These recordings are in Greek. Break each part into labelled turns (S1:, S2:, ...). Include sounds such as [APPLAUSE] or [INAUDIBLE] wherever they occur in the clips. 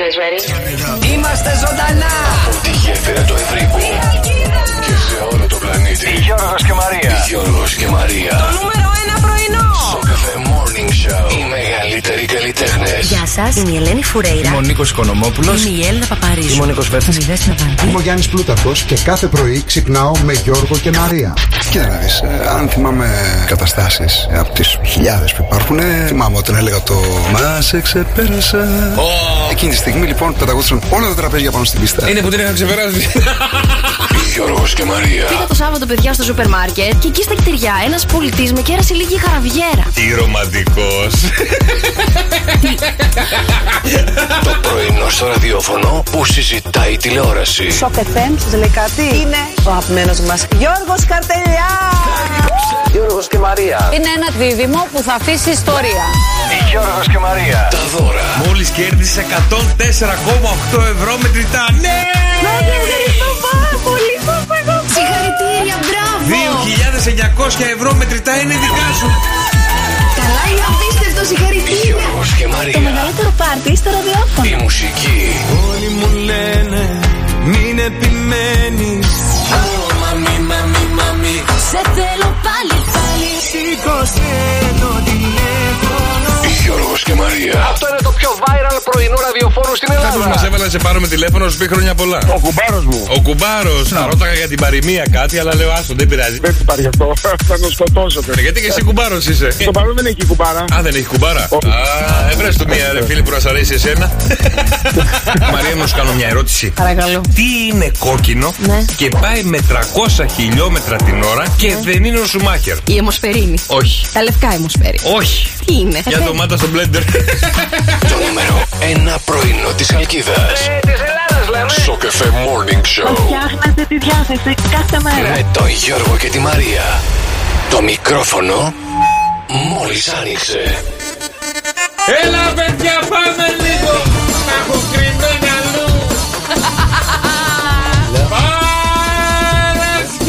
S1: guys ready?
S2: Είμαστε ζωντανά!
S3: Τη γέφυρα του Ευρύπου. Και σε όλο το πλανήτη.
S4: Γιώργος και Μαρία.
S3: Γιώργος και Μαρία.
S5: Νούμερο 1 πρωινό.
S3: Στο Cafe Morning Show. Οι μεγαλύτεροι καλλιτέχνες.
S6: Γεια σας, είμαι η Ελένη Φουρέιρα.
S7: Είμαι ο Νίκος Οικονομόπουλος.
S6: Είμαι η Έλληνα Παπαρίζου.
S7: Είμαι ο Νίκος Βέρτης.
S6: Είμαι η Δέσποινα Βανδύ.
S8: Είμαι ο Γιάννης Πλούταρχος και κάθε πρωί ξυπνάω με Γιώργο και Μαρία.
S9: Κοίτα να δεις, ε, αν θυμάμαι καταστάσεις ε, από τις χιλιάδες που υπάρχουν, ε, θυμάμαι όταν έλεγα το «Μα σε ξεπέρασα». Εκείνη τη στιγμή λοιπόν πεταγούσαν όλα τα τραπέζια πάνω στην πίστα.
S7: Είναι που την είχα ξεπεράσει.
S3: Γιώργος και Μαρία.
S6: Πήγα το Σάββατο, παιδιά, στο σούπερ μάρκετ και εκεί στα κτηριά ένας πολιτής με κέρασε λίγη χαραβιέρα.
S7: Τι ρομαντικός.
S3: Το πρωινό στο ραδιόφωνο που συζητάει η τηλεόραση.
S10: Σοκ FM, σας λέει κάτι. Είναι ο αγαπημένος μας Γιώργος Καρτελιά.
S4: Γιώργος και Μαρία.
S5: Είναι ένα δίδυμο που θα αφήσει ιστορία.
S4: Γιώργος και Μαρία.
S3: Τα δώρα.
S7: Μόλις κέρδισε 104,8 ευρώ με τριτά. Ναι!
S6: Συγχαρητήρια, μπράβο!
S7: 2.900 ευρώ με τριτά είναι δικά σου.
S6: Καλά, είναι απίστευτο, συγχαρητήρια!
S3: Γιώργος και Μαρία.
S6: μεγαλύτερο πάρτι στο
S3: Η
S6: ραδιόφωνο.
S3: μουσική.
S11: Όλοι μου λένε μην επιμένεις
S6: Σε θέλω πάλι, πάλι.
S11: Σήκωσε το τηλέφωνο
S3: Γιώργος και Μαρία.
S4: Αυτό είναι το πιο viral πρωινό ραδιοφόρο στην
S7: Κάποιο
S4: Ελλάδα.
S7: μας έβαλε να σε πάρουμε τηλέφωνο, σου πει χρόνια πολλά.
S12: Ο κουμπάρος μου.
S7: Ο κουμπάρος, θα ρώταγα για την παροιμία κάτι, αλλά λέω άστο, δεν πειράζει.
S12: Δεν υπάρχει αυτό. Θα τον σκοτώσετε.
S7: Γιατί και εσύ κουμπάρος είσαι.
S12: Στο παρόν δεν έχει κουμπάρα.
S7: Α, δεν έχει κουμπάρα. Α, έβρε του μία ρε φίλη που να σ' αρέσει
S6: [LAUGHS]
S7: εσένα. Μαρία, να σου κάνω μια ερώτηση.
S5: Παρακαλώ.
S7: Τι είναι κόκκινο
S6: Ναι.
S7: και πάει με 300 χιλιόμετρα την ώρα και δεν είναι ο Σουμάχερ.
S6: Η αιμοσφαιρίνη.
S7: Όχι.
S6: Τα λευκά αιμοσφαίρι.
S7: Όχι.
S6: Τι είναι.
S7: Για ντομάτα στο μπλέντερ.
S3: Το νούμερο 1 πρωινό της Αλκίδας.
S4: Ε, της Ελλάδας λέμε.
S3: Στο Cafe Morning Show.
S10: Φτιάχνετε τη διάθεση κάθε μέρα.
S3: Με τον Γιώργο και τη Μαρία. Το μικρόφωνο μόλις άνοιξε.
S7: Έλα, παιδιά, πάμε λίγο. Να έχω κρυμμένα αλλού. Παρασκευή.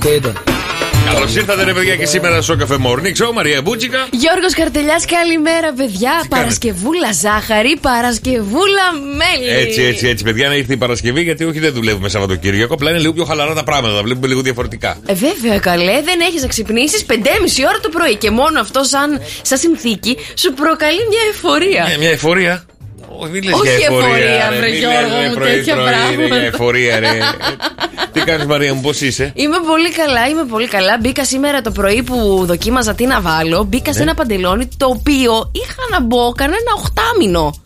S7: Καλώς ήρθατε, ρε παιδιά, και σήμερα στο καφέ Morning Show. Μαρία Μπούτσικα.
S6: Γιώργος Καρτελιάς, καλημέρα, παιδιά.
S7: κάνετε?
S6: Παρασκευούλα ζάχαρη, Παρασκευούλα μέλι.
S7: Έτσι, έτσι, έτσι, παιδιά, να ήρθε η Παρασκευή, γιατί όχι δεν δουλεύουμε Σαββατοκύριακο. Απλά είναι λίγο πιο χαλαρά τα πράγματα, τα βλέπουμε λίγο διαφορετικά.
S6: Ε, βέβαια, καλέ, δεν έχεις να ξυπνήσεις 5.30 ώρα το πρωί. Και μόνο αυτό, σαν, σαν συνθήκη, σου προκαλεί μια εφορία.
S7: Ε, μια εφορία. Ω, Μην λες
S6: Όχι
S7: για
S6: εφορία,
S7: ρε,
S6: βρε,
S7: μην
S6: Γιώργο
S7: λες, ρε,
S6: μου,
S7: πρωί,
S6: τέτοια
S7: πρωί, ρε,
S6: πράγματα.
S7: για εφορία, ρε. Τι κάνεις Μαρία μου, πώς είσαι.
S6: Είμαι πολύ καλά, είμαι πολύ καλά. Μπήκα σήμερα το πρωί που δοκίμαζα τι να βάλω.
S7: Ναι.
S6: Μπήκα σε ένα παντελόνι το οποίο είχα να μπω κανένα οχτάμινο.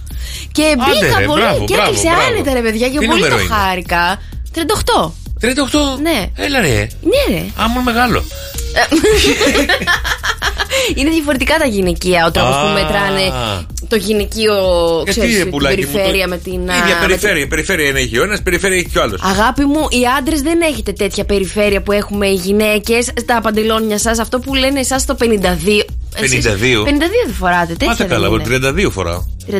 S6: Και
S7: Άντε,
S6: μπήκα
S7: ρε,
S6: πολύ
S7: μπράβο,
S6: και
S7: μπράβο,
S6: έκλεισε
S7: μπράβο.
S6: άνετα, ρε παιδιά, και
S7: Τι
S6: πολύ
S7: νούμερο
S6: το
S7: είναι?
S6: χάρηκα. 38.
S7: 38.
S6: Ναι.
S7: Έλα ρε.
S6: Ναι, ρε.
S7: Άμον μεγάλο.
S6: Είναι διαφορετικά τα γυναικεία ο τρόπος
S7: Α. Ε,
S6: που μετράνε το γυναικείο, ξέρεις, την
S7: πουλάκι μου, το-
S6: περιφέρεια με την. α,
S7: ίδια
S6: με
S7: περιφέρεια. Η περιφέρεια είναι έχει ο ένας, περιφέρεια έχει κι ο άλλος.
S6: Αγάπη μου, οι άντρες δεν έχετε τέτοια περιφέρεια που έχουμε οι γυναίκες στα παντελόνια σας. Αυτό που λένε εσάς το 52. Εσείς 52
S7: 52.
S6: δεν φοράτε, τέτοια.
S7: Πάτε
S6: δεν
S7: καλά,
S6: είναι.
S7: εγώ 32 φορά.
S6: 32.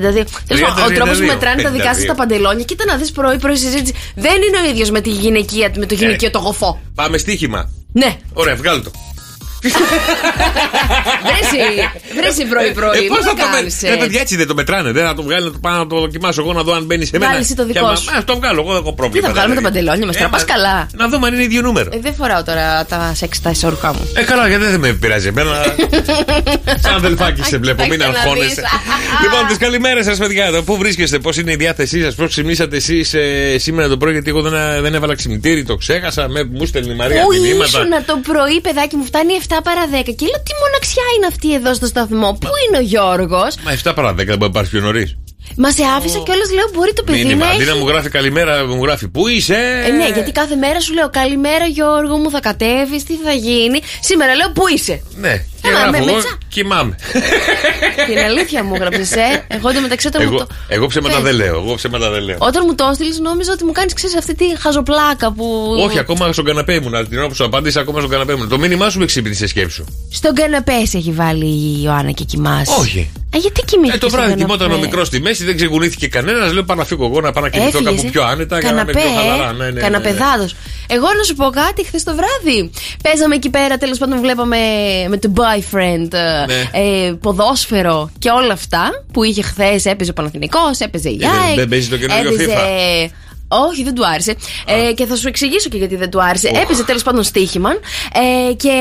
S6: Τέλος πάντων,
S7: 32,
S6: ο τρόπος που μετράνε τα δικά σας
S7: 52.
S6: τα παντελόνια, κοίτα να δεις πρωί-πρωί συζήτηση. Δεν είναι ο ίδιος με, τη γυναικεία, με
S7: Ε.
S6: το γυναικείο το γοφό.
S7: Πάμε στοίχημα.
S6: Ναι,
S7: Ωραία, βγάλω το.
S6: βρέσει,
S7: [LAUGHS]
S6: βρέσει πρωί-πρωί.
S7: Ε, πώς
S6: Μην
S7: θα το με-
S6: κάνεις,
S7: Ρε
S6: έτσι.
S7: παιδιά, έτσι δεν το μετράνε. Δεν θα το βγάλει να το πάω να το δοκιμάσω εγώ να δω αν μπαίνει σε μένα.
S6: Βάλε εσύ το δικό
S7: Και άμα-
S6: σου.
S7: Α, το βγάλω, εγώ δεν έχω πρόβλημα.
S6: Τι θα βγάλουμε
S7: δηλαδή.
S6: τα παντελόνια μας,
S7: Ε,
S6: τώρα,
S7: μα-
S6: πας καλά.
S7: Να δούμε αν είναι ίδιο νούμερο.
S6: Ε, δεν φοράω τώρα τα σεξ τα εσωρουχά μου.
S7: Ε, καλά, γιατί δεν με πειράζει εμένα. Σαν αδελφάκι σε βλέπω, μην
S6: Κοίταξε να
S7: αγχώνεσαι.
S6: δεις.
S7: λοιπόν, τις καλημέρες σας, παιδιά. εδώ. Πού βρίσκεστε, πώς είναι η διάθεσή σας, πώς ξυπνήσατε εσείς σήμερα το πρωί, γιατί εγώ δεν, δεν έβαλα ξυπνητήρι, το ξέχασα. Με, μου στέλνει η Μαρία
S6: Πού
S7: μηνύματα.
S6: ήσουν το πρωί, παιδάκι μου, φτάνει 7 παρα 10. Και λέω τι μοναξιά είναι αυτή εδώ στο σταθμό. Πού είναι ο Γιώργος.
S7: Μα 7 παρά 10 δεν μπορεί να πάρεις πιο νωρίς.
S6: Μα σε άφησα και όλο λέω μπορεί το παιδί
S7: Μήνυμα.
S6: να
S7: Αντί
S6: έχει.
S7: να μου γράφει καλημέρα, μου γράφει Πού είσαι.
S6: Ε, ναι, γιατί κάθε μέρα σου λέω Καλημέρα Γιώργο μου, θα κατέβεις, τι θα γίνει. Σήμερα λέω Πού είσαι.
S7: Ναι. Και
S6: Έλα,
S7: γράφω
S6: με-
S7: εγώ,
S6: μετσά.
S7: κοιμάμαι.
S6: Την αλήθεια μου έγραψες, ε. Εγώ εντωμεταξύ όταν μου
S7: Εγώ,
S6: το.
S7: εγώ ψέματα
S6: Πες.
S7: δεν λέω. Εγώ ψέματα δεν λέω.
S6: Όταν μου το έστειλες, νόμιζα ότι μου κάνεις ξέρεις αυτή τη χαζοπλάκα που.
S7: Όχι, ακόμα στον καναπέ ήμουν. Αλλά Την ώρα που σου απάντησα, ακόμα στον καναπέ ήμουν. Το μήνυμά σου με ξύπνησε σκέψου.
S6: Στον καναπέ σε έχει βάλει η Ιωάννα και κοιμάσαι.
S7: Όχι.
S6: Ε, γιατί κοιμήθηκες.
S7: Ε, το βράδυ κοιμόταν ο μικρός στη μέση, δεν ξεκουνήθηκε κανένας. Λέω πάω να φύγω εγώ να πάω να κοιμηθώ κάπου πιο άνετα για να είμαι
S6: Ε, Καναπέ, ε?
S7: πιο χαλαρά. Ναι, ναι, ναι, ναι.
S6: καναπεδάδος. Εγώ να σου πω κάτι, χθες το βράδυ παίζαμε εκεί πέρα, τέλος πάντων βλέπαμε με τον boyfriend ε,
S7: Ναι.
S6: ε, ποδόσφαιρο και όλα αυτά που είχε χθες. Έπαιζε ο Παναθηνικός, έπαιζε η
S7: Ε, δεν-
S6: ΑΕΚ,
S7: δεν παίζει το καινούριο
S6: έπαιζε-
S7: FIFA.
S6: όχι, δεν του άρεσε. Ε, και θα σου εξηγήσω και γιατί δεν του άρεσε. Έπαιζε τέλος πάντων στοίχημα. Ε, και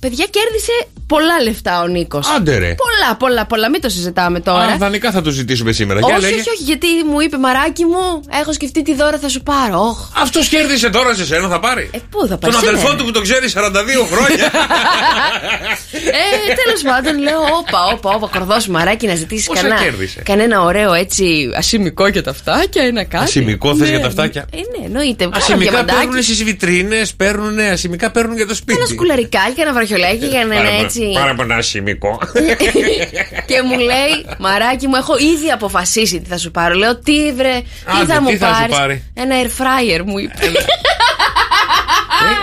S6: παιδιά κέρδισε πολλά λεφτά ο Νίκος.
S7: Άντε ρε.
S6: Πολλά, πολλά, πολλά. Μην το συζητάμε τώρα.
S7: Α, δανεικά θα το ζητήσουμε σήμερα. Για
S6: Όχι,
S7: λέγε.
S6: όχι, όχι, γιατί μου είπε μαράκι μου, έχω σκεφτεί τι δώρα θα σου πάρω.
S7: [LAUGHS]
S6: Όχ,
S7: Αυτός κέρδισε τώρα σε σένα, θα πάρει.
S6: ε, πού θα πάρει.
S7: Τον αδελφό του που τον ξέρει 42 χρόνια.
S6: ε, τέλος πάντων, λέω, όπα, όπα, όπα, κορδός μαράκι να ζητήσεις
S7: Πόσα
S6: κανένα,
S7: κέρδισε?
S6: κανένα ωραίο έτσι ασημικό για τα φτάκια, ένα κάτι.
S7: Ασημικό θες
S6: Ναι,
S7: για τα φτάκια?
S6: Ε, ναι, εννοείται. Κάνα
S7: [LAUGHS] Ασημικά
S6: διαμαντάκι.
S7: παίρνουν στις βιτρίνες, παίρνουν. Ασημικά παίρνουν για το σπίτι. Ε,
S6: Ένα σκουλαρικάκι, ένα βραχιολάκι για να
S7: Πάρα
S6: είναι
S7: πολύ-
S6: έτσι. Ε,
S7: Πάρα πολύ ασημικό.
S6: [LAUGHS] και μου λέει, Μαράκι μου, έχω ήδη αποφασίσει τι θα σου πάρω. Λέω, τι βρε, τι
S7: Άντε,
S6: θα μου
S7: τι θα σου
S6: πάρεις?»
S7: πάρει? Ε,
S6: Ένα air fryer μου είπε.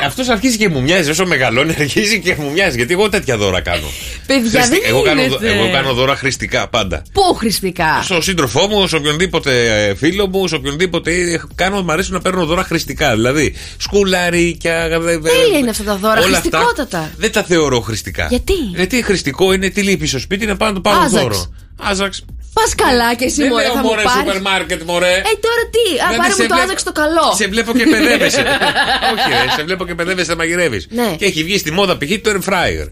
S7: Αυτό Ε, αρχίζει και μου μοιάζει. Όσο μεγαλώνει, [LAUGHS] αρχίζει και μου μοιάζει. Γιατί εγώ τέτοια δώρα κάνω.
S6: Παιδιά,
S7: Χριστι-
S6: δεν
S7: εγώ, κάνω, δω-
S6: γίνεται.
S7: εγώ κάνω δώρα χρηστικά πάντα.
S6: Πού χρηστικά.
S7: Στον σύντροφό μου, σε οποιονδήποτε ε, φίλο μου, σε οποιονδήποτε. ε, Κάνω, μ' αρέσει να παίρνω δώρα χρηστικά. Δηλαδή, σκουλαρίκια.
S6: Τέλεια είναι αυτά τα δώρα,
S7: όλα αυτά.
S6: χρηστικότατα.
S7: Δεν τα θεωρώ χρηστικά.
S6: Γιατί?
S7: Γιατί χρηστικό είναι τι λείπει στο σπίτι να πάω να το πάρω
S6: Άζαξ.
S7: δώρο. Άζαξ.
S6: Πας καλά και εσύ
S7: Δεν
S6: μωρέ,
S7: λέω,
S6: θα μου
S7: μωρέ, σούπερ
S6: πάρει.
S7: μάρκετ, μωρέ.
S6: Ε, τώρα τι, α,
S7: Δεν
S6: πάρε
S7: Ναι, σε
S6: μου το
S7: βλέπω-
S6: άζαξ το καλό.
S7: Σε βλέπω και
S6: [LAUGHS]
S7: παιδεύεσαι. Όχι, ρε, σε βλέπω και παιδεύεσαι να μαγειρεύεις.
S6: Ναι.
S7: Και έχει βγει στη μόδα π.χ. το air fryer.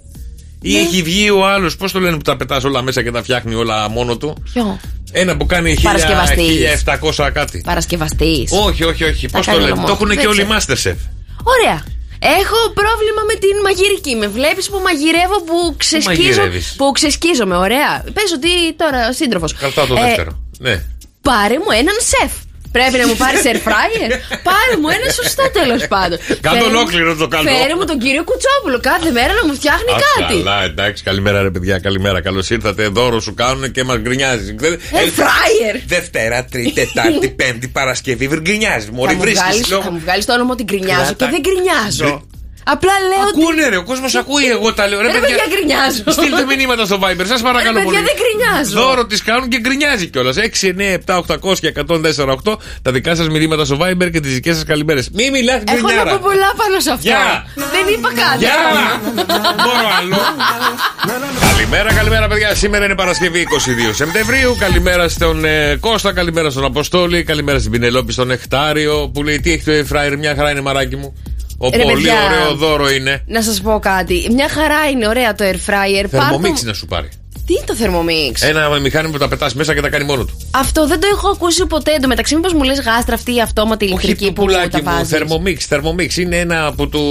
S7: Ή έχει βγει ο άλλος, πώς το λένε που τα πετάς όλα μέσα και τα φτιάχνει όλα μόνο του.
S6: Ποιο.
S7: Ένα που κάνει 1000,
S6: Παρασκευαστής.
S7: 1700 κάτι.
S6: Παρασκευαστής.
S7: Όχι, όχι, όχι. Πώς το
S6: κάνει
S7: λένε.
S6: όλα
S7: Το
S6: μόνο.
S7: έχουν και
S6: Δεν
S7: όλοι οι Masterchef.
S6: Ωραία. Έχω πρόβλημα με την μαγειρική. Με βλέπεις που μαγειρεύω, που ξεσκίζω.
S7: μαγειρεύεις?
S6: Που ξεσκίζομαι, ωραία. Πες ότι τώρα ο σύντροφος.
S7: Κρατάω
S6: Ε,
S7: το δεύτερο. Ναι.
S6: Πάρε μου έναν σεφ. Πρέπει να μου πάρει air fryer. πάρε μου ένα σωστό τέλος πάντων.
S7: [LAUGHS] Κάτω
S6: Φέρε μου-
S7: ολόκληρο το καλό.
S6: Φέρε μου τον κύριο Κουτσόπουλο κάθε μέρα να μου φτιάχνει
S7: Ας,
S6: κάτι.
S7: Καλά, εντάξει. Καλημέρα, ρε παιδιά. Καλημέρα. Καλώς ήρθατε. Δώρο σου κάνουν και μας γκρινιάζει.
S6: Air
S7: Ε,
S6: fryer.
S7: Δευτέρα, Τρίτη, Τετάρτη,
S6: [LAUGHS]
S7: Πέμπτη, Παρασκευή. Γκρινιάζει. Μωρή
S6: Θα μου βγάλεις-
S7: βρίσκει
S6: Θα μου βγάλεις το όνομα ότι γκρινιάζω και
S7: Κράτα.
S6: δεν γκρινιάζω. Απλά λέω Ε, ότι.
S7: Ακούνε ρε, ο κόσμος ακούει. Εγώ τα λέω. Ρε,
S6: Ρε, παιδιά, γκρινιάζω.
S7: Στείλτε μηνύματα στο Viber, σας παρακαλώ
S6: Ρε, παιδιά,
S7: πολύ.
S6: δεν γκρινιάζω.
S7: Δώρο της κάνουν και γκρινιάζει κιόλας. 6, 9, 7, 800 και 148. Τα δικά σας μηνύματα στο Viber και τις δικές σας καλημέρες. Μη μιλάς
S6: Έχω να πω
S7: γκρινιάρα.
S6: πολλά πάνω σε αυτό.
S7: Γεια.
S6: Δεν είπα κάτι.
S7: Γεια!
S6: Ναι,
S7: Μπορώ άλλο. Καλημέρα, καλημέρα παιδιά. Σήμερα είναι Παρασκευή 22 Σεπτεμβρίου. Καλημέρα στον ε, Κώστα, καλημέρα στον Αποστόλη, καλημέρα στην Πινελόπη, στον Εκτάριο που λέει τι έχει το Εφράιρ, μια χαρά είναι μαράκι μου. Ο
S6: Ε, Ρε,
S7: πολύ
S6: παιδιά.
S7: ωραίο δώρο είναι.
S6: Να σας πω κάτι. Μια χαρά είναι ωραία το air fryer. Πάρ'
S7: Θερμομίξ Ε-
S6: το-
S7: να σου πάρει.
S6: Τι είναι το Thermomix.
S7: Ένα μηχάνημα που τα πετάς μέσα και τα κάνει μόνο του.
S6: Αυτό δεν το έχω ακούσει ποτέ. Εν τω μεταξύ, μήπως μου λες γάστρα αυτή η αυτόματη ηλεκτρική που, τα βάζεις.
S7: θερμομίξ. Θερμομίξ είναι ένα που του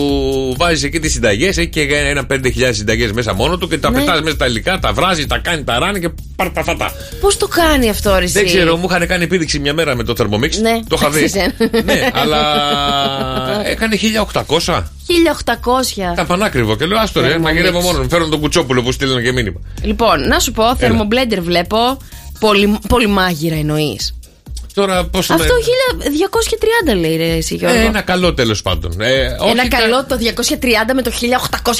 S7: βάζει εκεί τις συνταγές. Έχει και ένα 5.000 συνταγές μέσα μόνο του και τα
S6: Ναι.
S7: πετάς μέσα τα υλικά, τα βράζει, τα κάνει, τα ράνει και πάρ τα φατά.
S6: Πώς το κάνει αυτό, Ρησί.
S7: Δεν ξέρω, μου είχαν κάνει επίδειξη μια μέρα με το Thermomix.
S6: Ναι. ε.
S7: Το
S6: [LAUGHS]
S7: είχα
S6: Σε
S7: δει.
S6: σένα.
S7: ναι, αλλά έκανε 1800.
S6: 1800.
S7: Ήταν πανάκριβο και λέω άστο ρε,
S6: Thermomix.
S7: μαγειρεύω μόνο. μου. Φέρνω τον κουτσόπουλο που στείλανε και μήνυμα.
S6: Λοιπόν, να σου πω, θερμομπλέντερ βλέπω. Πολύ, πολύ μάγειρα εννοείς.
S7: Τώρα πώς το.
S6: Αυτό 1230 λέει ρε, εσύ Γιώργο.
S7: Ε, ένα καλό τέλος πάντων. Ε, όχι
S6: Ένα
S7: τα-
S6: καλό το 230 με το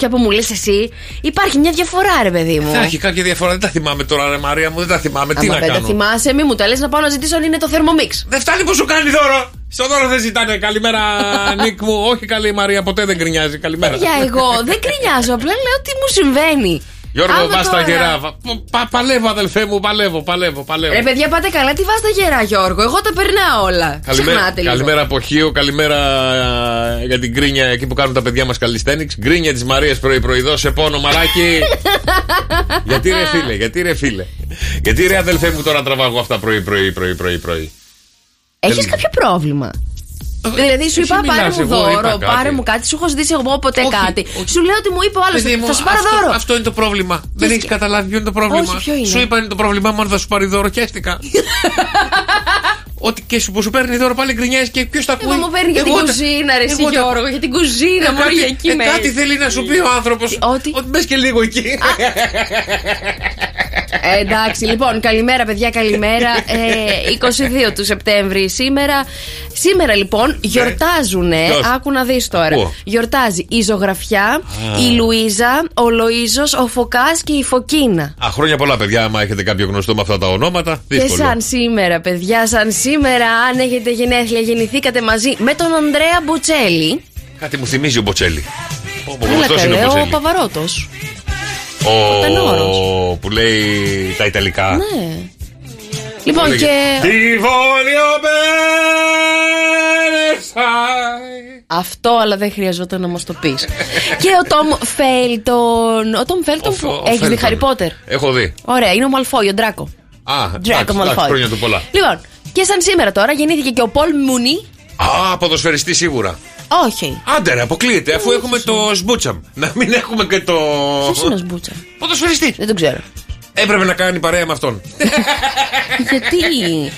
S6: 1800 που μου λες εσύ. Υπάρχει μια διαφορά, ρε παιδί μου.
S7: Θα έχει κάποια διαφορά. Δεν τα θυμάμαι τώρα, ρε Μαρία μου, δεν τα θυμάμαι.
S6: Ναι.
S7: Τι
S6: Άμα
S7: να
S6: δεν τα
S7: κάνω.
S6: θυμάσαι, μη μου τα λες να πάω να ζητήσω αν είναι το θερμομίξ.
S7: Δεν φτάνει που σου κάνει δώρο. Στο δώρο δεν ζητάνε.
S6: [LAUGHS]
S7: Καλημέρα, Νίκ μου. Όχι καλή Μαρία, ποτέ δεν γκρινιάζει. Καλημέρα.
S6: Για εγώ, δεν κρινιάζω, απλά λέω τι μου συμβαίνει.
S7: Γιώργο,
S6: Άμα
S7: βά τα
S6: τώρα-
S7: γερά. Βα- πα- Παλεύω, αδελφέ μου, παλεύω, παλεύω, παλεύω.
S6: Ρε παιδιά, πάτε καλά, τι βάζετε γερά, Γιώργο. Εγώ τα περνάω όλα.
S7: Καλημέρα,
S6: Ξεχνάτε λίγο.
S7: καλημέρα από Χίο, καλημέρα ε, για την γκρίνια εκεί που κάνουν τα παιδιά μας καλλιστένιξ. Γκρίνια της Μαρίας πρωί-πρωί, δώσε πόνο, μαράκι.
S6: [LAUGHS]
S7: γιατί ρε φίλε, γιατί ρε φίλε. Γιατί ρε αδελφέ μου τώρα τραβάω εγώ αυτά πρωί-πρωί, πρωί-πρωί.
S6: Έχει κάποιο πρόβλημα. Δηλαδή σου είπα
S7: Ε, μιλάς,
S6: πάρε μου
S7: εγώ είπα
S6: δώρο,
S7: κάτι.
S6: πάρε μου κάτι, σου έχω ζητήσει εγώ ποτέ
S7: Όχι,
S6: κάτι.
S7: όχι.
S6: Σου λέω ότι μου είπε ο άλλο.
S7: Παιδί μου,
S6: Θα σου πάρω
S7: αυτό-
S6: δώρο.
S7: Αυτό είναι το πρόβλημα. Δεν έχει
S6: σκε-
S7: καταλάβει ποιο είναι το πρόβλημα.
S6: ποιο είναι. [LAUGHS]
S7: Σου είπα είναι το πρόβλημά μου αν θα σου πάρει δώρο και έστηκα. Ότι και σου, που σου παίρνει δώρο πάλι γκρινιάζει και ποιος τα ακούει.
S6: Εγώ μου παίρνει για την
S7: τα-
S6: κουζίνα, ρε εσύ
S7: εγώ τα-
S6: Γιώργο, για την κουζίνα
S7: Ε,
S6: μου, για
S7: κάτι,
S6: εκεί
S7: ε,
S6: με.
S7: κάτι θέλει να σου πει ο άνθρωπος. Ότι. Ότι μπες και λίγο εκεί.
S6: Ε, εντάξει, λοιπόν, καλημέρα παιδιά, καλημέρα. Ε, 22 του Σεπτέμβρη σήμερα. Σήμερα
S7: Ναι.
S6: λοιπόν γιορτάζουν.
S5: Ποιος?
S6: Άκου να δεις τώρα.
S5: Πού?
S6: Γιορτάζει η ζωγραφιά,
S7: Α.
S6: η Λουίζα, ο Λοίζος, ο Φωκάς και η Φωκίνα.
S7: Α, χρόνια πολλά, παιδιά. Άμα έχετε κάποιο γνωστό με αυτά τα ονόματα,
S6: Και
S7: δύσκολο.
S6: σαν σήμερα, παιδιά, σαν σήμερα, αν έχετε γενέθλια, γεννηθήκατε μαζί με τον Ανδρέα Μποτσέλη.
S7: Κάτι μου θυμίζει ο Μποτσέλη. Ο
S6: Έλα,
S7: γνωστός είναι ο
S6: καλέ, ο
S7: Μποτσέλη.
S6: Παβαρότο. Παπανόρος.
S7: Ο που λέει τα Ιταλικά.
S6: Ναι. Λοιπόν,
S7: Λέγε.
S6: και-
S7: Τη βόλιο
S6: Αυτό, αλλά δεν χρειαζόταν να μας το
S7: [LAUGHS]
S6: πεις. και ο Τόμ Φέλτον. Ο Τόμ Φέλτον που έχεις δει
S7: Φέλτον.
S6: Harry Potter.
S7: Έχω δει.
S6: Ωραία, είναι ο Μαλφόι, ο Ντράκο.
S7: Α,
S6: Draco
S7: εντάξει, εντάξει,
S6: Malfoy.
S7: χρόνια του πολλά.
S6: Λοιπόν, και σαν σήμερα τώρα γεννήθηκε και ο Πολ Μουνί.
S7: Α, ποδοσφαιριστή σίγουρα.
S6: Όχι.
S7: Άντε ρε, αποκλείεται, αφού έχουμε το Σμπούτσαμ. Να μην έχουμε και το.
S6: Ποιος είναι ο Σμπούτσα.
S7: Ποδοσφαιριστή.
S6: Δεν τον
S7: [LAUGHS]
S6: ξέρω.
S7: Έπρεπε να κάνει παρέα με αυτόν.
S6: Γιατί.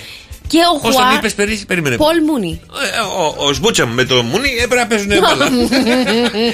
S6: και ο
S7: Πώ τον
S6: Χουάν.
S7: είπε περίσι, περίμενε.
S6: Πολ Μουνί.
S7: Ε, ο- Ο Σμπούτσαμ με το Μουνί έπρεπε να παίζουν μπαλά.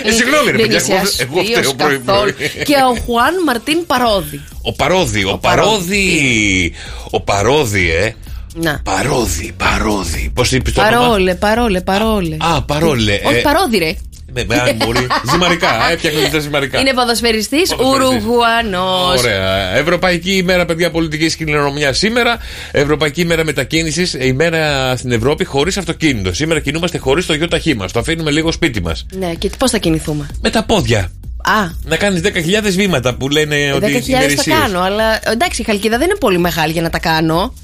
S7: Ε, Συγγνώμη, ρε
S6: Δεν
S7: παιδιά,
S6: είσαι
S7: εγώ- εγώ
S6: αστείος
S7: φταίω πρωί
S6: καθόλου. Και ο Χουάν Μαρτίν Παρόδη.
S7: Ο Παρόδι, ο Παρόδι. Ο Παρόδι, ε.
S6: Να.
S7: Παρόδι, παρόδι. Πώς είπες το όνομα.
S6: Παρόλε, παρόλε, παρόλε.
S7: Α, παρόλε.
S6: Όχι,
S7: ε,
S6: παρόδι, ρε.
S7: με- με- αν μπορεί. Ζυμαρικά, ε, έπιαχνε τα ζυμαρικά.
S6: Είναι ποδοσφαιριστής
S7: Ποδοσφαιριστής.
S6: Ουρουγουανός.
S7: Ωραία. Ευρωπαϊκή ημέρα, παιδιά, πολιτικής κληρονομιάς σήμερα. Ευρωπαϊκή ημέρα μετακίνησης. Ημέρα στην Ευρώπη χωρίς αυτοκίνητο. Σήμερα κινούμαστε χωρίς το γιο ταχύ μας. Το αφήνουμε λίγο σπίτι μας.
S6: Ναι, και πώς θα κινηθούμε.
S7: Με τα πόδια.
S6: Α,
S7: Να κάνεις 10.000 βήματα που λένε Ε, ότι
S6: 10.000 θα
S7: ημερησίως.
S6: κάνω, αλλά εντάξει, η Χαλκίδα δεν είναι πολύ μεγάλη για να τα κάνω.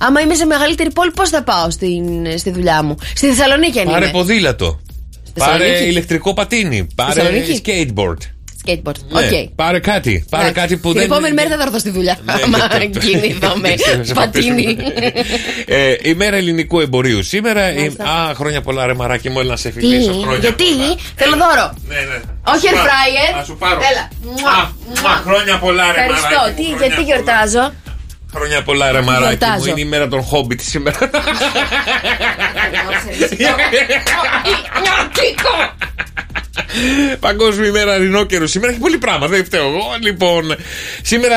S6: Άμα είμαι σε μεγαλύτερη πόλη, πώς θα πάω στην, στη δουλειά μου. Στη Θεσσαλονίκη αν
S7: Πάρε
S6: είμαι.
S7: ποδήλατο. Πάρε
S6: Θεσσαλονίκη.
S7: ηλεκτρικό πατίνι. Πάρε
S6: Θεσσαλονίκη.
S7: skateboard.
S6: Skateboard.
S7: Ναι,
S6: Οκ.
S7: Πάρε κάτι. Πάρε
S6: Εντάξει.
S7: κάτι που
S6: Την
S7: δεν. Ναι,
S6: επόμενη μέρα δεν θα έρθω στη δουλειά. Μα
S7: δεν-
S6: κινηθούμε.
S7: δεν σε
S6: Πατίνι.
S7: Ναι, Ε, ημέρα ελληνικού εμπορίου σήμερα. Ε, α, χρόνια πολλά, ρε μαράκι μου, έλα να σε
S6: Τι,
S7: φιλήσω. Χρόνια
S6: γιατί
S7: πολλά.
S6: θέλω δώρο.
S7: Ναι, ναι.
S6: Όχι air
S7: Πάρω.
S6: fryer.
S7: Θα σου πάρω.
S6: Έλα. Μουα,
S7: Α,
S6: μουα.
S7: μα, χρόνια πολλά, ρε
S6: Ευχαριστώ.
S7: μαράκι
S6: Τι,
S7: μου,
S6: γιατί
S7: χρόνια πολλά.
S6: γιορτάζω.
S7: Χρόνια πολλά, ρε μαράκι μου.
S6: Γιορτάζω.
S7: Είναι η μέρα των χόμπιτ σήμερα.
S6: [LAUGHS]
S7: Παγκόσμια ημέρα ρινόκερου. Σήμερα έχει πολύ πράγμα, δεν φταίω εγώ. Λοιπόν, σήμερα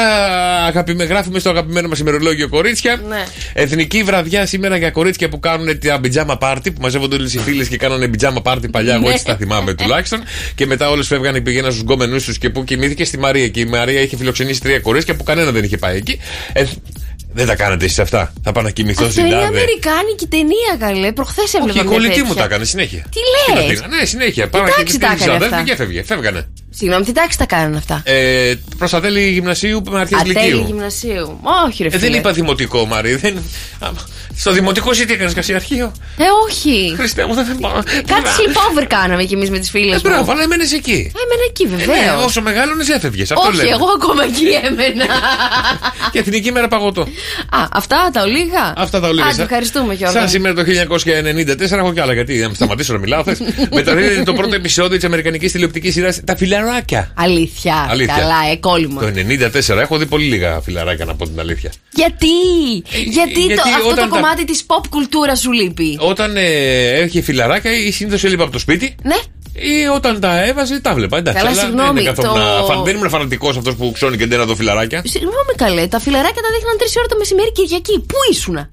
S7: αγαπημε, γράφουμε στο αγαπημένο μας ημερολόγιο κορίτσια.
S6: Ναι.
S7: Εθνική βραδιά σήμερα για κορίτσια που κάνουν τα πιτζάμα πάρτι, που μαζεύονται όλες οι φίλες και κάνανε πιτζάμα πάρτι παλιά. Εγώ
S6: Ναι.
S7: έτσι τα θυμάμαι τουλάχιστον. Και μετά όλες φεύγανε και πηγαίναν στους γκόμενούς τους και που κοιμήθηκε στη Μαρία. Και η Μαρία είχε φιλοξενήσει τρία κορίτσια που κανένα δεν είχε πάει εκεί. Ε, δεν τα κάνατε εσείς αυτά. Θα πάω να κοιμηθώ
S6: Αυτό
S7: στην
S6: είναι
S7: τάδε.
S6: Αμερικάνικη ταινία, καλέ. Προχθές
S7: Και
S6: έβλεπα.
S7: η
S6: μια
S7: κολλητή
S6: τέτοια.
S7: μου τα έκανε συνέχεια.
S6: Τι
S7: Τι
S6: λες?
S7: τα πήρα. Ναι, συνέχεια. Πάρα
S6: τάξη
S7: και
S6: τα
S7: τη
S6: έκανε
S7: αδέρφη
S6: αυτά.
S7: και έφευγε. Φεύγανε.
S6: Συγγνώμη, τι τάξη τα κάνανε αυτά.
S7: Ε, προς τα τέλη γυμνασίου με αρχές
S6: Ατέλη
S7: λυκείου.
S6: γυμνασίου. Όχι, ρε
S7: Ε,
S6: φίλε.
S7: δεν είπα δημοτικό, Μαρή. Δεν... Α, Στο δημοτικό εσύ τι έκανε, Κασιαρχείο.
S6: Ε, όχι.
S7: Χριστέ μου, δεν πάω.
S6: Κάτι sleepover κάναμε κι εμείς με τις φίλες.
S7: Ε, μπράβο, αλλά έμενες εκεί.
S6: Έμενα εκεί,
S7: Ε, ναι,
S6: βεβαίως.
S7: όσο μεγάλωνες έφευγες. Αυτό
S6: Όχι,
S7: λέμε.
S6: εγώ ακόμα εκεί έμενα.
S7: Και εθνική μέρα παγωτό.
S6: Α, αυτά τα ολίγα.
S7: Αυτά τα ολίγα.
S6: Άντε, ευχαριστούμε, Γιώργο.
S7: Σαν σήμερα το 1994, έχω κι άλλα γιατί δεν σταματήσω να
S6: [LAUGHS]
S7: μιλάω. θες. Μεταδίδεται το πρώτο επεισόδιο της Αμερικανικής τηλεοπτικής σειράς Τα φιλαράκια.
S6: Αλήθεια.
S7: Αλήθεια. Ναι.
S6: Καλά, ε, κόλλημα.
S7: Το 94 έχω δει πολύ λίγα φιλαράκια να πω την αλήθεια.
S6: Γιατί, γιατί,
S7: Ε, γιατί
S6: το, αυτό το
S7: όταν τα-
S6: κομμάτι της pop κουλτούρας σου λείπει.
S7: Όταν ε, έρχε φιλαράκια ή συνήθω έλειπα από το σπίτι.
S6: Ναι.
S7: Ή όταν τα έβαζε, τα βλέπα. Εντάξει,
S6: Καλά,
S7: αλλά
S6: συγγνώμη,
S7: δεν, καθόμουν
S6: το-
S7: φαν- δεν ήμουν φανατικός αυτός που ξώνει και δεν έδω φιλαράκια.
S6: Συγγνώμη καλέ, τα φιλαράκια τα δείχναν 3 ώρα το μεσημέρι Κυριακή. Πού ήσουνα.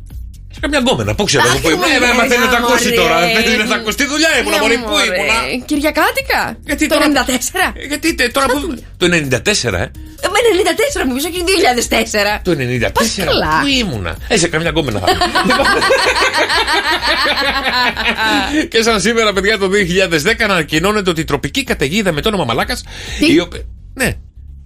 S7: Σε καμιά γκόμενα, πού ξέρω. εγώ Πού ήμουν.
S6: μωρέ,
S7: Ε, μα θέλει να τα
S6: να,
S7: ακούσει
S6: μωρέ. Ναι,
S7: τώρα. Θέλει να τα ακούσει. Τι δουλειά ήμουν, Μωρή, πού
S6: Μωρέ,
S7: ήμουν.
S6: Κυριακάτικα.
S7: Γιατί
S6: το
S7: τώρα- Ε,
S6: 94.
S7: Γιατί τε- τώρα που. Το 94, ε.
S6: Ε, Με 94 μου πεις, όχι 2004.
S7: Το 94.
S6: Πας καλά.
S7: Πού ήμουνα. Ε, σε καμιά γκόμενα θα
S6: [LAUGHS]
S7: ήμουν. Λοιπόν. Και σαν σήμερα, παιδιά, το 2010 ανακοινώνεται ότι η τροπική καταιγίδα με το όνομα Μαλάκας. Ναι,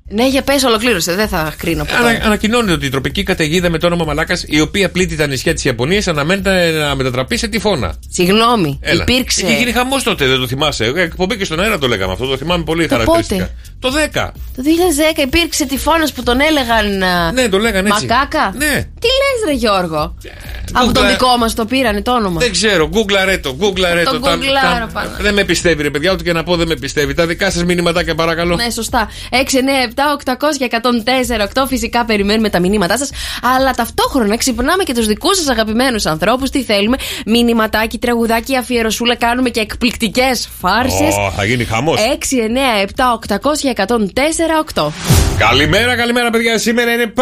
S6: Ναι, για πες ολοκλήρωσε, δεν θα κρίνω από
S7: Ανα,
S6: τώρα.
S7: ανακοινώνεται ότι η τροπική καταιγίδα με το όνομα Μαλάκας, η οποία πλήττει τα νησιά της Ιαπωνίας, αναμένεται να μετατραπεί σε τυφώνα.
S6: Συγγνώμη,
S7: Έλα.
S6: υπήρξε.
S7: Είχε γίνει χαμός τότε, δεν το θυμάσαι. Εγώ Εκπομπή και στον αέρα το λέγαμε αυτό, το θυμάμαι πολύ
S6: Το
S7: χαρακτηριστικά.
S6: πότε?
S7: Το 10.
S6: Το 2010 υπήρξε τυφώνας που τον έλεγαν. α,
S7: Ναι, το λέγανε έτσι.
S6: Μακάκα.
S7: Ναι.
S6: Τι λες ρε Γιώργο. Από τον
S7: Google-
S6: δικό μας το πήρανε το όνομα.
S7: Δεν ξέρω, γκουγκλαρέ το, γκουγκλαρέ
S6: Το
S7: το. τα-
S6: γκουγκλάρω
S7: τα-
S6: πάνω.
S7: Δεν με πιστεύει, ρε παιδιά, ούτε και να πω δεν με πιστεύει. Τα δικά σας μηνύματάκια, παρακαλώ.
S6: Ναι, σωστά. 6, 9, 7, 800 104, 8. Φυσικά περιμένουμε τα μηνύματά σας. Αλλά ταυτόχρονα ξυπνάμε και τους δικούς σας αγαπημένους ανθρώπους. Τι θέλουμε, μηνυματάκι, τραγουδάκι, αφιερωσούλα. Κάνουμε και εκπληκτικές φάρσες.
S7: Ω, θα γίνει χαμός.
S6: Ε. 6, 9, 7, 800 104, 8.
S7: Καλημέρα, καλημέρα, παιδιά. Σήμερα είναι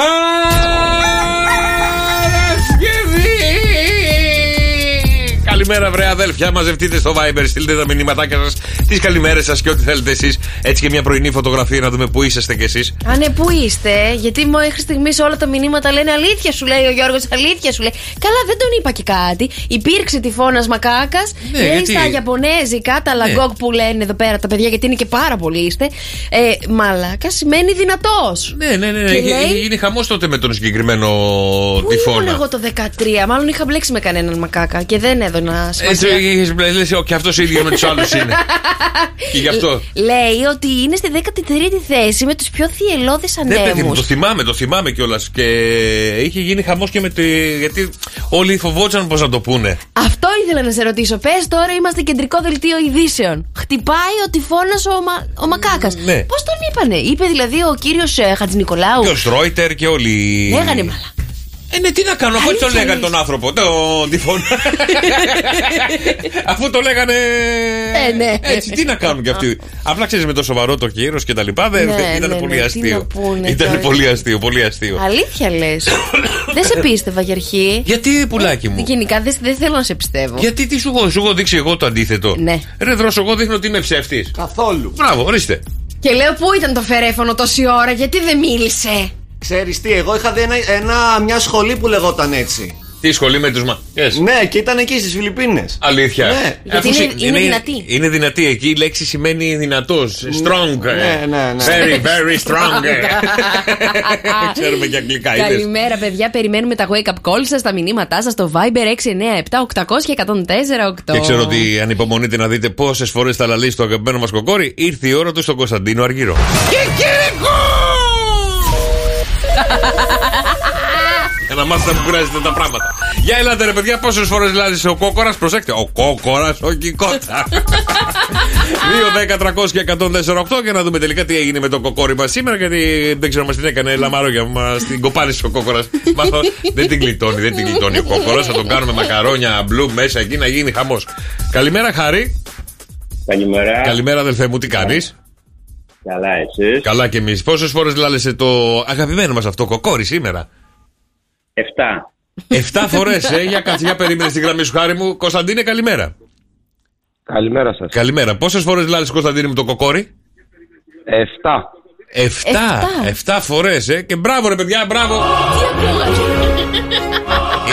S7: Παρασκευή. Καλημέρα, βρε αδέλφια. Μαζευτείτε στο Viber, στείλτε τα μηνύματάκια σας, τις καλημέρες σας και ό,τι θέλετε εσείς. Έτσι και μια πρωινή φωτογραφία να δούμε πού είσαστε κι εσείς.
S6: Α, ναι, πού είστε, ε? γιατί μέχρι στιγμής όλα τα μηνύματα λένε αλήθεια σου λέει ο Γιώργος, αλήθεια σου λέει. Καλά, δεν τον είπα και κάτι. Υπήρξε τυφώνα μακάκας.
S1: Ναι,
S6: λέει
S1: γιατί-
S6: στα Ιαπωνέζικα, τα
S7: Ναι.
S6: λαγκόκ που λένε εδώ πέρα τα παιδιά, γιατί είναι και πάρα πολλοί είστε. Ε, μαλάκα σημαίνει δυνατός.
S7: Ναι, ναι, ναι.
S6: Και
S7: Γι-
S6: λέει,
S7: Γίνει χαμός τότε με τον συγκεκριμένο
S6: Πού ήμουν
S7: τυφώνα.
S6: εγώ το 13, μάλλον είχα μπλέξει με κανέναν μακάκα και δεν έδωνα
S7: Έτσι,
S6: σημασία.
S7: είχες- λες, «Ω, και αυτός ίδιος με τους άλλους
S6: [LAUGHS]
S7: είναι. και γι' αυτό.
S6: Λέει ότι είναι στη 13η θέση με τους πιο θυελώδεις
S7: Ναι, παιδί μου,
S6: ανέμου.
S7: το θυμάμαι, το θυμάμαι κιόλας. Και είχε γίνει χαμός και με τη. Γιατί όλοι φοβόντουσαν πώς να το πούνε.
S6: Αυτό ήθελα να σε ρωτήσω. Πες τώρα είμαστε κεντρικό δελτίο ειδήσεων. Χτυπάει ο τυφώνας ο, μα... ο Μακάκας.
S7: ναι.
S6: Πώς τον είπανε, είπε δηλαδή ο κύριος ε, Χατζηνικολάου.
S7: Και ο Στρόιτερ και όλοι.
S6: Λέγανε μαλά.
S7: Ε, ναι, τι να κάνω, αφού έτσι το λέγανε τον άνθρωπο.
S6: [LAUGHS]
S7: Τον τυφώνα. αφού το λέγανε.
S6: Ε, ναι.
S7: Έτσι, τι να κάνουν κι αυτοί. Απλά ξέρεις με το σοβαρό το κύριο και τα λοιπά. Δεν,
S6: Ναι,
S7: ήταν
S6: ναι,
S7: πολύ
S6: ναι, τι να
S7: αστείο.
S6: πούνε
S7: Ήταν
S6: τώρα.
S7: πολύ αστείο, πολύ αστείο.
S6: Αλήθεια λες. δεν σε πίστευα για αρχή.
S7: Γιατί, πουλάκι μου?
S6: Γενικά δεν, δεν θέλω να σε πιστεύω.
S7: Γιατί τι σου έχω, σου έχω δείξει εγώ το αντίθετο.
S6: Ναι.
S7: Ρε δρόσο, εγώ δείχνω ότι είμαι ψεύτης.
S13: Καθόλου.
S7: Μπράβο, ορίστε.
S6: Και λέω πού ήταν το φερέφωνο τόση ώρα, γιατί δεν μίλησε.
S13: Ξέρεις τι, εγώ είχα δει ένα, ένα- μια σχολή που λεγόταν έτσι.
S7: Τι σχολή με τους μα.
S13: Ναι, και ήταν εκεί στις Φιλιππίνες.
S7: Αλήθεια.
S13: Ναι.
S7: Ε,
S13: Γιατί
S7: αφού
S13: είναι-
S7: συ-
S13: είναι δυνατή.
S7: Είναι δυνατή. Εκεί η λέξη σημαίνει δυνατός. Strong. ε.
S13: Ναι, ναι, ναι.
S7: Very, very
S13: [LAUGHS]
S7: strong. [LAUGHS] ε. Ξέρουμε και αγγλικά. είδες.
S6: Καλημέρα, παιδιά. Περιμένουμε τα wake up calls σας, τα μηνύματά σας στο Viber 697 800 και 104
S7: Και ξέρω ότι αν υπομονείτε να δείτε πόσες φορές θα λαλήσει το αγαπημένο μας κοκόρι, ήρθε η ώρα του στον Κωνσταντίνο Αργύρο. Για να μάθετε να μην κουράζετε τα πράγματα. Για ελάτε ρε παιδιά, πόσες φορές λάζει ο κόκορας, προσέξτε. Ο κόκορας, ο κικότα. 2, 10, 300 και 148 για να δούμε τελικά τι έγινε με το κοκόρι μας σήμερα. Γιατί δεν ξέρω, μας την έκανε λαμαρόγια. Μας την κοπάρισε ο κόκορας. Μάθω. δεν την γλιτώνει, δεν την γλιτώνει ο κόκορας. Θα τον κάνουμε μακαρόνια μπλου μέσα εκεί να γίνει χαμός. Καλημέρα, Χάρη.
S14: Καλημέρα.
S7: Καλημέρα, αδελφέ μου, τι κάνεις.
S14: Καλά, εσύ.
S7: Καλά και εμείς. Πόσες φορές λάλεσε το αγαπημένο μας αυτό κοκόρι σήμερα.
S14: Εφτά.
S7: Εφτά φορές, ε. Για κάτσε, για περίμενε στη γραμμή σου, χάρη μου. Κωνσταντίνε, καλημέρα.
S15: Καλημέρα σας.
S7: Καλημέρα. Πόσες φορές λάλεσε, Κωνσταντίνε, με το κοκόρι.
S15: Εφτά.
S7: Εφτά. Εφτά φορές, ε. Και μπράβο, ρε παιδιά, μπράβο.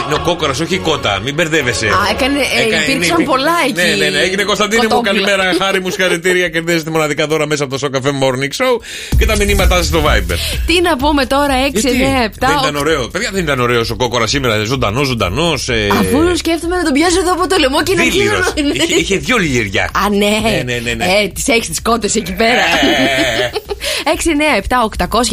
S7: Είναι ο κόκορας, όχι η κότα. Μην μπερδεύεσαι.
S6: Α, έκανε, ε, υπήρξαν
S7: ναι,
S6: πολλά εκεί.
S7: Ναι, ναι, ναι. Έγινε Κωνσταντίνε μου,
S6: Κοτόπουλα. [LAUGHS]
S7: καλημέρα. Χάρη μου, συγχαρητήρια. Κερδίζετε μοναδικά δώρα μέσα από το Show Cafe Morning Show και τα μηνύματά σα στο Viber.
S6: Τι να πούμε τώρα, 6, 9, 7.
S7: δεν ήταν ωραίο. Παιδιά, δεν ήταν ωραίος ο κόκορας σήμερα. Ζωντανός, ζωντανός. Ε...
S6: Αφού σκέφτομαι να τον πιάσω εδώ από το λαιμό και να κλείνω.
S7: δίληρος.
S6: ναι.
S7: Είχε, είχε δύο λιγεριά.
S6: Α, ναι.
S7: Ναι, ναι, ναι, Ε, ναι.
S6: Ε, τις έχεις τις κότες εκεί πέρα.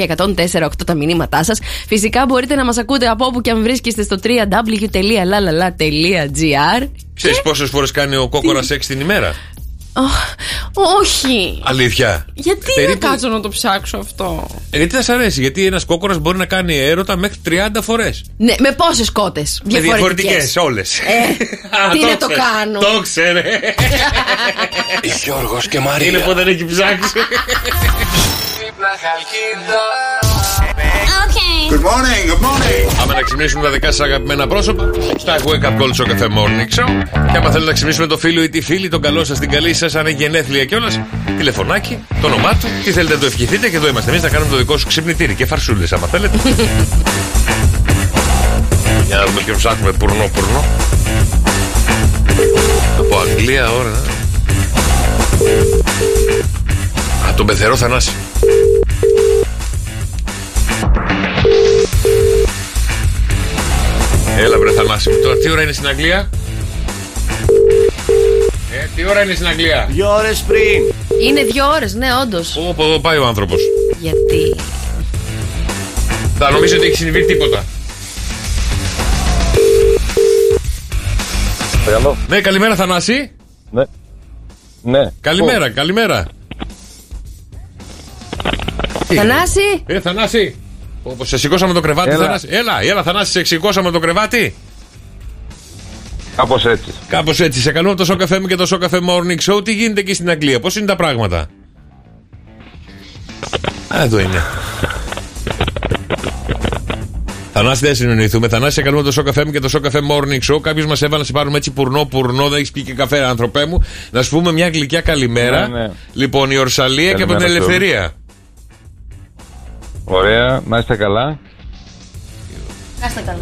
S6: 6, 9, 7, 800, 104, 8 τα μηνύματά σας. Φυσικά μπορείτε να μας ακούτε από όπου και αν βρίσκεστε στο www.lalala.gr.
S7: Ξέρει πόσες φορές κάνει ο κόκορας σεξ την ημέρα.
S6: Όχι.
S7: Αλήθεια.
S6: Γιατί
S7: Περίπου-
S6: να κάτσω να το ψάξω αυτό.
S7: Ε, Γιατί θα σα αρέσει, Γιατί ένας κόκορας μπορεί να κάνει έρωτα μέχρι 30 φορές.
S6: Ναι, με πόσες κότες. Διαφορετικέ.
S7: όλες.
S6: Ε,
S7: [LAUGHS]
S6: τι να το κάνω.
S7: Το ξέρε.
S3: Γιώργος και
S6: Ε,
S3: Μαρία.
S7: Είναι που δεν έχει ψάξει.
S11: Good morning, good morning.
S7: Πάμε να ξυπνήσουμε τα δικά σας αγαπημένα πρόσωπα στα Wake Up Call στο Cafe Morning Show. Και άμα θέλετε να ξυπνήσουμε το φίλο ή τη φίλη, τον καλό σας, την καλή σας, αν έχει γενέθλια κιόλας, τηλεφωνάκι, το όνομά του, τι θέλετε να το ευχηθείτε και εδώ είμαστε εμείς να κάνουμε το δικό σου ξυπνητήρι και φαρσούλες άμα θέλετε. Για να δούμε και ψάχνουμε πουρνό πουρνό. Από Αγγλία ώρα. Α, τον πεθερό Θανάση. Έλα βρε Θανάση μου τώρα. Τι ώρα είναι στην Αγγλία? Ε, τι ώρα είναι στην Αγγλία?
S13: Δύο ώρες πριν.
S6: Είναι δύο ώρες, ναι, όντως.
S7: Όπου εδώ πάει ο άνθρωπος.
S6: Γιατί.
S7: Θα νομίζω ότι έχει συμβεί τίποτα.
S15: παρακαλώ.
S7: Ναι, καλημέρα Θανάση.
S15: Ναι. Ναι.
S7: Καλημέρα, καλημέρα.
S6: Θανάση.
S7: Ε, Θανάση. Όπως σε σηκώσαμε το κρεβάτι,
S15: Έλα.
S7: Θανάση. Έλα, έλα, Θανάση, σε σηκώσαμε το κρεβάτι.
S15: Κάπως έτσι.
S7: Κάπως έτσι. Σε καλούμε από το Show Cafe μου και το Show Cafe Morning Show. Τι γίνεται εκεί στην Αγγλία, πώς είναι τα πράγματα. Α, εδώ είναι. Θανάση, δεν συνεννοηθούμε. Θανάση, σε καλούμε από το Show Cafe μου και το Show Cafe Morning Show. Κάποιος μας έβαλε να σε πάρουμε έτσι πουρνό, πουρνό, δεν έχεις πει και καφέ, άνθρωπέ μου. Να σου πούμε μια γλυκιά καλημέρα.
S15: Ναι, ναι.
S7: Λοιπόν, η Ορσαλία και από την
S15: Καλημέρα σε όλους.
S7: Ελευθερία.
S15: Ωραία, να είστε καλά.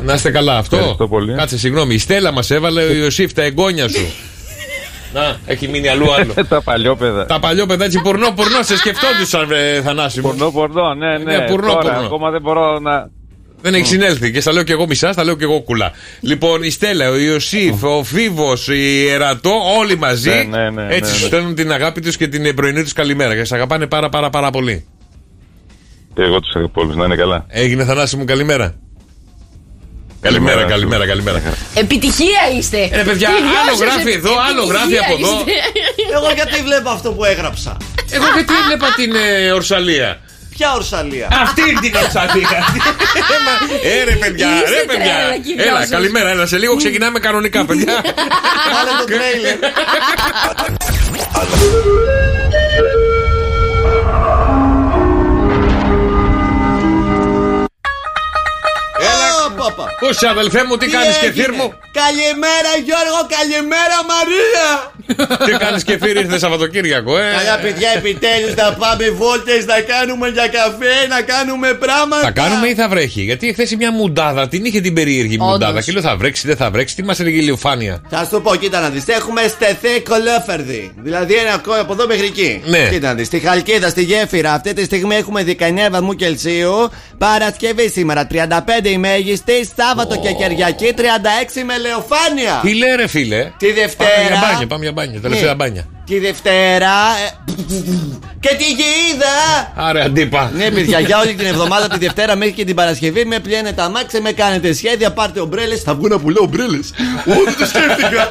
S7: Να είστε καλά, αυτό.
S15: Ευχαριστώ πολύ.
S7: Κάτσε, συγγνώμη. Η Στέλλα μας έβαλε, ο Ιωσήφ, τα εγγόνια
S15: [LAUGHS]
S7: σου. Να, έχει μείνει αλλού
S12: [LAUGHS]
S7: άλλο.
S15: τα παλιόπαιδα.
S7: Τα παλιό παιδάκι πουρνό, πουρνό, σε σκεφτόντουσαν, βρε, Θανάση. μου.
S15: Πορνό, πορνό, ναι, ναι.
S7: Ναι, πουρνό,
S15: Τώρα,
S7: πουρνό.
S15: Ακόμα δεν μπορώ να.
S7: Δεν έχει συνέλθει και στα λέω και εγώ μισά, στα λέω και εγώ κουλά. Λοιπόν, η Στέλλα, ο Ιωσήφ, ο Φίβος, η Ερατό, όλοι μαζί.
S15: Ναι, ναι, ναι,
S7: έτσι
S15: ναι,
S7: σου
S15: ναι.
S7: στέλνουν την αγάπη τους και την πρωινή τους καλημέρα. Και σε αγαπάνε πάρα πάρα πάρα πολύ.
S15: Και εγώ τους αγαπώ όλους, να είναι καλά.
S7: Έγινε Θανάση μου, καλημέρα. Καλημέρα, καλημέρα, καλημέρα.
S6: Επιτυχία είστε.
S7: Ε, παιδιά,
S6: Τι
S7: άλλο
S6: βιώσατε,
S7: γράφει εδώ, άλλο
S6: επιτυχία
S7: γράφει από εδώ.
S6: είστε. [LAUGHS]
S13: Εγώ γιατί βλέπω αυτό που έγραψα.
S7: Εγώ γιατί έβλεπα την ε, Ορσαλία.
S13: Ποια ορσαλία.
S7: Αυτή είναι την
S15: [LAUGHS]
S7: Ορσαλία. Ε, ρε παιδιά,
S13: Είστε
S7: ρε παιδιά.
S13: τρέλα, κυρίως.
S7: Έλα, καλημέρα, έλα. Σε λίγο ξεκινάμε κανονικά, παιδιά.
S13: Βάλε το τρέιλερ. Ω, πάπα.
S7: Πώ αδελφέ μου, τι κάνεις και
S13: έγινε?
S7: θύρμου.
S13: Καλημέρα Γιώργο, καλημέρα Μαρία.
S7: Τι κάνεις και φύρι, ήρθες Σαββατοκύριακο, ε.
S13: Καλά παιδιά, επιτέλους να πάμε βόλτες, να κάνουμε για καφέ, να κάνουμε πράγματα.
S7: Θα κάνουμε ή θα βρέχει. Γιατί χθες μια μουντάδα την είχε την περίεργη
S13: Όντως.
S7: μουντάδα. Και λέω θα βρέξει, δεν θα βρέξει. Τι μας έλεγε η ηλιοφάνεια.
S13: Θα σου το πω, κοίτα να δεις, έχουμε στεθέ κολόφερδη. Δηλαδή ένα κόλλο από εδώ μέχρι εκεί.
S7: Ναι.
S13: Κοίτα να δεις, στη Χαλκίδα, στη γέφυρα, αυτή τη στιγμή έχουμε 19 βαθμού Κελσίου. Παρασκευή σήμερα, 35 η μέγιστη, Σάββατο και Κυριακή, 36 με λεοφάνεια.
S7: Τι λέει ρε φίλε.
S13: Τη
S7: Πάμε για
S13: Δευτέρα.
S7: μπάνια, πάμε για μπάνια. Τελευταία
S13: Ναι.
S7: μπάνια.
S13: Τη Δευτέρα. ε, και τη γίδα!
S7: Άρα αντίπα.
S13: Ναι, παιδιά, για όλη την εβδομάδα, από τη Δευτέρα μέχρι και την Παρασκευή, με πλένε τα μάξια, με κάνετε σχέδια, πάρτε ομπρέλες. Θα βγω να πουλάω ομπρέλες. Ω, δεν το σκέφτηκα.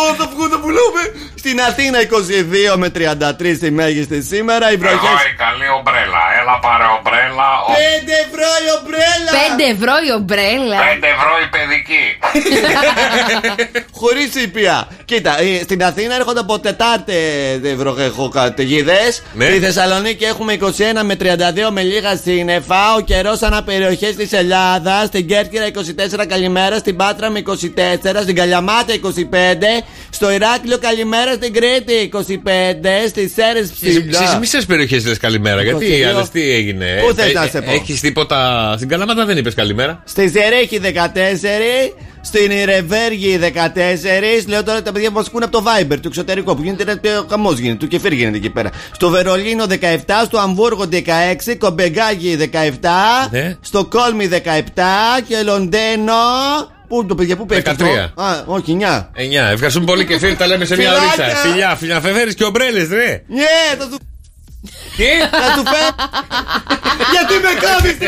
S13: Ω, θα βγω να πουλάω. με. Στην Αθήνα 22 με 33 στη μέγιστη σήμερα, οι βροχές.
S7: καλή ομπρέλα. Έλα πάρε ομπρέλα.
S13: 5 ευρώ η ομπρέλα!
S6: 5 ευρώ η ομπρέλα.
S7: ευρώ η παιδική.
S13: Χωρίς ήπια. Κοίτα, ε, στην Αθήνα έρχονται από ε, Τετάρτε βροχοκαταιγίδε.
S7: Ναι.
S13: Στη Θεσσαλονίκη έχουμε 21 με 32 με λίγα σύννεφα. Ο καιρός αναπεριοχές της Ελλάδας. Στην Κέρκυρα 24 καλημέρα. Στην Πάτρα με 24. Στην Καλιαμάτα 25. Στο Ηράκλειο καλημέρα. Στην Κρήτη 25. Στι Σέρες
S7: Στις
S13: ψηλά.
S7: μισέ περιοχές λες καλημέρα.
S13: 22.
S7: Γιατί, αλλά τι έγινε. ε?
S13: Πού θες να σε πω?
S7: Έχεις τίποτα. Στην Καλαμάτα δεν είπες καλημέρα.
S13: Στη Ζερέχη 14. Στην Ιρεβέργη 14. Λέω τώρα τα παιδιά που μας ακούνε από το Viber του εξωτερικό που γίνεται ένα χαμός γίνεται. Του κεφίρ γίνεται εκεί πέρα. Στο Βερολίνο 17. Στο Αμβούργο 16. Κομπεγκάγι 17.
S7: Ναι.
S13: Στο Κόλμη 17. Και Λοντένο. Πού είναι το παιδιά, πού πέφτει.
S7: 13.
S13: αυτό? Α, όχι, 9.
S7: 9. Ευχαριστούμε πολύ και φίλοι. Τα λέμε σε μια
S13: Φιλάκια.
S7: ωρίτσα. Φιλιά, φιλιά. Φεβέρι και ομπρέλε, ρε.
S13: Ναι, θα του.
S7: Τι?
S13: Θα του
S7: [LAUGHS]
S13: φέρω. Γιατί με κόβεις,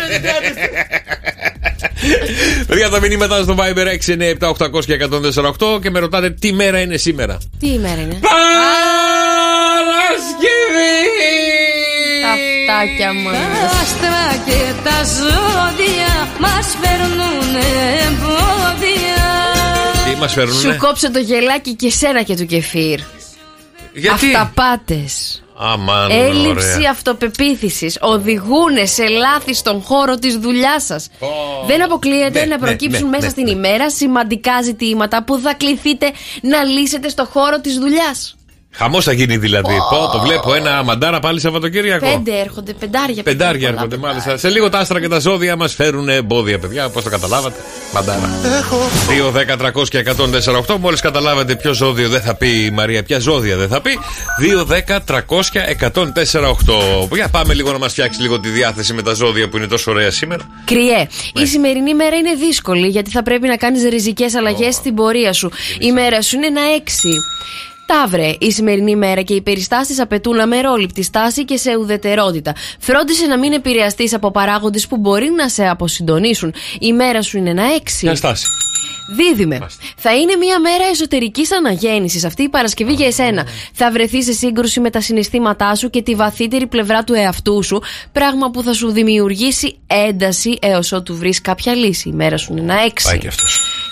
S7: Παιδιά, τα μηνύματα στο Viber 697 και 1048 και με ρωτάτε τι μέρα είναι σήμερα.
S6: Τι ημέρα είναι.
S7: Παρασκευή!
S6: Τα φτάκια μου. Τα άστρα και τα ζώδια μας φέρνουν εμπόδια.
S7: Τι μας φέρνουνε.
S6: Σου κόψε το γελάκι και σένα και του κεφίρ.
S7: Γιατί?
S6: Αυταπάτε.
S7: Αμάν,
S6: Έλλειψη
S7: ωραία.
S6: αυτοπεποίθηση οδηγούν σε λάθη στον χώρο της δουλειάς σας. Δεν αποκλείεται
S7: Ναι,
S6: να
S7: ναι,
S6: προκύψουν
S7: ναι,
S6: μέσα
S7: ναι,
S6: στην
S7: ναι.
S6: ημέρα σημαντικά ζητήματα που θα κληθείτε να λύσετε στον χώρο της δουλειάς.
S7: Χαμός θα γίνει δηλαδή. Πω, πω, βλέπω ένα μαντάρα πάλι Σαββατοκύριακο.
S6: Πέντε έρχονται, πεντάρια.
S7: Πεντάρια
S6: πολλά,
S7: έρχονται
S6: πολλά.
S7: μάλιστα. Σε λίγο τα άστρα και τα ζώδια μας φέρουν εμπόδια, παιδιά. Πώ το καταλάβατε. Μαντάρα. 2, 10, 300 και 148. Μόλις καταλάβατε ποιο ζώδιο δεν θα πει η Μαρία, ποια ζώδια δεν θα πει. 2, 10, 300 και 148. Για πάμε λίγο να μας φτιάξει λίγο τη διάθεση με τα ζώδια που είναι τόσο ωραία σήμερα.
S6: Κριέ, η σημερινή μέρα είναι δύσκολη γιατί θα πρέπει να κάνεις ριζικές αλλαγές στην πορεία σου. Η μέρα σου είναι ένα έξι. Ταύρε, η σημερινή μέρα και οι περιστάσεις απαιτούν αμερόληπτη στάση και σε ουδετερότητα. Φρόντισε να μην επηρεαστείς από παράγοντες που μπορεί να σε αποσυντονίσουν. Η μέρα σου είναι ένα έξι.
S7: Μια στάση.
S6: Δίδυμε. Θα είναι μια μέρα εσωτερικής αναγέννησης αυτή η Παρασκευή για εσένα. Θα βρεθείς σε σύγκρουση με τα συναισθήματά σου και τη βαθύτερη πλευρά του εαυτού σου. Πράγμα που θα σου δημιουργήσει ένταση έως ότου βρεις κάποια λύση. Η μέρα σου είναι ένα έξι.
S7: Πάει και αυτός.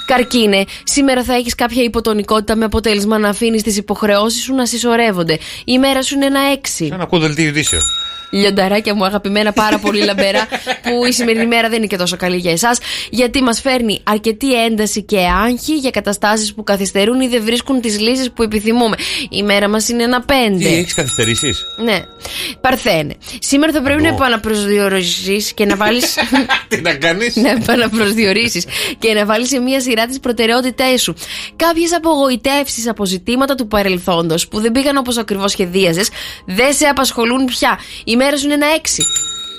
S6: Καρκίνε, σήμερα θα έχεις κάποια υποτονικότητα με αποτέλεσμα να αφήνεις τις υποχρεώσεις σου να συσσωρεύονται. Η μέρα σου είναι ένα έξι.
S7: Ένα ακούω δελτίο ειδήσεων.
S6: Λιονταράκια μου, αγαπημένα, πάρα πολύ λαμπερά, που η σημερινή μέρα δεν είναι και τόσο καλή για εσάς, γιατί μας φέρνει αρκετή ένταση και άγχη για καταστάσεις που καθυστερούν ή δεν βρίσκουν τις λύσεις που επιθυμούμε. Η μέρα μας είναι ένα πέντε.
S1: Τι έχεις καθυστερήσεις.
S6: Ναι. Παρθένε. Σήμερα θα πρέπει να επαναπροσδιορίσει και να βάλεις.
S7: Τι να κάνεις.
S6: να επαναπροσδιορίσει και να βάλεις σε μία σειρά τι προτεραιότητές σου. Κάποιες απογοητεύσεις από ζητήματα του παρελθόντος που δεν πήγαν όπως ακριβώς σχεδίαζες, δεν σε απασχολούν πια. Η μέρα σου είναι ένα έξι.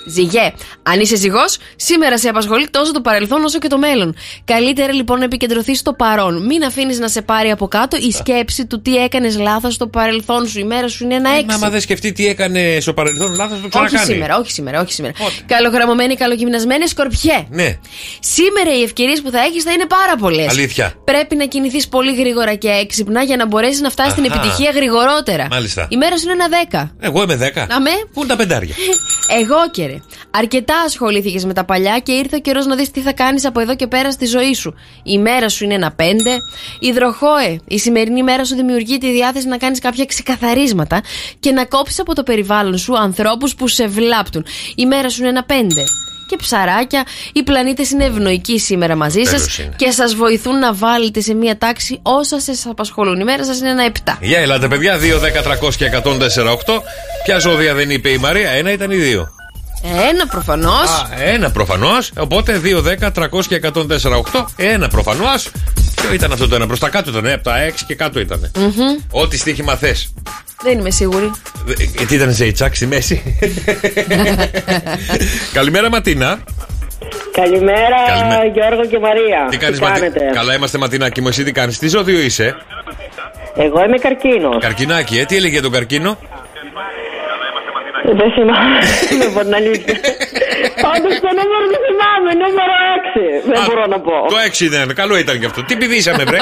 S6: Ζυγέ. Αν είσαι ζυγός, σήμερα σε απασχολεί τόσο το παρελθόν όσο και το μέλλον. Καλύτερα λοιπόν να επικεντρωθείς στο παρόν. Μην αφήνεις να σε πάρει από κάτω η σκέψη του τι έκανες λάθος στο παρελθόν σου. Η μέρα σου είναι ένα έξι.
S1: Ε, Μα άμα δεν σκεφτεί τι έκανε στο παρελθόν, λάθος το
S6: Όχι
S1: ξανακάνει.
S6: σήμερα, όχι σήμερα, όχι σήμερα. Καλογραμμωμένη, καλογυμνασμένη, σκορπιέ.
S1: Ναι.
S6: Σήμερα οι ευκαιρίες που θα έχεις θα είναι πάρα πολλές.
S7: Αλήθεια.
S6: Πρέπει να κινηθείς πολύ γρήγορα και έξυπνα για να μπορέσεις να φτάσεις στην
S1: Αχα.
S6: επιτυχία γρηγορότερα.
S1: Μάλιστα.
S6: Η μέρα σου είναι ένα δέκα.
S1: Εγώ είμαι 10.
S6: Να με.
S1: Πού είναι τα πεντάρια.
S6: Εγώ και ρε. Αρκετά ασχολήθηκες με τα παλιά και ήρθε ο καιρός να δεις τι θα κάνεις από εδώ και πέρα στη ζωή σου. Η μέρα σου είναι ένα πέντε. Υδροχόε. Η σημερινή μέρα σου δημιουργεί τη διάθεση να κάνεις κάποια ξεκαθαρίσματα και να κόψεις από το περιβάλλον σου ανθρώπους που σε βλάπτουν. Η μέρα σου είναι ένα πέντε. Και ψαράκια, οι πλανήτες είναι ευνοϊκοί σήμερα μαζί
S7: Τέλος
S6: σα
S7: είναι.
S6: και σας βοηθούν να βάλετε σε μία τάξη όσα σας απασχολούν. Η μέρα σας είναι ένα 7.
S7: Για ελάτε, παιδιά. 2, 10, 300 και 148. Ποια ζώδια δεν είπε η Μαρία, ένα ήταν οι δύο.
S6: Ένα προφανώς.
S7: Α, ένα προφανώς. Οπότε 2, 10, 300 και 148. Ένα προφανώς. Ποιο ήταν αυτό το ένα, προς τα κάτω ήταν. ε, Από τα 6 και κάτω ήταν. Ό,τι στοίχημα θες.
S6: Δεν είμαι σίγουρη.
S7: Τι ήταν σε τσάκ στη μέση. Καλημέρα, Ματίνα.
S16: Καλημέρα,
S7: Καλημέρα.
S16: Γιώργο και Μαρία.
S7: Τι κάνεις, Ματι-
S16: κάνετε.
S7: Καλά είμαστε, Ματινάκη μου. Εσύ τι κάνεις, τι ζώδιο είσαι.
S16: Εγώ είμαι καρκίνος.
S7: Καρκινάκι, ε, τι έλεγε για τον καρκίνο.
S16: Δεν θυμάμαι. Δεν μπορεί να λύσει. Πάντως το νούμερο δεν θυμάμαι. Νούμερο 6. Δεν
S7: Α,
S16: μπορώ να πω.
S7: Το 6 ήταν, καλό ήταν και αυτό. Τι πηδήσαμε, βρε.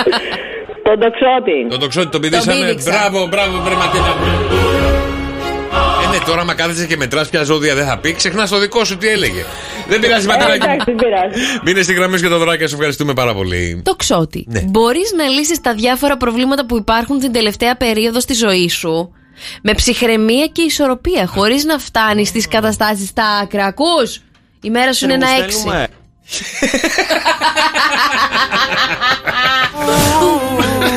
S16: Τον τοξότη.
S7: Το τοξότη τον πηδήσαμε.
S16: πήδηξα.
S7: Μπράβο, μπράβο, βρε Ματίνα. Ε, ναι, τώρα άμα κάθεσαι και μετράς ποια ζώδια δεν θα πει, ξεχνάς το δικό σου τι έλεγε. Δεν πειράζει,
S16: Ε,
S7: Ματινάκη.
S16: Εντάξει, δεν πειράζει.
S7: Μείνε στη γραμμή σου και το δωράκι, σου ευχαριστούμε πάρα πολύ.
S6: Το ξότι.
S7: Ναι.
S6: Μπορείς να λύσεις τα διάφορα προβλήματα που υπάρχουν την τελευταία περίοδο στη ζωή σου με ψυχραιμία και ισορροπία, χωρίς να φτάνεις στις καταστάσεις στα άκρα. Ακούς? Η μέρα σου είναι ένα έξι.
S13: [LAUGHS]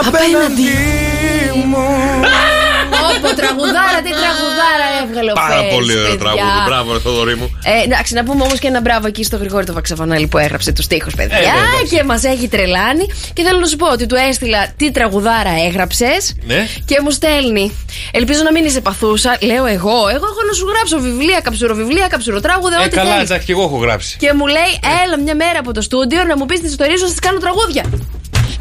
S2: Απέναντι μου
S6: Όπο τραγουδάρα, τι τραγουδάρα έβγαλε ο
S7: Πάρα
S6: Φέρης,
S7: πολύ ωραίο
S6: παιδιά.
S7: τραγούδι. Μπράβο, ρε Θοδωρή μου.
S6: Ε, εντάξει, να πούμε όμως και ένα μπράβο εκεί στο Γρηγόρη το Βαξαφανάλη που έγραψε τους τοίχου, παιδιά.
S7: Ε, βέβαια.
S6: και μας έχει τρελάνει. Και θέλω να σου πω ότι του έστειλα τι τραγουδάρα έγραψες.
S7: Ναι.
S6: Και μου στέλνει. Ελπίζω να μην είσαι παθούσα. Λέω εγώ. Εγώ έχω να σου γράψω βιβλία, καψουροβιβλία, καψουροτράγουδα,
S7: Ε,
S6: ό,τι
S7: καλά,
S6: θέλεις.
S7: τσακ, και εγώ έχω γράψει.
S6: Και μου λέει,
S7: Ε.
S6: έλα μια μέρα από το στούντιο να μου πεις τις ιστορίες σου, να σας κάνω τραγούδια.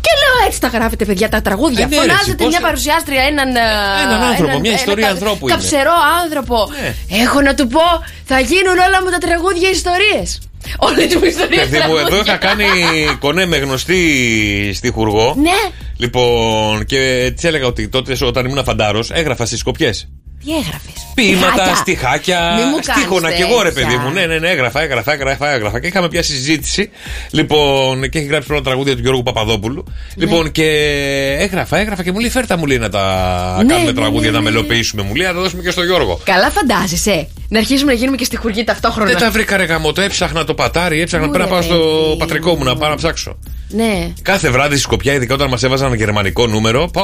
S6: Και λέω έτσι τα γράφετε, παιδιά, τα τραγούδια.
S7: Ε, ναι, ρε,
S6: Φωνάζετε
S7: εσύ, πώς-
S6: μια παρουσιάστρια, έναν. ε,
S7: Έναν άνθρωπο, μια ιστορία ανθρώπου είναι. Ναι.
S6: Καψερό άνθρωπο. Έχω να του πω, θα γίνουν όλα μου τα τραγούδια ιστορίες. Όλε μου ιστορίε.
S7: Παιδί μου, εδώ είχα κάνει κονέ με γνωστή στιχουργό.
S6: Ναι,
S7: Λοιπόν, και τη έλεγα ότι τότε όταν ήμουν φαντάρος, έγραφα στις σκοπιές.
S6: τι έγραφε.
S7: Ποίηματα,
S6: Στιχάκια.
S7: στιχάκια.
S6: Μη μου κάνεις
S7: Στίχωνα κι εγώ, ρε παιδί
S6: τέτοια.
S7: μου. Ναι, ναι, ναι, έγραφα, έγραφα, έγραφα, έγραφα. Και είχαμε πια συζήτηση. Λοιπόν, και έχει γράψει πρώτα τραγούδια του Γιώργου Παπαδόπουλου. Λοιπόν, και έγραφα, έγραφα και μου λέει, φέρτα μου λέει να τα
S6: Ναι,
S7: κάνουμε
S6: ναι,
S7: τραγούδια,
S6: ναι,
S7: να
S6: ναι.
S7: μελοποιήσουμε. Μου λέει, να τα δώσουμε και στο Γιώργο.
S6: Καλά, φαντάζεσαι. Να αρχίσουμε να γίνουμε και στη χουργή ταυτόχρονα.
S7: Δεν τα βρήκα ρε γαμό, το έψαχνα το πατάρι, έψαχνα
S6: Ου,
S7: πέρα
S6: ρε,
S7: να πάω στο πατρικό μου να πάω να ψάξω.
S6: Ναι.
S7: Κάθε βράδυ στη Σκοπιά, ειδικά όταν μας έβαζαν γερμανικό νούμερο. Πω,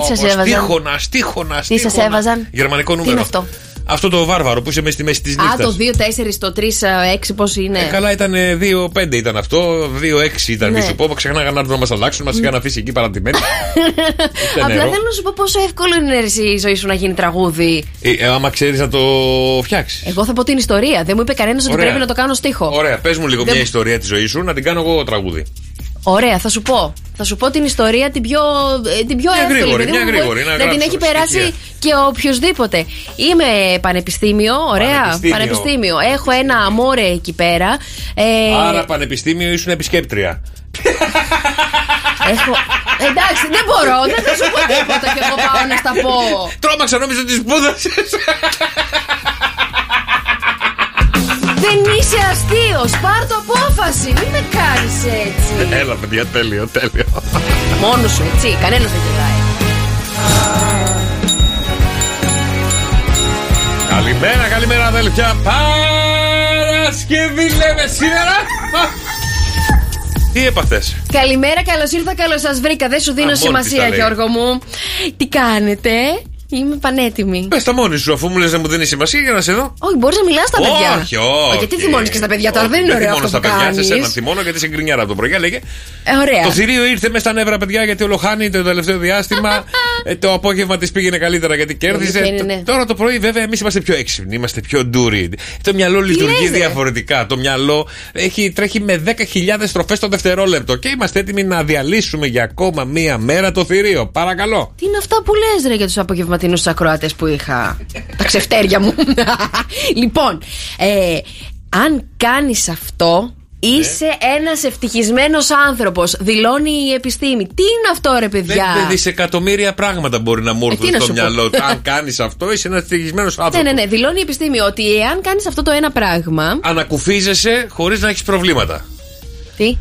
S6: Τι σας
S7: πω,
S6: έβαζαν?
S7: Στίχωνα, στίχωνα,
S6: Τι σας
S7: στίχωνα.
S6: έβαζαν?
S7: Γερμανικό νούμερο.
S6: είναι αυτό?
S7: Αυτό το βάρβαρο που είσαι μέσα στη μέση της
S6: Α,
S7: νύχτας.
S6: το 2-4, το 3-6, πώς είναι.
S7: Καλά ήταν ε, 2-5 ήταν αυτό, 2-6 ήταν.
S6: Ναι.
S7: Μη σου πω, ξεχνάγαν να έρθουν να μας αλλάξουν, μας είχαν αφήσει εκεί παρατημένοι. Ούτε
S6: Απλά
S7: νερό.
S6: θέλω να σου πω πόσο εύκολο είναι ρε, εσύ, η ζωή σου να γίνει τραγούδι.
S7: Ε, ε, άμα ξέρεις να το φτιάξεις.
S6: Εγώ θα πω την ιστορία. Δεν μου είπε κανένας ότι
S7: Ωραία.
S6: πρέπει να το κάνω στίχο.
S7: Ωραία, πες μου λίγο
S6: Δεν-
S7: μια ιστορία της ζωής σου να την κάνω εγώ τραγούδι.
S6: Ωραία, θα σου πω. Θα σου πω την ιστορία την πιο, ε, την πιο
S7: Μια
S6: εύκολη.
S7: γρήγορη,
S6: παιδί
S7: μια
S6: μου,
S7: γρήγορη,
S6: μπορεί
S7: να
S6: να την
S7: γράψω
S6: έχει περάσει
S7: στοιχεία.
S6: και οποιοδήποτε. Είμαι πανεπιστήμιο, ωραία.
S7: Πανεπιστήμιο.
S6: Έχω ένα αμόρε εκεί πέρα. Ε,
S7: Άρα πανεπιστήμιο ήσουν επισκέπτρια.
S6: έχω... Εντάξει, δεν μπορώ, δεν θα σου πω τίποτα και εγώ πάω να στα πω.
S7: Τρόμαξα, νόμιζα ότι σπούδασες.
S6: Ε. Δεν είσαι αστείος, πάρ το απόφαση, μην με κάνεις έτσι.
S7: Έλα, παιδιά, τέλειο, τέλειο.
S6: Μόνος σου, έτσι, κανένας δεν κοιτάει.
S7: Καλημέρα, καλημέρα, αδέλφια. Παρασκευή λέμε
S6: [LAUGHS]
S7: σήμερα. Τι έπαθες.
S6: Καλημέρα, καλώς ήρθα, καλώς σας βρήκα. Δεν σου δίνω
S7: μόνη της τα
S6: σημασία,
S7: λέει.
S6: Γιώργο μου. Τι κάνετε, είμαι πανέτοιμη.
S7: Πες τα μόνη σου, αφού μου λες να μου δίνεις σημασία για να σε δω.
S6: Όχι, μπορείς να μιλάς στα παιδιά.
S7: Όχι, όχι.
S6: Ω, Γιατί θυμώνεις και στα παιδιά τώρα,
S7: Όχι,
S6: δεν είναι ωραίο
S7: θυμώνω
S6: αυτό
S7: στα
S6: που
S7: παιδιά, σε
S6: κάνεις.
S7: σένα θυμώνω γιατί σε γκρινιάρα από το πρωί. Για Λέγε.
S6: Ε, ωραία.
S7: Το θηρίο ήρθε μέσα στα νεύρα, παιδιά, γιατί ολοχάνει το τελευταίο διάστημα. Ε, το απόγευμα της πήγαινε καλύτερα γιατί κέρδιζε.
S6: Αλήθεια είναι, ναι.
S7: Τ- Τώρα το πρωί, βέβαια, εμείς είμαστε πιο έξυπνοι, είμαστε πιο ντούροι. Το μυαλό λειτουργεί
S6: λες, ρε.
S7: διαφορετικά. Το μυαλό έχει, τρέχει με 10.000 στροφέ το δευτερόλεπτο. Και είμαστε έτοιμοι να διαλύσουμε για ακόμα μία μέρα το θηρίο. Παρακαλώ.
S6: Τι είναι αυτά που λες, ρε, για τους απογευματινούς ακροάτες που είχα. Τα ξεφτέρια μου. [LAUGHS] λοιπόν, ε, αν κάνεις αυτό,
S7: Ναι.
S6: είσαι ένας ένα ευτυχισμένος άνθρωπος. Δηλώνει η επιστήμη. Τι είναι αυτό, ρε, παιδιά.
S7: Δεν- δεν δισεκατομμύρια πράγματα μπορεί να μου έρθουν
S6: Ε, τι να
S7: στο
S6: σου πω.
S7: μυαλό. Αν κάνεις αυτό, είσαι ένας ευτυχισμένος άνθρωπος.
S6: Ναι, ναι, ναι. Δηλώνει η επιστήμη ότι εάν κάνεις αυτό το ένα πράγμα.
S7: Ανακουφίζεσαι χωρίς να έχεις προβλήματα.
S6: Τι.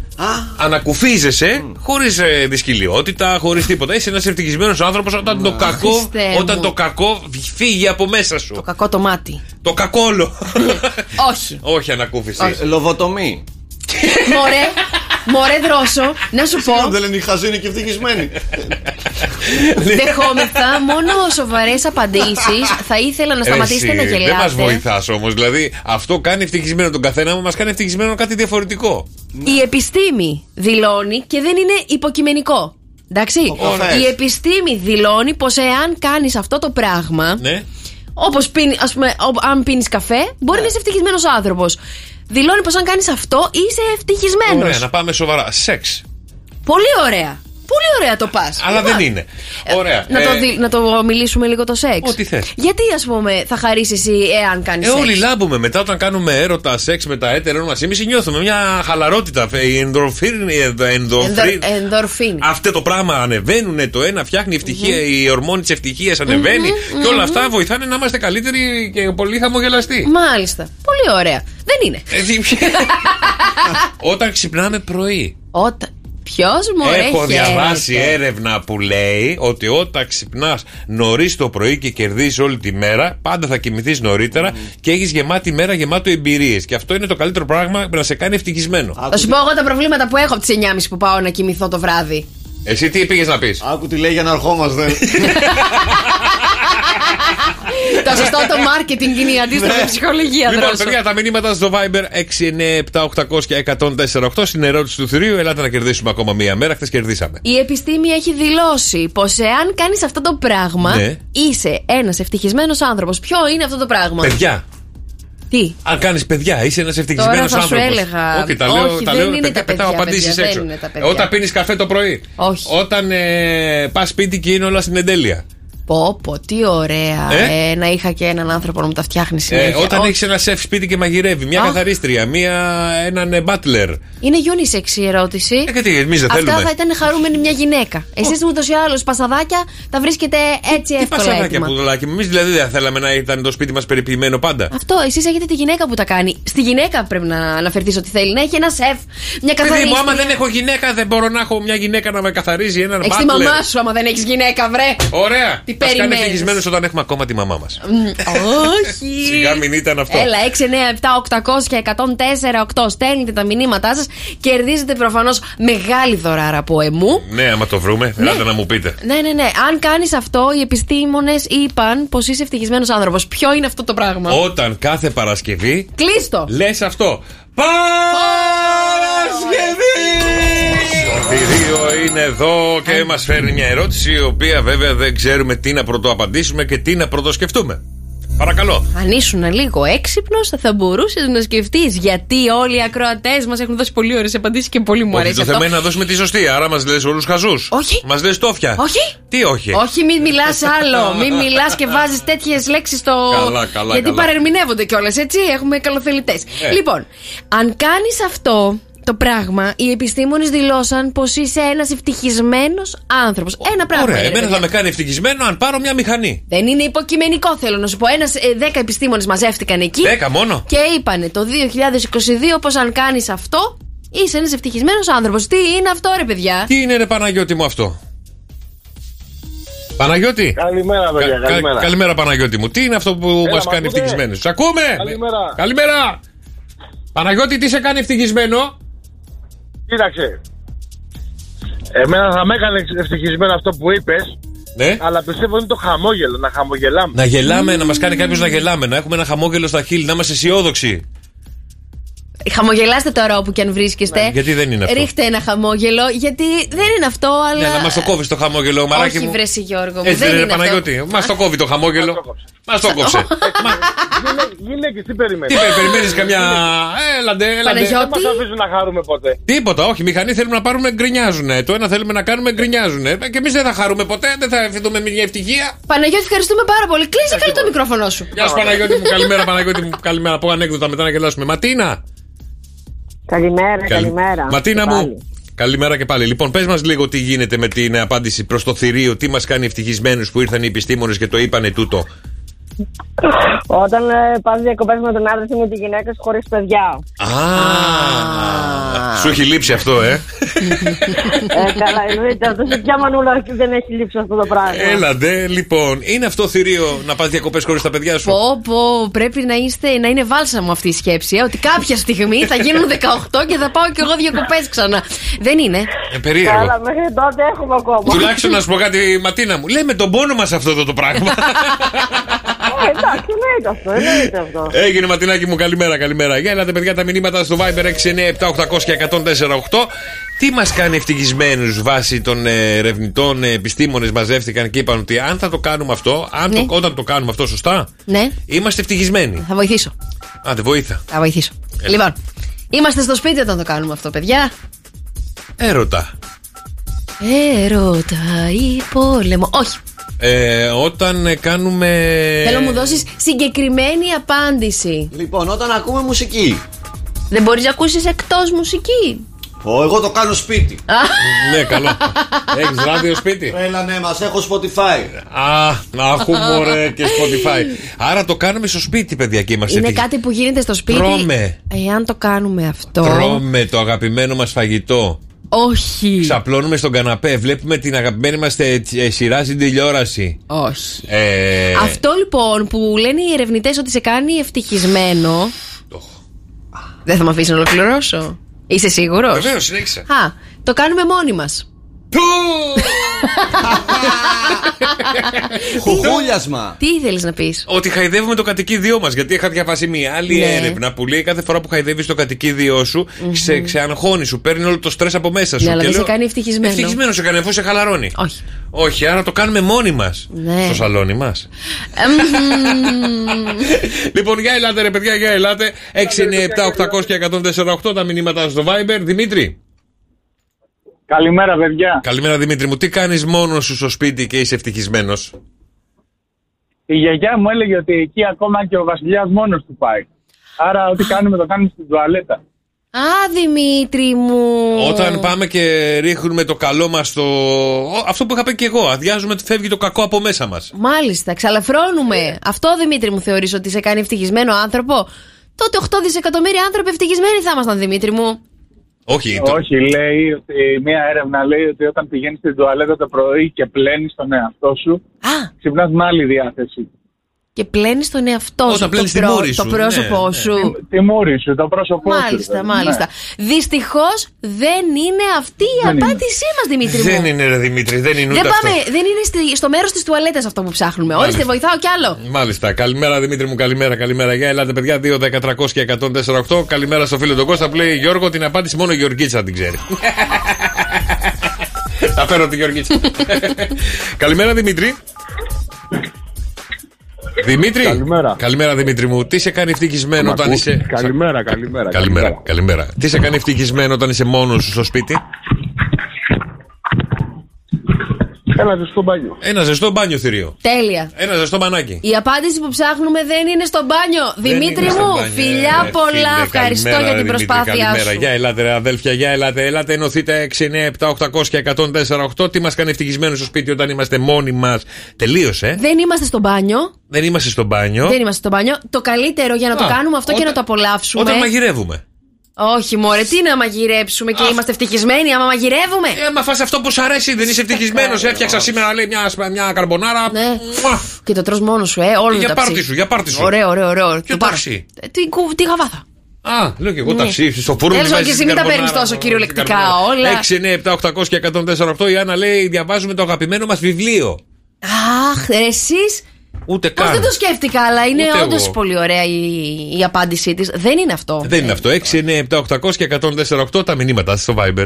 S7: Ανακουφίζεσαι χωρίς ε, δυσκολιότητα, χωρίς τίποτα. Είσαι ένας ευτυχισμένος άνθρωπος όταν, το κακό,
S6: Χριστέ μου.
S7: όταν το κακό φύγει από μέσα σου. Το,
S6: κακό το μάτι.
S7: κακόλο.
S6: Όχι.
S7: [LAUGHS] Όχι ανακούφιση. [LAUGHS]
S13: Όχι, Λοβοτομή.
S6: Μωρέ, μωρέ δρόσο, να σου πω.
S13: Δεν λένε οι χαζοί και ευτυχισμένοι.
S7: Ναι.
S6: Δεχόμεθα μόνο σοβαρές απαντήσεις. Θα ήθελα να σταματήσετε
S7: Ε, Εσύ,
S6: να
S7: Δεν μας
S6: γελάτε.
S7: βοηθάς όμως. Δηλαδή αυτό κάνει ευτυχισμένο τον καθένα μα, μας κάνει ευτυχισμένο κάτι διαφορετικό.
S6: Η επιστήμη δηλώνει και δεν είναι υποκειμενικό. Εντάξει.
S7: καφές.
S6: Η επιστήμη δηλώνει πως εάν κάνεις αυτό το πράγμα.
S7: Ναι.
S6: Όπως πίνει, ας πούμε, ό- αν πίνεις καφέ, μπορεί να είσαι ευτυχισμένος άνθρωπος. Δηλώνει πως αν κάνεις αυτό είσαι ευτυχισμένος.
S7: Ωραία, να πάμε σοβαρά. Σεξ.
S6: Πολύ ωραία. Πολύ ωραία το πας.
S7: Αλλά δεν είναι. Ωραία.
S6: Να,
S7: Ε,
S6: το, δι- να το μιλήσουμε λίγο το σεξ.
S7: Ό,τι θες.
S6: Γιατί, ας πούμε, θα χαρίσεις εσύ εάν κάνεις
S7: Ε,
S6: σεξ.
S7: όλοι λάμπουμε μετά όταν κάνουμε έρωτα, σεξ με τα έτερων μας. Εμείς νιώθουμε μια χαλαρότητα. Η ενδορφίνη.
S6: Ενδο- ε, ναι. ενδορφίνη.
S7: Αυτό το πράγμα ανεβαίνουν το ένα, φτιάχνει ευτυχία, η ορμόνη της ευτυχίας ανεβαίνει.
S6: Μμμ,
S7: και όλα
S6: μμμ.
S7: αυτά βοηθάνε να είμαστε καλύτεροι και πολύ χαμογελαστοί.
S6: Μάλιστα. Πολύ ωραία. Δεν είναι.
S7: Ε, τι-
S6: [LAUGHS]
S7: [LAUGHS] όταν ξυπνάμε πρωί.
S6: Όταν. Ποιος μου
S7: Έχω διαβάσει έρευνα που λέει ότι όταν ξυπνάς νωρίς το πρωί και κερδίζεις όλη τη μέρα, πάντα θα κοιμηθείς νωρίτερα και έχεις γεμάτη μέρα γεμάτο εμπειρίες. Και αυτό είναι το καλύτερο πράγμα που να σε κάνει ευτυχισμένο.
S6: Θα σου πω εγώ τα προβλήματα που έχω από τις 9.30 που πάω να κοιμηθώ το βράδυ.
S7: [LAUGHS] Εσύ τι πήγες να πεις.
S13: [LAUGHS] Άκου τι λέει για να ερχόμαστε.
S6: το σωστό το marketing είναι η αντίστροφη ψυχολογία.
S7: Λοιπόν,
S6: δρόσο.
S7: παιδιά, τα μηνύματα στο Viber 697-800-1048 στην ερώτηση του θηρίου. Ελάτε να κερδίσουμε ακόμα μία μέρα. Χθες κερδίσαμε.
S6: Η επιστήμη έχει δηλώσει πως εάν κάνεις αυτό το πράγμα,
S7: Ναι.
S6: είσαι ένας ευτυχισμένος άνθρωπος. Ποιο είναι αυτό το πράγμα.
S7: Παιδιά,
S6: Τι.
S7: αν κάνεις παιδιά, είσαι ένας
S6: Τώρα
S7: ευτυχισμένος άνθρωπο.
S6: θα σου έλεγα.
S7: Όχι, τα
S6: Όχι,
S7: λέω, τα
S6: δεν
S7: λέω
S6: είναι
S7: παιδιά,
S6: τα
S7: πετάω
S6: παιδιά,
S7: απαντήσεις
S6: παιδιά,
S7: έξω.
S6: δεν είναι τα παιδιά.
S7: Όταν πίνεις καφέ το πρωί.
S6: Όχι.
S7: Όταν ε, πας σπίτι και είναι όλα στην εντέλεια.
S6: Πω, πω, τι ωραία.
S7: Ε?
S6: Ε, να είχα και έναν άνθρωπο να μου τα φτιάχνει
S7: Ε,
S6: συνέχεια.
S7: όταν
S6: Ω,
S7: έχεις ένα σεφ σπίτι και μαγειρεύει, μια
S6: Ναι. Α.
S7: καθαρίστρια, μια, έναν ε, μπάτλερ.
S6: Είναι unisex η ερώτηση.
S7: Ε, γιατί εμείς δεν
S6: Αυτά
S7: θέλουμε.
S6: θα ήταν χαρούμενη μια γυναίκα. Εσείς ούτως ή άλλως πασαδάκια τα βρίσκετε έτσι
S7: Τι
S6: εύκολα
S7: πασαράκια
S6: έτοιμα.
S7: που δολάκι μου. Εμείς δηλαδή δεν θέλαμε να ήταν το σπίτι μας περιποιημένο πάντα.
S6: Αυτό, εσείς έχετε τη γυναίκα που τα κάνει. Στη γυναίκα πρέπει να αναφερθείς ότι θέλει να έχει ένα σεφ, μια
S7: Παιδί
S6: καθαρίστρια.
S7: μου, άμα δεν έχω γυναίκα, δεν μπορώ να έχω μια γυναίκα να με καθαρίζει έναν
S6: Έχεις τη
S7: butler.
S6: μαμά σου, άμα δεν έχεις γυναίκα, βρε.
S7: Ωραία.
S6: Τι
S7: Μας κάνει
S6: περιμένεις.
S7: ευτυχισμένους όταν έχουμε ακόμα τη μαμά μας.
S6: Μ, Όχι.
S7: Σιγά μην ήταν αυτό.
S6: Έλα, 6, 9, 7, 800 1048. Στέλνετε τα μηνύματά σας. Κερδίζετε προφανώς μεγάλη δωράρα από εμού.
S7: Ναι, άμα το βρούμε, ελάτε να μου πείτε.
S6: Ναι, ναι, ναι. Αν κάνεις αυτό, οι επιστήμονες είπαν πως είσαι ευτυχισμένος άνθρωπος. Ποιο είναι αυτό το πράγμα.
S7: Όταν κάθε Παρασκευή
S6: Κλείστο.
S7: λες αυτό. Παρασκευή! Θηρίο είναι εδώ και μας φέρνει μια ερώτηση η οποία βέβαια δεν ξέρουμε τι να πρωτοαπαντήσουμε και τι να πρωτοσκεφτούμε. Παρακαλώ.
S6: Αν ήσουν λίγο έξυπνος, θα μπορούσες να σκεφτείς γιατί όλοι οι ακροατές μας έχουν δώσει πολύ ωραίες απαντήσεις και πολύ μου
S7: Όχι,
S6: αρέσει.
S7: το
S6: αυτό.
S7: θέμα είναι να δώσουμε τη σωστή. Άρα μας λες όλους χαζούς.
S6: Όχι.
S7: Μας λες τόφια.
S6: Όχι.
S7: Τι όχι.
S6: Όχι, μην μιλάς
S7: [LAUGHS]
S6: άλλο. Μην μιλάς και βάζεις τέτοιες λέξεις στο.
S7: Καλά, καλά,
S6: Γιατί
S7: καλά.
S6: παρερμηνεύονται κιόλας, έτσι. Έχουμε καλοθελητές.
S7: Ε.
S6: Λοιπόν, αν κάνεις αυτό το πράγμα, οι επιστήμονες δηλώσαν πως είσαι ένας ευτυχισμένος άνθρωπος. Ένα πράγμα.
S7: Ωραία,
S6: είναι,
S7: εμένα
S6: παιδιά.
S7: θα με κάνει ευτυχισμένο αν πάρω μια μηχανή.
S6: Δεν είναι υποκειμενικό, θέλω να σου πω. Ένας ε, δέκα επιστήμονες μαζεύτηκαν εκεί.
S7: Δέκα μόνο.
S6: Και είπανε το 2022 πως αν κάνεις αυτό, είσαι ένας ευτυχισμένος άνθρωπος. Τι είναι αυτό, ρε παιδιά.
S7: Τι είναι ρε Παναγιώτη μου αυτό. Παναγιώτη.
S12: Καλημέρα, παιδιά.
S7: Κα-
S12: Καλημέρα.
S7: καλημέρα Παναγιώτη μου. Τι είναι αυτό που
S12: Έλα,
S7: μας
S12: μ'
S7: κάνει
S12: ακούτε?
S7: ευτυχισμένου. Σα ακούμε!
S12: Καλημέρα.
S7: Καλημέρα! Παναγιώτη, τι σε κάνει ευτυχισμένο.
S12: Κοίταξε. Εμένα θα με έκανε ευτυχισμένο αυτό που είπες.
S7: Ναι.
S12: Αλλά πιστεύω είναι το χαμόγελο, να
S7: [LAUGHS]
S12: χαμογελάμε.
S7: Να γελάμε, να μας κάνει κάποιος να γελάμε, να έχουμε ένα χαμόγελο στα χείλη, να είμαστε αισιόδοξοι.
S6: Χαμογελάστε τώρα όπου και αν βρίσκεστε.
S7: Ναι, γιατί δεν είναι αυτό.
S6: Ρίχτε ένα χαμόγελο, γιατί δεν είναι αυτό, αλλά.
S7: Ναι, να μας το κόβεις το χαμόγελο, μαράκι
S6: Όχι,
S7: μου.
S6: βρέσει Γιώργο μου.
S7: Έτσι
S6: δεν
S7: δεν
S6: είναι
S7: ρε
S6: αυτό.
S7: Παναγιώτη. Μας το κόβει το χαμόγελο. Μας το
S6: [LAUGHS]
S7: κόψε.
S12: Γυναίκε, τι
S7: Τι
S12: περιμένει.
S7: περιμένεις καμιά. Ε, Έλαντε, έλαντε.
S12: Δεν μας αφήσουν να χαρούμε ποτέ.
S7: Τίποτα, όχι. Μηχανή θέλουμε να πάρουμε, γκρινιάζουνε. Το ένα θέλουμε να κάνουμε, γκρινιάζουνε. Ε, Και εμείς δεν θα χαρούμε ποτέ, δεν θα ευχηθούμε μια ευτυχία.
S6: Παναγιώτη, ευχαριστούμε πάρα πολύ. Κλείσε καλά το μικρόφωνο σου.
S7: Γεια σου Παναγιώτη μου, καλημέρα Παναγιώτη μου. Καλημέρα, πω ανέκδοτα μετά να γελάσουμε. Ματίνα.
S16: Καλημέρα,
S7: Καλη-
S16: καλημέρα.
S7: Ματίνα
S16: Και
S7: μου.
S16: πάλι.
S7: Καλημέρα και πάλι. Λοιπόν, πες μας λίγο τι γίνεται με την απάντηση προς το θηρίο, τι μας κάνει ευτυχισμένους που ήρθαν οι επιστήμονες και το είπανε τούτο.
S16: Όταν ε, πάω διακοπές με τον άντρα μου και τη γυναίκα σου χωρίς παιδιά.
S7: Α, σου έχει λείψει αυτό, ε.
S16: ε, καλά, εννοείται αυτό. Σε ποια μανούλα δεν έχει λείψει αυτό το πράγμα.
S7: Έλαντε, λοιπόν. Είναι αυτό θηρίο να πας διακοπές χωρίς τα παιδιά σου.
S6: Πω, πω, πρέπει να, είστε, να είναι βάλσαμο αυτή η σκέψη. ε, ότι κάποια στιγμή θα γίνουν 18 και θα πάω κι εγώ διακοπές ξανά. Δεν είναι.
S7: Ε, περίεργο.
S16: Καλά, μέχρι τότε έχουμε ακόμα.
S7: Τουλάχιστον να σου πω κάτι, Ματίνα μου. Λέμε τον πόνο μας αυτό εδώ το πράγμα.
S16: Ε, Εντάξει, εννοείται αυτό. Εννοείται αυτό.
S7: Έγινε Ματινάκι μου, καλημέρα, καλημέρα. Για έλατε, παιδιά, τα μηνύματα στο Viber 697-800-1048. Τι μας κάνει ευτυχισμένους βάσει των ε, ερευνητών, ε, επιστήμονες μαζεύτηκαν και είπαν ότι αν θα το κάνουμε αυτό, αν το,
S6: Ναι.
S7: όταν το κάνουμε αυτό σωστά,
S6: Ναι,
S7: είμαστε ευτυχισμένοι.
S6: θα βοηθήσω.
S7: Α, δεν βοήθα.
S6: Θα βοηθήσω.
S7: Ε.
S6: Λοιπόν, είμαστε στο σπίτι όταν το κάνουμε αυτό, παιδιά.
S7: Έρωτα.
S6: Έρωτα ή πόλεμο. Όχι.
S7: Ε, όταν ε, κάνουμε.
S6: Θέλω μου δώσεις συγκεκριμένη απάντηση.
S13: Λοιπόν, όταν ακούμε μουσική.
S6: Δεν μπορείς να ακούσεις εκτός μουσική.
S13: Ω, εγώ το κάνω σπίτι.
S7: Ναι, καλό. Έχεις ράδιο σπίτι.
S13: Έλα ναι, μας έχω Spotify.
S7: Α, να έχουμε ωραία και Spotify. Άρα το κάνουμε στο σπίτι, παιδιά, και είμαστε
S6: Είναι
S7: ευτυχισμένοι.
S6: κάτι που γίνεται στο σπίτι.
S7: Τρώμε.
S6: Εάν το κάνουμε αυτό.
S7: Τρώμε το αγαπημένο μας φαγητό.
S6: Όχι.
S7: Ξαπλώνουμε στον καναπέ. Βλέπουμε την αγαπημένη μας ε, σειρά στην τηλεόραση.
S6: Όχι.
S7: Ε,
S6: Αυτό λοιπόν που λένε οι ερευνητές ότι σε κάνει ευτυχισμένο. Δεν θα με αφήσεις να ολοκληρώσω. Είσαι σίγουρος.
S7: Βεβαίως, συνέχισε.
S6: Α, το κάνουμε μόνοι μας.
S7: Του!
S13: Χουχούλιασμα.
S6: Τι ήθελε να πεις.
S7: Ότι χαϊδεύουμε το κατοικίδιό μας. Γιατί είχα διαβάσει μία άλλη
S6: Ναι.
S7: έρευνα που λέει κάθε φορά που χαϊδεύεις το κατοικίδιό σου, σε ξεαγχώνει, σου παίρνει όλο το στρες από μέσα σου.
S6: Ναι, αλλά
S7: Και
S6: δεν σε
S7: λέω,
S6: κάνει ευτυχισμένο.
S7: Ευτυχισμένος σε κάνει, αφού σε χαλαρώνει.
S6: Όχι.
S7: Όχι, άρα το κάνουμε μόνοι μας.
S6: Ναι.
S7: Στο σαλόνι μας.
S6: Εμμμ.
S7: [LAUGHS] λοιπόν, για ελάτε, ρε παιδιά, για ελάτε. 697-800 και 148 τα μηνύματα στο Viber. Δημήτρη.
S12: Καλημέρα, παιδιά.
S7: Καλημέρα, Δημήτρη μου. Τι κάνεις μόνος σου στο σπίτι και είσαι ευτυχισμένος.
S12: Η γιαγιά μου έλεγε ότι εκεί ακόμα και ο βασιλιάς μόνος του πάει. Άρα, ό,τι κάνουμε το κάνουμε στην τουαλέτα.
S6: Α, Δημήτρη μου.
S7: Όταν πάμε και ρίχνουμε το καλό μας στο. Ω, Αυτό που είχα πει και εγώ. Αδειάζουμε ότι φεύγει το κακό από μέσα μας.
S6: Μάλιστα,
S7: Ε.
S6: ξαλαφρώνουμε. Αυτό Δημήτρη μου θεωρείς ότι σε κάνει ευτυχισμένο άνθρωπο. Τότε 8 δισεκατομμύρια άνθρωποι ευτυχισμένοι θα ήμασταν, Δημήτρη μου.
S7: Όχι, το...
S12: Όχι, λέει ότι μία έρευνα λέει ότι όταν πηγαίνεις στην τουαλέτα το πρωί και πλένεις τον εαυτό σου, ξυπνάς με άλλη διάθεση.
S6: Και πλένεις τον εαυτό
S7: Όταν
S6: σου, το,
S7: πλένεις τη μούρη
S6: το
S7: σου,
S6: πρόσωπό
S7: ναι, ναι.
S6: σου.
S12: Τη μούρη σου, το πρόσωπό σου.
S6: Μάλιστα,
S12: δηλαδή,
S6: μάλιστα. Δυστυχώς δεν είναι αυτή η
S12: Δεν είναι.
S6: απάντησή μας, Δημήτρη μου.
S7: Δεν είναι, ρε Δημήτρη, δεν είναι ούτε
S6: Δεν, πάμε,
S7: αυτό.
S6: δεν είναι στη- στο μέρος της τουαλέτας αυτό που ψάχνουμε.
S7: Μάλιστα.
S6: Ορίστε, βοηθάω κι άλλο.
S7: Μάλιστα. Καλημέρα Δημήτρη μου, καλημέρα, καλημέρα. Για ελάτε παιδιά, 2, 10, 300 και 148. Καλημέρα στο φίλο τον Κώστα που λέει Γιώργο, την απάντηση μόνο η Γεωργίτσα την ξέρει. Θα φέρω τη Γεωργίτσα. καλημέρα Δημήτρη. Δημήτρη.
S17: Καλημέρα.
S7: Καλημέρα, Δημήτρη μου. Τι σε κάνει ευτυχισμένο
S17: Μ'
S7: όταν
S17: ακούς?
S7: είσαι.
S17: Καλημέρα, καλημέρα.
S7: Καλημέρα, καλημέρα. Τι σε κάνει ευτυχισμένο όταν είσαι μόνος σου στο σπίτι.
S12: Ναι.
S17: Ένα ζεστό μπάνιο.
S7: Ένα ζεστό μπάνιο θηρίο.
S6: Τέλεια.
S7: Ένα ζεστό μανάκι.
S6: Η απάντηση που ψάχνουμε δεν είναι στο μπάνιο. Δημήτρη
S7: είναι στο
S6: μου,
S7: μπάνιο,
S6: φιλιά
S7: ρε,
S6: πολλά.
S7: φίλε,
S6: Ευχαριστώ
S7: καλημέρα,
S6: για την
S7: ρε, Δημήτρη,
S6: προσπάθειά
S7: καλημέρα.
S6: σου.
S7: Για ελάτε, ρε, αδέλφια, για ελάτε. Ελάτε, ενωθείτε 6, 9, 7, 800 και 104, Τι μας κάνει ευτυχισμένου στο σπίτι όταν είμαστε μόνοι μας. Τελείωσε.
S6: Δεν είμαστε στο μπάνιο.
S7: Δεν είμαστε στο μπάνιο.
S6: Δεν είμαστε στο μπάνιο. Το καλύτερο για να το
S7: Α,
S6: κάνουμε αυτό και
S7: όταν-
S6: να το απολαύσουμε.
S7: Όταν μαγειρεύουμε.
S6: Όχι, μωρέ, τι να μαγειρέψουμε και είμαστε ευτυχισμένοι άμα μαγειρεύουμε.
S7: Ε, μα φας αυτό που σου αρέσει, δεν είσαι ευτυχισμένος. Έφτιαξα σήμερα, λέει, μια, μια καρμπονάρα.
S6: Ε, Ναι. Και το τρως μόνος σου, ε, όλο
S7: Για
S6: τα
S7: πάρτι
S6: ψήφι.
S7: σου, για πάρτι σου.
S6: Ωραίο, ωραίο, ωραίο.
S7: Ποιο
S6: Το πάρω.
S7: ταξί?
S6: Ε, Τι, κου- τι γαβάθα.
S7: Α, λέω και εγώ
S6: Ναι.
S7: ταξί στο φούρνο.
S6: Τέλος,
S7: βάζεις
S6: και εσύ
S7: την
S6: μην τα
S7: καρμπονάρα,
S6: παίρνεις τόσο
S7: την
S6: κυριολεκτικά
S7: καρμπονάρα.
S6: όλα.
S7: 6, 9, 7, 800 και 104, Η Άννα λέει: Διαβάζουμε το αγαπημένο μας βιβλίο.
S6: Αχ, εσείς.
S7: Ούτε
S6: Πώ
S7: καν.
S6: δεν το σκέφτηκα, αλλά είναι
S7: Ε, Ούτε
S6: όντως
S7: εγώ. Ε,
S6: πολύ ωραία η, η απάντησή της. Δεν είναι αυτό.
S7: Δεν είναι αυτό. 6, 9, 7, 800 και 148 τα μηνύματα στο Viber.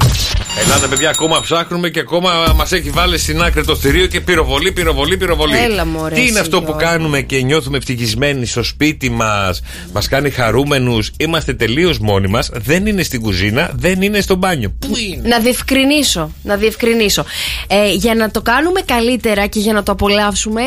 S7: Ελάτε, παιδιά, ακόμα ψάχνουμε και ακόμα μας έχει βάλει στην άκρη το θηρίο και πυροβολή, πυροβολή, πυροβολή.
S6: Έλα, μωρέ,
S7: Τι
S6: εσύ,
S7: είναι αυτό που
S6: Γιώργο.
S7: κάνουμε και νιώθουμε ευτυχισμένοι στο σπίτι μας, μας κάνει χαρούμενους, είμαστε τελείως μόνοι μας, δεν είναι στην κουζίνα, δεν είναι στο μπάνιο. Πού είναι.
S6: Να διευκρινίσω. Να διευκρινίσω. Ε, για να το κάνουμε καλύτερα και για να το απολαύσουμε,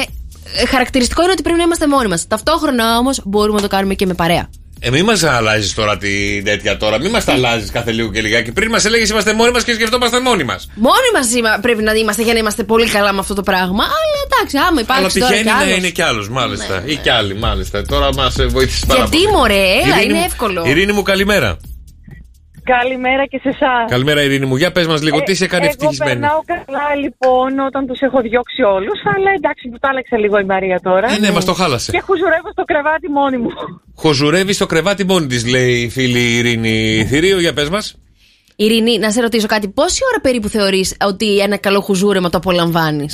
S6: ε, χαρακτηριστικό είναι ότι πρέπει να είμαστε μόνοι μας. Ταυτόχρονα όμως μπορούμε να το κάνουμε και με παρέα.
S7: Ε, μην μας αλλάζεις τώρα την τέτοια τώρα. Μην μας τα αλλάζεις κάθε λίγο και λιγάκι. Πριν μας έλεγες είμαστε μόνοι μας και σκεφτόμαστε μόνοι μας.
S6: Μόνοι μας πρέπει να είμαστε για να είμαστε πολύ καλά με αυτό το πράγμα. Αλλά εντάξει, άμα
S7: Αλλά
S6: υπάρχει. τώρα
S7: τυχαίνει
S6: κι
S7: να
S6: άλλος. Ναι,
S7: είναι κι άλλος, μάλιστα. Ή κι άλλοι, μάλιστα. Τώρα μας βοήθησε πάρα
S6: Γιατί μωρέ, έλα,
S7: Ειρήνη
S6: είναι
S7: μου-
S6: εύκολο.
S7: Ειρήνη μου, καλημέρα.
S16: Καλημέρα και σε εσάς.
S7: Καλημέρα, Ειρήνη μου. Για πες μας λίγο, τι σε κάνει
S16: Εγώ
S7: ευτυχισμένη.
S16: περνάω καλά λοιπόν όταν τους έχω διώξει όλους. Αλλά εντάξει, μου τα άλλαξε λίγο η Μαρία τώρα.
S7: Ναι, ναι, μας το χάλασε.
S16: Και χουζουρεύω στο κρεβάτι μόνη μου.
S7: Χοζουρεύει στο κρεβάτι μόνη της, λέει η φίλη Ειρήνη Θηρίο. Για πες μας.
S6: Ειρηνή, να σε ρωτήσω κάτι. Πόση ώρα περίπου θεωρείς ότι ένα καλό χουζούρεμα το απολαμβάνεις.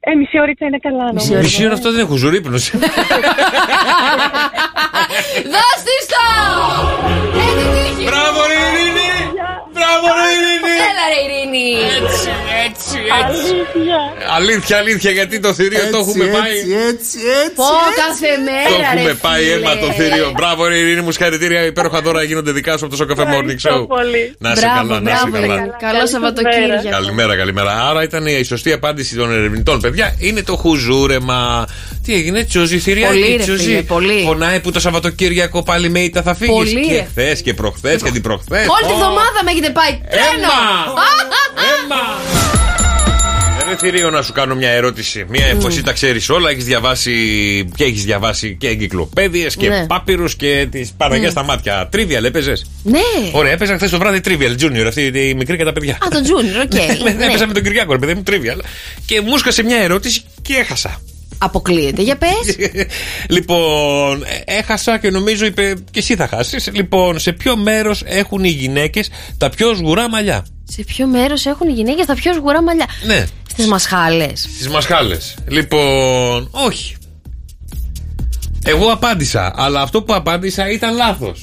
S16: Ε, μισή ώριτσα είναι καλά, νομίζω.
S7: Μισή ώρα αυτό δεν είναι χουζουρύπνος.
S6: Δώστη το! Έτσι τύχει!
S7: Μπράβο, ρε Ειρήνη! Μπράβο, ρε Ειρήνη!
S6: Έλα, ρε Ειρήνη!
S7: Έτσι, έτσι, έτσι. αλήθεια, αλήθεια, γιατί το θηρίο το έχουμε πάει.
S13: έτσι, έτσι.
S6: Πω κάθε
S7: Το
S6: μέρα, ρε
S7: έχουμε πάει
S6: φίλε.
S7: αίμα το θηρίο. Μπράβο, ρε Ειρήνη μου, συγχαρητήρια. Υπέροχα δώρα γίνονται δικά σου από το Σοκαφέ Morning Show.
S16: πολύ.
S7: Να είσαι
S6: Μπράβο,
S7: καλά, να είσαι
S6: μπράβο,
S7: καλά.
S6: ρε. Καλό Σαββατοκύριακο.
S7: Καλημέρα, καλημέρα. Άρα ήταν η σωστή απάντηση των ερευνητών. Παιδιά, είναι το χουζούρεμα. Τι έγινε, Τσούζι, θηρία.
S6: Πολύ, ρε φίλε, πολύ.
S7: Πονάει που το Σαββατοκύριακο πάλι με ήττα θα φύγεις.
S6: Πολύ,
S7: Και
S6: ρε.
S7: χθες και προχθές και την προχθές.
S6: Όλη τη βδομάδα με έχετε πάει.
S7: [LAUGHS]
S6: Τρένο!
S7: Ρε θηρίο να σου κάνω μια ερώτηση. Μια εποχή τα ξέρεις όλα. Έχεις διαβάσει και έχεις διαβάσει και εγκυκλοπαίδειες και
S6: Ναι.
S7: πάπυρους και τις παραγιέ στα μάτια. Τρίβια, έπαιζες.
S6: Ναι!
S7: Ωραία, έπαιζα χθες το βράδυ Trivial Junior, αυτή η μικρή και τα παιδιά.
S6: Α,
S7: [LAUGHS]
S6: τον Τζούνιρ, οκ.
S7: Ναι,
S6: Ναι.
S7: Έπαιζα με τον Κυριάκο, ρε παιδί μου, Trivial. Και μου έσκασε μια ερώτηση και έχασα. [LAUGHS]
S6: Αποκλείεται, για
S7: Ναι.
S6: πες
S7: λοιπόν, ε, έχασα και νομίζω είπε και εσύ θα χάσεις. Λοιπόν, σε ποιο μέρος έχουν οι γυναίκες τα πιο σγουρά μαλλιά.
S6: Σε ποιο μέρος έχουν οι γυναίκες τα πιο σγουρά μαλλιά.
S7: Ναι,
S6: Στις μασχάλες.
S7: στις μασχάλες. Λοιπόν, όχι. Εγώ απάντησα, αλλά αυτό που απάντησα ήταν λάθος.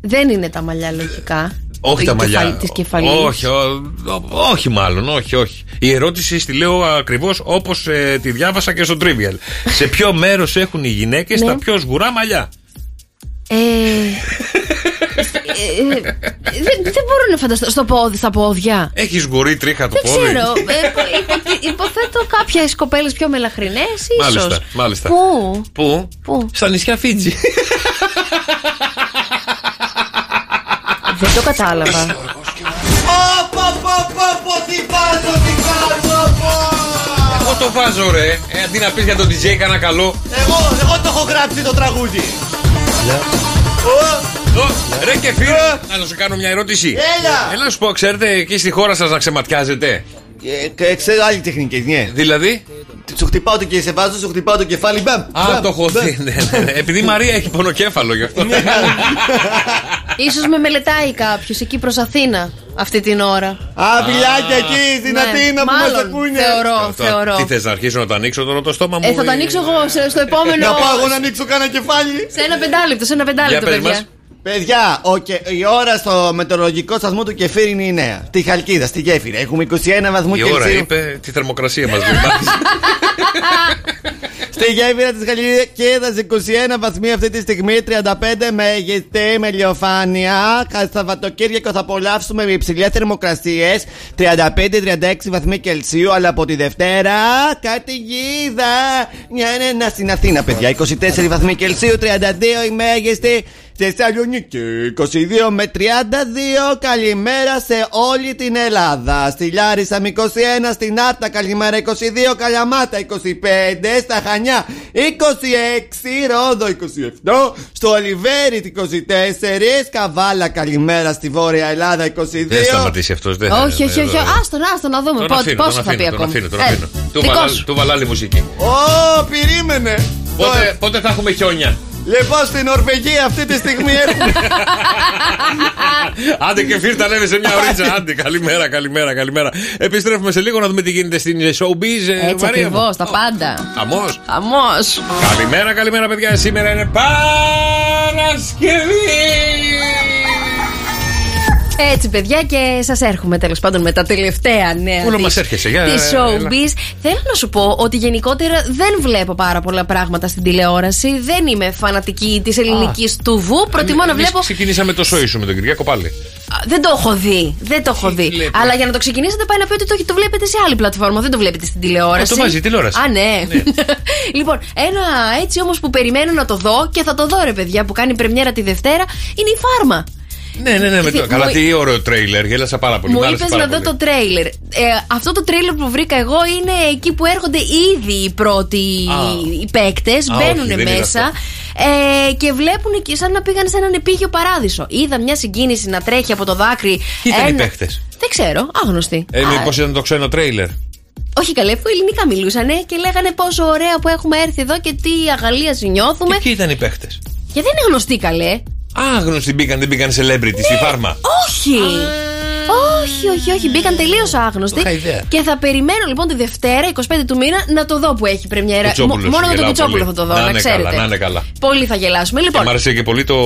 S6: Δεν είναι τα μαλλιά λογικά.
S7: Όχι τα μαλλιά.
S6: Της κεφαλής.
S7: Όχι, ό, ό, όχι μάλλον, όχι, όχι. Η ερώτηση στη λέω ακριβώς όπως τη διάβασα και στο
S6: [LAUGHS]
S7: Trivial. Σε ποιο μέρος έχουν οι γυναίκες
S6: Ναι.
S7: τα πιο σγουρά μαλλιά.
S6: Ε, ε, ε, δεν, δεν μπορώ να φανταστώ. Στο πόδι, στα πόδια.
S7: Έχεις σγουρή τρίχα του
S6: Δεν
S7: πόδι.
S6: ξέρω. Ε, υπο- υποθέτω κάποιες κοπέλες πιο μελαχρινές, ίσως.
S7: Μάλιστα, μάλιστα.
S6: Πού?
S7: Πού?
S6: Πού?
S7: Στα νησιά Φίτζη.
S6: [LAUGHS] Δεν το κατάλαβα.
S13: Πω, πω, πω, πω, τι βάζω, τι βάζω, πω.
S7: Εγώ το βάζω, ρε. Ε, αντί να πεις για τον DJ, κανένα καλό.
S13: Εγώ, εγώ το έχω γράψει το τραγούδι. Ω,
S7: Ω, Ρε και φίλε,
S6: Ε.
S7: να σου κάνω μια ερώτηση.
S13: Έλα.
S7: Έλα να σου πω, ξέρετε εκεί στη χώρα σας να ξεματιάζετε.
S13: ε, ε, Ξέρω άλλη τεχνική, ναι.
S7: Δηλαδή.
S13: Σου χτυπάω το και σε βάζω, σου χτυπάω το κεφάλι, μπαμ.
S7: Α, το έχω δει. ναι, ναι, ναι. Επειδή η Μαρία έχει πονοκέφαλο γι' αυτό.
S6: σω με μελετάει κάποιος εκεί προς Αθήνα αυτή την ώρα.
S13: Α, φιλάκια εκεί στην
S6: Ναι,
S13: Αθήνα που μας
S6: μάλλον,
S13: ακούνε.
S6: Θεωρώ,
S7: Τώρα, Τι
S6: θεωρώ.
S7: θες να αρχίσω να το ανοίξω τώρα το στόμα μου.
S6: Ε, θα το
S7: ή-
S6: ανοίξω εγώ σε- στο επόμενο.
S13: Να πάω εγώ να ανοίξω κάνα κεφάλι.
S6: Σε ένα πεντάλεπτο, σε ένα πεντάλεπτο,
S7: πες
S6: παιδιά.
S7: μας.
S13: Παιδιά, ο και- η ώρα στο μετεωρολογικό σταθμό του Κεφίρι είναι η νέα. Τη Χαλκίδα, στη γέφυρα. Έχουμε 21 βαθμού
S7: Η ώρα
S13: Κελσίου.
S7: [LAUGHS] είπε τη θερμοκρασία μας.
S13: Στη γέφυρα της Γαλλικίδα 21 βαθμοί αυτή τη στιγμή, 35 μέγιστη με ηλιοφάνεια. Κα- Σαββατοκύριακο θα απολαύσουμε με υψηλές θερμοκρασίες, 35-36 βαθμοί Κελσίου. Αλλά από τη Δευτέρα κάτι γίδα. Μια είναι να στην Αθήνα, παιδιά. 24 βαθμοί Κελσίου, 32 η μέγιστη. Θεσσαλονίκη 22 με 32 Καλημέρα σε όλη την Ελλάδα Στη Λάρισα με 21 Στην Άρτα καλημέρα 22 Καλαμάτα 25 Στα Χανιά 26 Ρόδο 27 Στο Ολιβέρι 24 Καβάλα καλημέρα στη Βόρεια Ελλάδα 22
S7: Δεν σταματήσει αυτός. Δεν θα-
S6: όχι, όχι,
S7: δεν-
S6: όχι. Άστον, άστον να δούμε
S7: ε, Τον
S6: πότε-
S7: αφήνω,
S6: πόσο
S7: τον
S6: θα πει
S7: αφήνω, τον
S6: ακόμα.
S7: αφήνω, τον
S6: Ε,
S7: αφήνω. Του
S6: δικός
S7: βαλά-
S6: σου.
S7: Του βαλάλη μουσική.
S13: Ω, περίμενε
S7: Πότε, πότε θα έχουμε χιόνια.
S13: Λοιπόν στην Νορβηγία αυτή τη στιγμή έχουμε
S7: [LAUGHS] Άντε και φύρτα λέμε σε μια ωρίτσα. Άντε, καλημέρα, καλημέρα, καλημέρα. Επιστρέφουμε σε λίγο να δούμε τι γίνεται στην showbiz.
S6: Έτσι
S7: ε, Μαρία μου.
S6: ακριβώς, τα πάντα.
S7: Χαμός.
S6: Χαμός.
S7: Καλημέρα, καλημέρα, παιδιά. Σήμερα είναι Παρασκευή.
S6: Έτσι, παιδιά, και σας έρχομαι τέλος πάντων με τα τελευταία νέα.
S7: Πού να
S6: της-
S7: μας έρχεσαι, για-
S6: της
S7: έλα.
S6: showbiz. Θέλω να σου πω ότι γενικότερα δεν βλέπω πάρα πολλά πράγματα στην τηλεόραση. Δεν είμαι φανατική της ελληνικής του βου. Προτιμώ να
S7: Ε, Εμείς
S6: βλέπω.
S7: Ξεκινήσαμε το σόι σου με τον Κυριακό πάλι.
S6: Α, Δεν το έχω δει. Δεν το έχω δει.
S7: βλέπετε.
S6: Αλλά για να το ξεκινήσετε, πάει να πει ότι το, το βλέπετε σε άλλη πλατφόρμα. Δεν το βλέπετε στην τηλεόραση.
S7: Α, το βάζει η τηλεόραση.
S6: Α, ναι. [LAUGHS] λοιπόν, ένα έτσι όμως που περιμένω να το δω και θα το δω, ρε παιδιά, που κάνει πρεμιέρα τη Δευτέρα, είναι η φάρμα.
S7: Ναι, ναι, ναι. Με το...
S6: Μου-
S7: Καλά, τι ωραίο τρέιλερ. Γέλασα πάρα πολύ.
S6: Μου
S7: άρεσε
S6: είπες
S7: πάρα
S6: να δω
S7: πολύ.
S6: το τρέιλερ. Ε, αυτό το τρέιλερ που βρήκα εγώ είναι εκεί που έρχονται ήδη οι πρώτοι οι παίκτες,
S7: Α, όχι,
S6: μπαίνουν
S7: δεν είναι
S6: μέσα
S7: αυτό.
S6: ε, και βλέπουν και σαν να πήγαν σε έναν επίγειο παράδεισο. Είδα μια συγκίνηση να τρέχει από το δάκρυ.
S7: Τι ήταν οι
S6: ένα-
S7: παίχτε.
S6: Δεν ξέρω, άγνωστη.
S7: Ε,
S6: Α,
S7: μήπως ήταν το ξένο τρέιλερ.
S6: όχι καλέ, που ελληνικά μιλούσανε και λέγανε πόσο ωραία που έχουμε έρθει εδώ και τι αγαλίαση νιώθουμε.
S7: Και ποιοι ήταν οι παίχτε.
S6: Και δεν είναι γνωστή καλέ.
S7: Άγνωστοι μπήκαν, δεν μπήκαν celebrity
S6: Ε,
S7: στη φάρμα.
S6: Όχι! Όχι, όχι, όχι. Μπήκαν τελείως άγνωστοι.
S7: Είχα ιδέα.
S6: Και θα περιμένω λοιπόν τη Δευτέρα, 25 του μήνα, να το δω που έχει πρεμιέρα.
S7: Κουτσόπουλος,
S6: Μο- Μόνο με τον
S7: γελάω
S6: Κουτσόπουλο θα
S7: πολύ.
S6: το δω,
S7: Να
S6: να,
S7: είναι
S6: ξέρετε.
S7: καλά, να είναι καλά.
S6: Πολύ θα γελάσουμε. Λοιπόν, [LAUGHS]
S7: Μ' άρεσε και πολύ το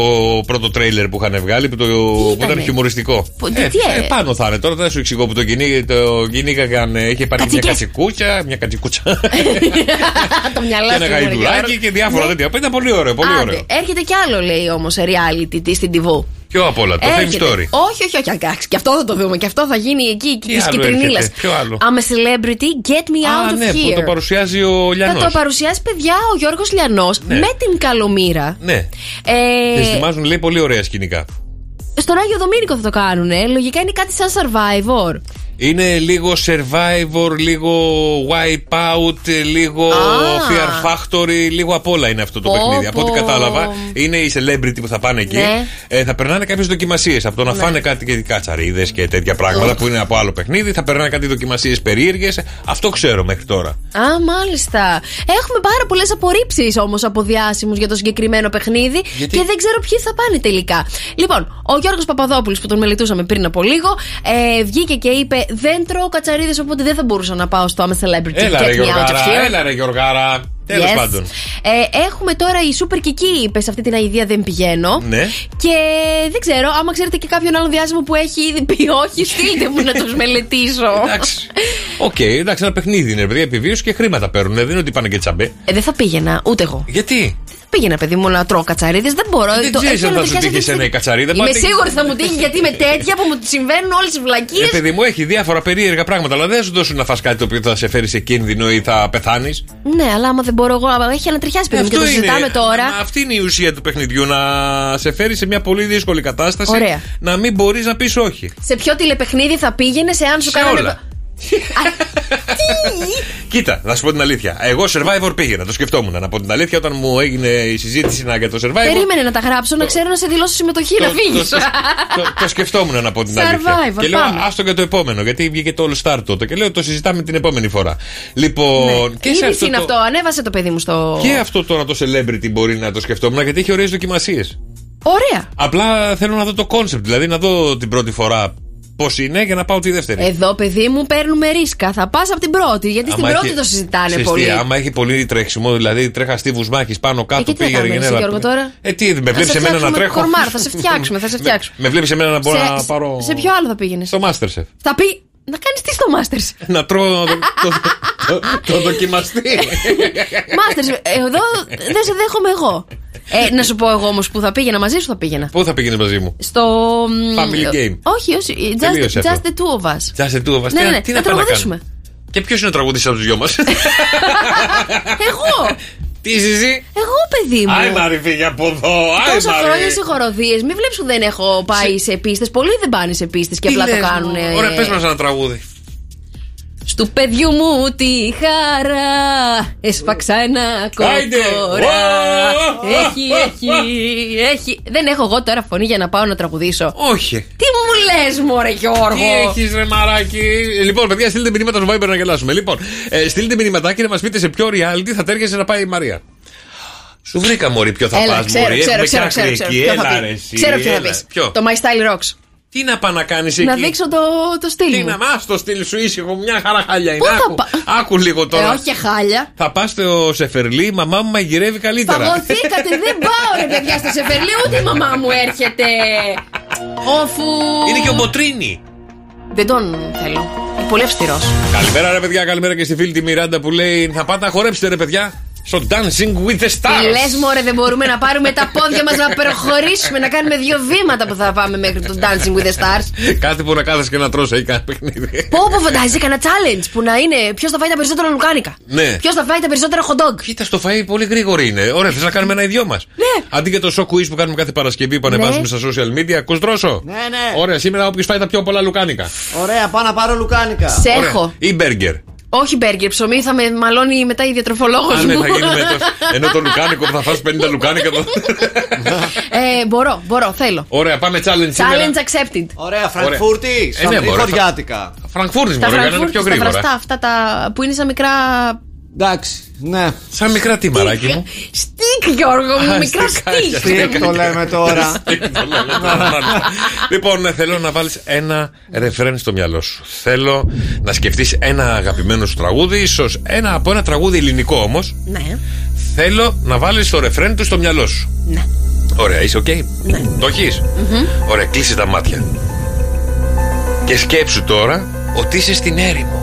S7: πρώτο τρέιλερ που είχαν βγάλει που, το, που ήταν
S6: ήτανε?
S7: χιουμοριστικό.
S6: Που- τι-
S7: ε,
S6: τι
S7: ε,
S6: ε?
S7: πάνω θα είναι. Τώρα δεν σου εξηγώ που το, κυνήγη, το κυνήγαγαν. ε, Είχε πάρει μια
S6: Κατσικές.
S7: κατσικούτσα, μια
S6: [LAUGHS]
S7: κατσικούτσα
S6: τα
S7: και
S6: μυαλά
S7: ένα
S6: σου, μωρέ,
S7: γαϊδουράκι και διάφορα τέτοια. Ήταν πολύ ωραίο, πολύ
S6: Ναι. Άντε,
S7: ωραίο.
S6: έρχεται κι άλλο λέει όμως reality τι στην TV.
S7: Πιο απ' όλα, Ε, το fame
S6: Έρχεται.
S7: story.
S6: Όχι, όχι, όχι. αγκάξει, Και αυτό θα το δούμε. Και αυτό θα γίνει εκεί της
S7: άλλο
S6: κυτρινίλα.
S7: έρχεται, ποιο άλλο?
S6: I'm a celebrity, get me out
S7: Α,
S6: of
S7: ναι,
S6: here.
S7: που το παρουσιάζει ο
S6: θα
S7: Λιανός
S6: το παρουσιάσει, παιδιά, ο Γιώργος Λιανός
S7: Ναι.
S6: με την καλομήρα.
S7: Ναι.
S6: Ε,
S7: Τις θυμάζουν, λέει, πολύ ωραία σκηνικά.
S6: Στον Άγιο Δομήνικο θα το κάνουνε. Λογικά είναι κάτι σαν survivor.
S7: Είναι λίγο Survivor, λίγο Wipeout, λίγο
S6: Α.
S7: Fear Factory, λίγο απ' όλα είναι αυτό το
S6: Πω,
S7: παιχνίδι. Από ό,τι
S6: πω.
S7: κατάλαβα, είναι οι celebrity που θα πάνε εκεί.
S6: Ναι.
S7: Ε, θα περνάνε κάποιες δοκιμασίες. Από το να φάνε κάτι και κατσαρίδε και τέτοια πράγματα που είναι από άλλο παιχνίδι, θα περνάνε κάτι δοκιμασίες περίεργες. Αυτό ξέρω μέχρι τώρα.
S6: Α, μάλιστα. Έχουμε πάρα πολλές απορρίψεις όμως από διάσημους για το συγκεκριμένο παιχνίδι
S7: Γιατί?
S6: και δεν ξέρω ποιοι θα πάνε τελικά. Λοιπόν, ο Γιώργος Παπαδόπουλος που τον μελετούσαμε πριν από λίγο, ε, βγήκε και είπε: Δεν τρώω κατσαρίδες, οπότε δεν θα μπορούσα να πάω στο I'm a celebrity.
S7: Έλα
S6: Get me
S7: ρε
S6: out of
S7: Γιωργάρα,
S6: here.
S7: έλα ρε Γιωργάρα. Τέλος
S6: Yes. [LAUGHS]
S7: πάντων.
S6: Ε, έχουμε τώρα η Super Kiki, είπες σε αυτή την αηδία δεν πηγαίνω.
S7: Ναι.
S6: Και δεν ξέρω, άμα ξέρετε και κάποιον άλλον διάσημο που έχει ήδη πει όχι, στείλτε μου να
S7: [LAUGHS]
S6: τους μελετήσω.
S7: Εντάξει. Οκ, εντάξει, ένα παιχνίδι είναι. Επειδή επιβίωση και χρήματα παίρνουν. Δεν είναι ότι πάνε και τσαμπέ.
S6: Ε, δεν θα πήγαινα, ούτε εγώ.
S7: Γιατί?
S6: Δεν θα πήγαινα, παιδί μου, να τρώω κατσαρίδες. Δεν μπορώ.
S7: Δεν
S6: το-
S7: ξέρεις
S6: έχω
S7: αν θα σου
S6: αναδικάσει
S7: τύχει
S6: αυτή τη
S7: εσένα η
S6: στιγμή.
S7: κατσαρίδα.
S6: Είμαι
S7: Μπορεί να
S6: σίγουρη θα μου
S7: [LAUGHS]
S6: τύχει γιατί είμαι τέτοια που μου συμβαίνουν όλες τις βλακίες.
S7: Ε, παιδί μου, έχει διάφορα περίεργα πράγματα, αλλά δεν θα σου δώσουν να φας κάτι το οποίο θα σε φέρει σε κίνδυνο ή θα πεθάνεις.
S6: Ναι, αλλά άμα δεν μπορώ εγώ, άμα έχει ανατριχιάσει παιδί μου και το συζητάμε τώρα.
S7: Αυτή είναι η ουσία του παιχνιδιού, να σε φέρει σε μια πολύ δύσκολη κατάσταση.
S6: Ωραία.
S7: Να μην μπορείς να πεις όχι.
S6: Σε ποιο τηλεπαιχνίδι θα πήγαινε εάν σου
S7: Σε
S6: κάνανε.
S7: όλα. [LAUGHS] Κοίτα, να σου πω την αλήθεια. Εγώ survivor πήγαινα, το σκεφτόμουν. Να πω την αλήθεια, όταν μου έγινε η συζήτηση να- για το survivor.
S6: Περίμενε να τα γράψω, να ξέρω να σε δηλώσω συμμετοχή, να
S7: το-
S6: φύγεις.
S7: το- Το, το σκεφτόμουν να πω την αλήθεια.
S6: Survivor,
S7: Και λέω,
S6: πάμε.
S7: άστο και το επόμενο, γιατί βγήκε το All Star τότε. Και λέω, το συζητάμε την επόμενη φορά. Λοιπόν, και
S6: Είδηση
S7: σε αυτό
S6: Ναι. είναι
S7: το-
S6: αυτό, ανέβασε το παιδί μου στο.
S7: Και αυτό τώρα το celebrity μπορεί να το σκεφτόμουν γιατί έχει ωραίες δοκιμασίες.
S6: Ωραία.
S7: Απλά θέλω να δω το concept, δηλαδή να δω την πρώτη φορά πώς είναι για να πάω τη δεύτερη.
S6: Εδώ, παιδί μου, παίρνουμε ρίσκα. Θα πας από την πρώτη, γιατί στην
S7: Άμα
S6: πρώτη
S7: έχει-
S6: το συζητάνε
S7: Ξέρεις τι,
S6: πολύ. Ε,
S7: άμα έχει πολύ τρεξιμό, δηλαδή τρέχα στίβους μάχη πάνω κάτω,
S6: και τι θα
S7: πήγε
S6: κάνουμε, εσύ,
S7: γενέλα.
S6: Γιώργο, τώρα?
S7: Ε, τι, με
S6: Θα
S7: βλέπεις
S6: σε
S7: εμένα να
S6: φτιάξουμε
S7: τρέχω.
S6: κορμάρ, θα σε φτιάξουμε, θα σε φτιάξουμε.
S7: [LAUGHS] με βλέπεις εμένα να μπορώ
S6: σε,
S7: να
S6: σε-
S7: πάρω.
S6: σε ποιο άλλο θα πήγαινες.
S7: Στο Masterchef. [LAUGHS]
S6: Θα πει. Να κάνεις τι στο Masters.
S7: να τρώω το, το, Το δοκιμαστή.
S6: Μάστερ, ε, εδώ δεν σε δέχομαι εγώ. Ε, να σου πω εγώ όμως που θα πήγαινα μαζί σου θα πήγαινα.
S7: Πού θα πήγαινες μαζί μου.
S6: Στο. μ, ε,
S7: Family game.
S6: Όχι, όχι.
S7: Τελείωσε
S6: Just,
S7: αυτό.
S6: just the two of us.
S7: Just the two of us.
S6: Ναι,
S7: Τι να-
S6: ναι,
S7: τι
S6: να
S7: να πάμε να
S6: τραγουδήσουμε.
S7: Και ποιος είναι ο τραγουδιστής από τους δυο μας.
S6: [LAUGHS] Εγώ!
S7: Τι ζήσει.
S6: Εγώ, παιδί μου.
S7: Άι Μαρή, φύγει από εδώ. Άι
S6: Τόσα
S7: Μαρή.
S6: χρόνια σε χοροδίες. Μην βλέπεις που δεν έχω πάει σε πίστες. Πολλοί δεν πάνε σε πίστες και
S7: Τι
S6: απλά το
S7: λες,
S6: κάνουν. ε,
S7: Ωραία, πες μας ένα τραγούδι.
S6: Στου παιδιού μου τη χαρά Έσπαξα ένα
S7: Άιντε!
S6: κοκορά
S7: Ω!
S6: Έχει, έχει, έχει Δεν έχω εγώ τώρα φωνή για να πάω να τραγουδήσω
S7: Όχι.
S6: Τι μου λες μωρέ Γιώργο
S7: Τι έχεις ρε μαράκι. Λοιπόν, παιδιά, στείλτε μηνύματα στο Viber να γελάσουμε. Λοιπόν, ε, στείλτε μηνύματα και να μας πείτε σε ποιο reality θα τέριαζε να πάει η Μαρία. Σου βρήκα μωρή, ποιο θα
S6: Έλα,
S7: πας,
S6: ξέρω,
S7: μωρή.
S6: ξέρω,
S7: Έχουμε
S6: ξέρω,
S7: και
S6: ξέρω, ξέρω,
S7: άκρη εκεί.
S6: ποιο θα
S7: Έλα,
S6: πει.
S7: ρε, εσύ,
S6: Ξέρω ποιο θα
S7: έλα.
S6: πεις.
S7: Ποιο.
S6: Το My Style Rocks
S7: Τι να πάω να κάνεις εκεί.
S6: Να δείξω το, το στυλ
S7: Τι
S6: μου
S7: να μα το στείλει σου ήσυχο, μια χαρά χαλιά είναι.
S6: Πού θα
S7: Άκου, άκου λίγο
S6: ε,
S7: τώρα.
S6: όχι και χάλια
S7: Θα πας στο Σεφερλί, η μαμά μου μαγειρεύει καλύτερα.
S6: Παγωθήκατε, δεν πάω ρε παιδιά στα Σεφερλί Ούτε η μαμά μου έρχεται Όφου
S7: [LAUGHS] Είναι και ο Μποτρίνι.
S6: Δεν τον θέλω Είναι Πολύ αυστηρός
S7: Καλημέρα ρε παιδιά, καλημέρα και στη φίλη τη Μιράντα που λέει Θα πάτε να χορέψετε ρε παιδιά στο Dancing with the Stars.
S6: Λες, Ε, μωρέ, δεν μπορούμε να πάρουμε τα πόδια μας να προχωρήσουμε, να κάνουμε δύο βήματα που θα πάμε μέχρι το Dancing with the Stars.
S7: Κάτι που να κάθεσαι και να τρως έχει κανένα παιχνίδι.
S6: Πω, πω, φαντάζεσαι κανένα challenge που να είναι ποιος θα φάει τα περισσότερα λουκάνικα.
S7: Ναι.
S6: Ποιος θα φάει τα περισσότερα hot dog.
S7: Κοίτα, στο φαΐ πολύ γρήγορη είναι. Ωραία, θες να κάνουμε ένα οι δυο μας.
S6: Ναι.
S7: Αντί για το show quiz που κάνουμε κάθε Παρασκευή που
S13: Ναι.
S7: ανεβάζουμε στα social media, ακού δρόσο.
S13: Ναι, ναι.
S7: Ωραία, σήμερα όποιος φάει τα πιο πολλά λουκάνικα.
S13: [LAUGHS] Ωραία, πάω να πάρω λουκάνικα.
S6: Σε
S7: Ωραία.
S6: έχω.
S7: Ή μπέργκερ.
S6: Όχι μπέργκερ, ψωμί θα με μαλώνει μετά η διατροφολόγο
S7: Α, ναι,
S6: μου.
S7: θα γίνουμε τόσο. Ενώ το λουκάνικο που θα φας 50
S6: [LAUGHS]
S7: λουκάνικα. το-
S6: ε, μπορώ, μπορώ, θέλω.
S7: Ωραία, πάμε challenge σήμερα.
S6: Challenge accepted.
S13: Ωραία,
S7: Φραγκφούρτη,
S13: Φραγκφούρτη.
S7: Ε, ναι, μωρέ,
S13: Χωριάτικα.
S7: Φραγκφούρτης
S6: Τα
S7: μου, να είναι πιο
S6: φραγκφούρτια, τα
S7: γρήγορα.
S6: βραστά αυτά τα που είναι σαν μικρά.
S13: Εντάξει, ναι.
S7: Σαν μικρά τι μαράκι
S6: [LAUGHS]
S7: μου.
S6: Στικ, Γιώργο μου,
S7: Α,
S6: μικρά
S7: στικάκια,
S6: στικ.
S13: Τι το λέμε τώρα.
S6: Ναι,
S7: [LAUGHS] Λοιπόν, θέλω να βάλεις ένα ρεφρέν στο μυαλό σου. Θέλω να σκεφτείς ένα αγαπημένο σου τραγούδι, ίσως ένα από ένα τραγούδι ελληνικό όμως.
S6: Ναι,
S7: Θέλω να βάλεις το ρεφρέν του στο μυαλό σου.
S6: ναι.
S7: Ωραία, είσαι οκ.
S6: Ναι.
S7: Το έχεις.
S6: Μμμ.
S7: Ωραία, κλείσει τα μάτια. Και σκέψου τώρα ότι είσαι στην έρημο.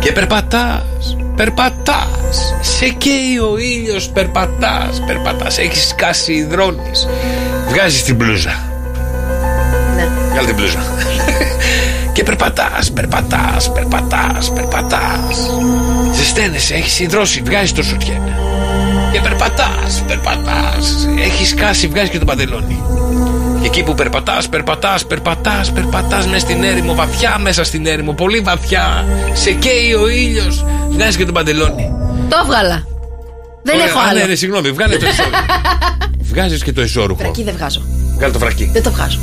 S7: Και περπατάς, περπατάς Σε καίει ο ήλιος, περπατάς, περπατάς Έχεις σκάσει, υδρώνεις Βγάζεις την μπλούζα
S6: ναι.
S7: Βγάλε την μπλούζα [LAUGHS] Και περπατάς, περπατάς, περπατάς, περπατάς Ζεσταίνεσαι, έχεις υδρώσει, βγάζεις το σουτιέν Και περπατάς, περπατάς Έχεις σκάσει, βγάζεις και το παντελόνι και εκεί που περπατάς, περπατάς, περπατάς, περπατάς μέσα στην έρημο, βαθιά μέσα στην έρημο, πολύ βαθιά. Σε καίει ο ήλιος, βγάζεις και τον παντελόνι.
S6: Το έβγαλα. Δεν
S7: Ωραία,
S6: έχω
S7: α, ναι,
S6: άλλο.
S7: ναι, συγγνώμη, βγάλε
S6: [LAUGHS]
S7: το εσόρουχο. Βγάζεις και το εσόρουχο.
S6: Βρακί δεν βγάζω.
S7: Βγάλε το βρακί.
S6: Δεν το βγάζω.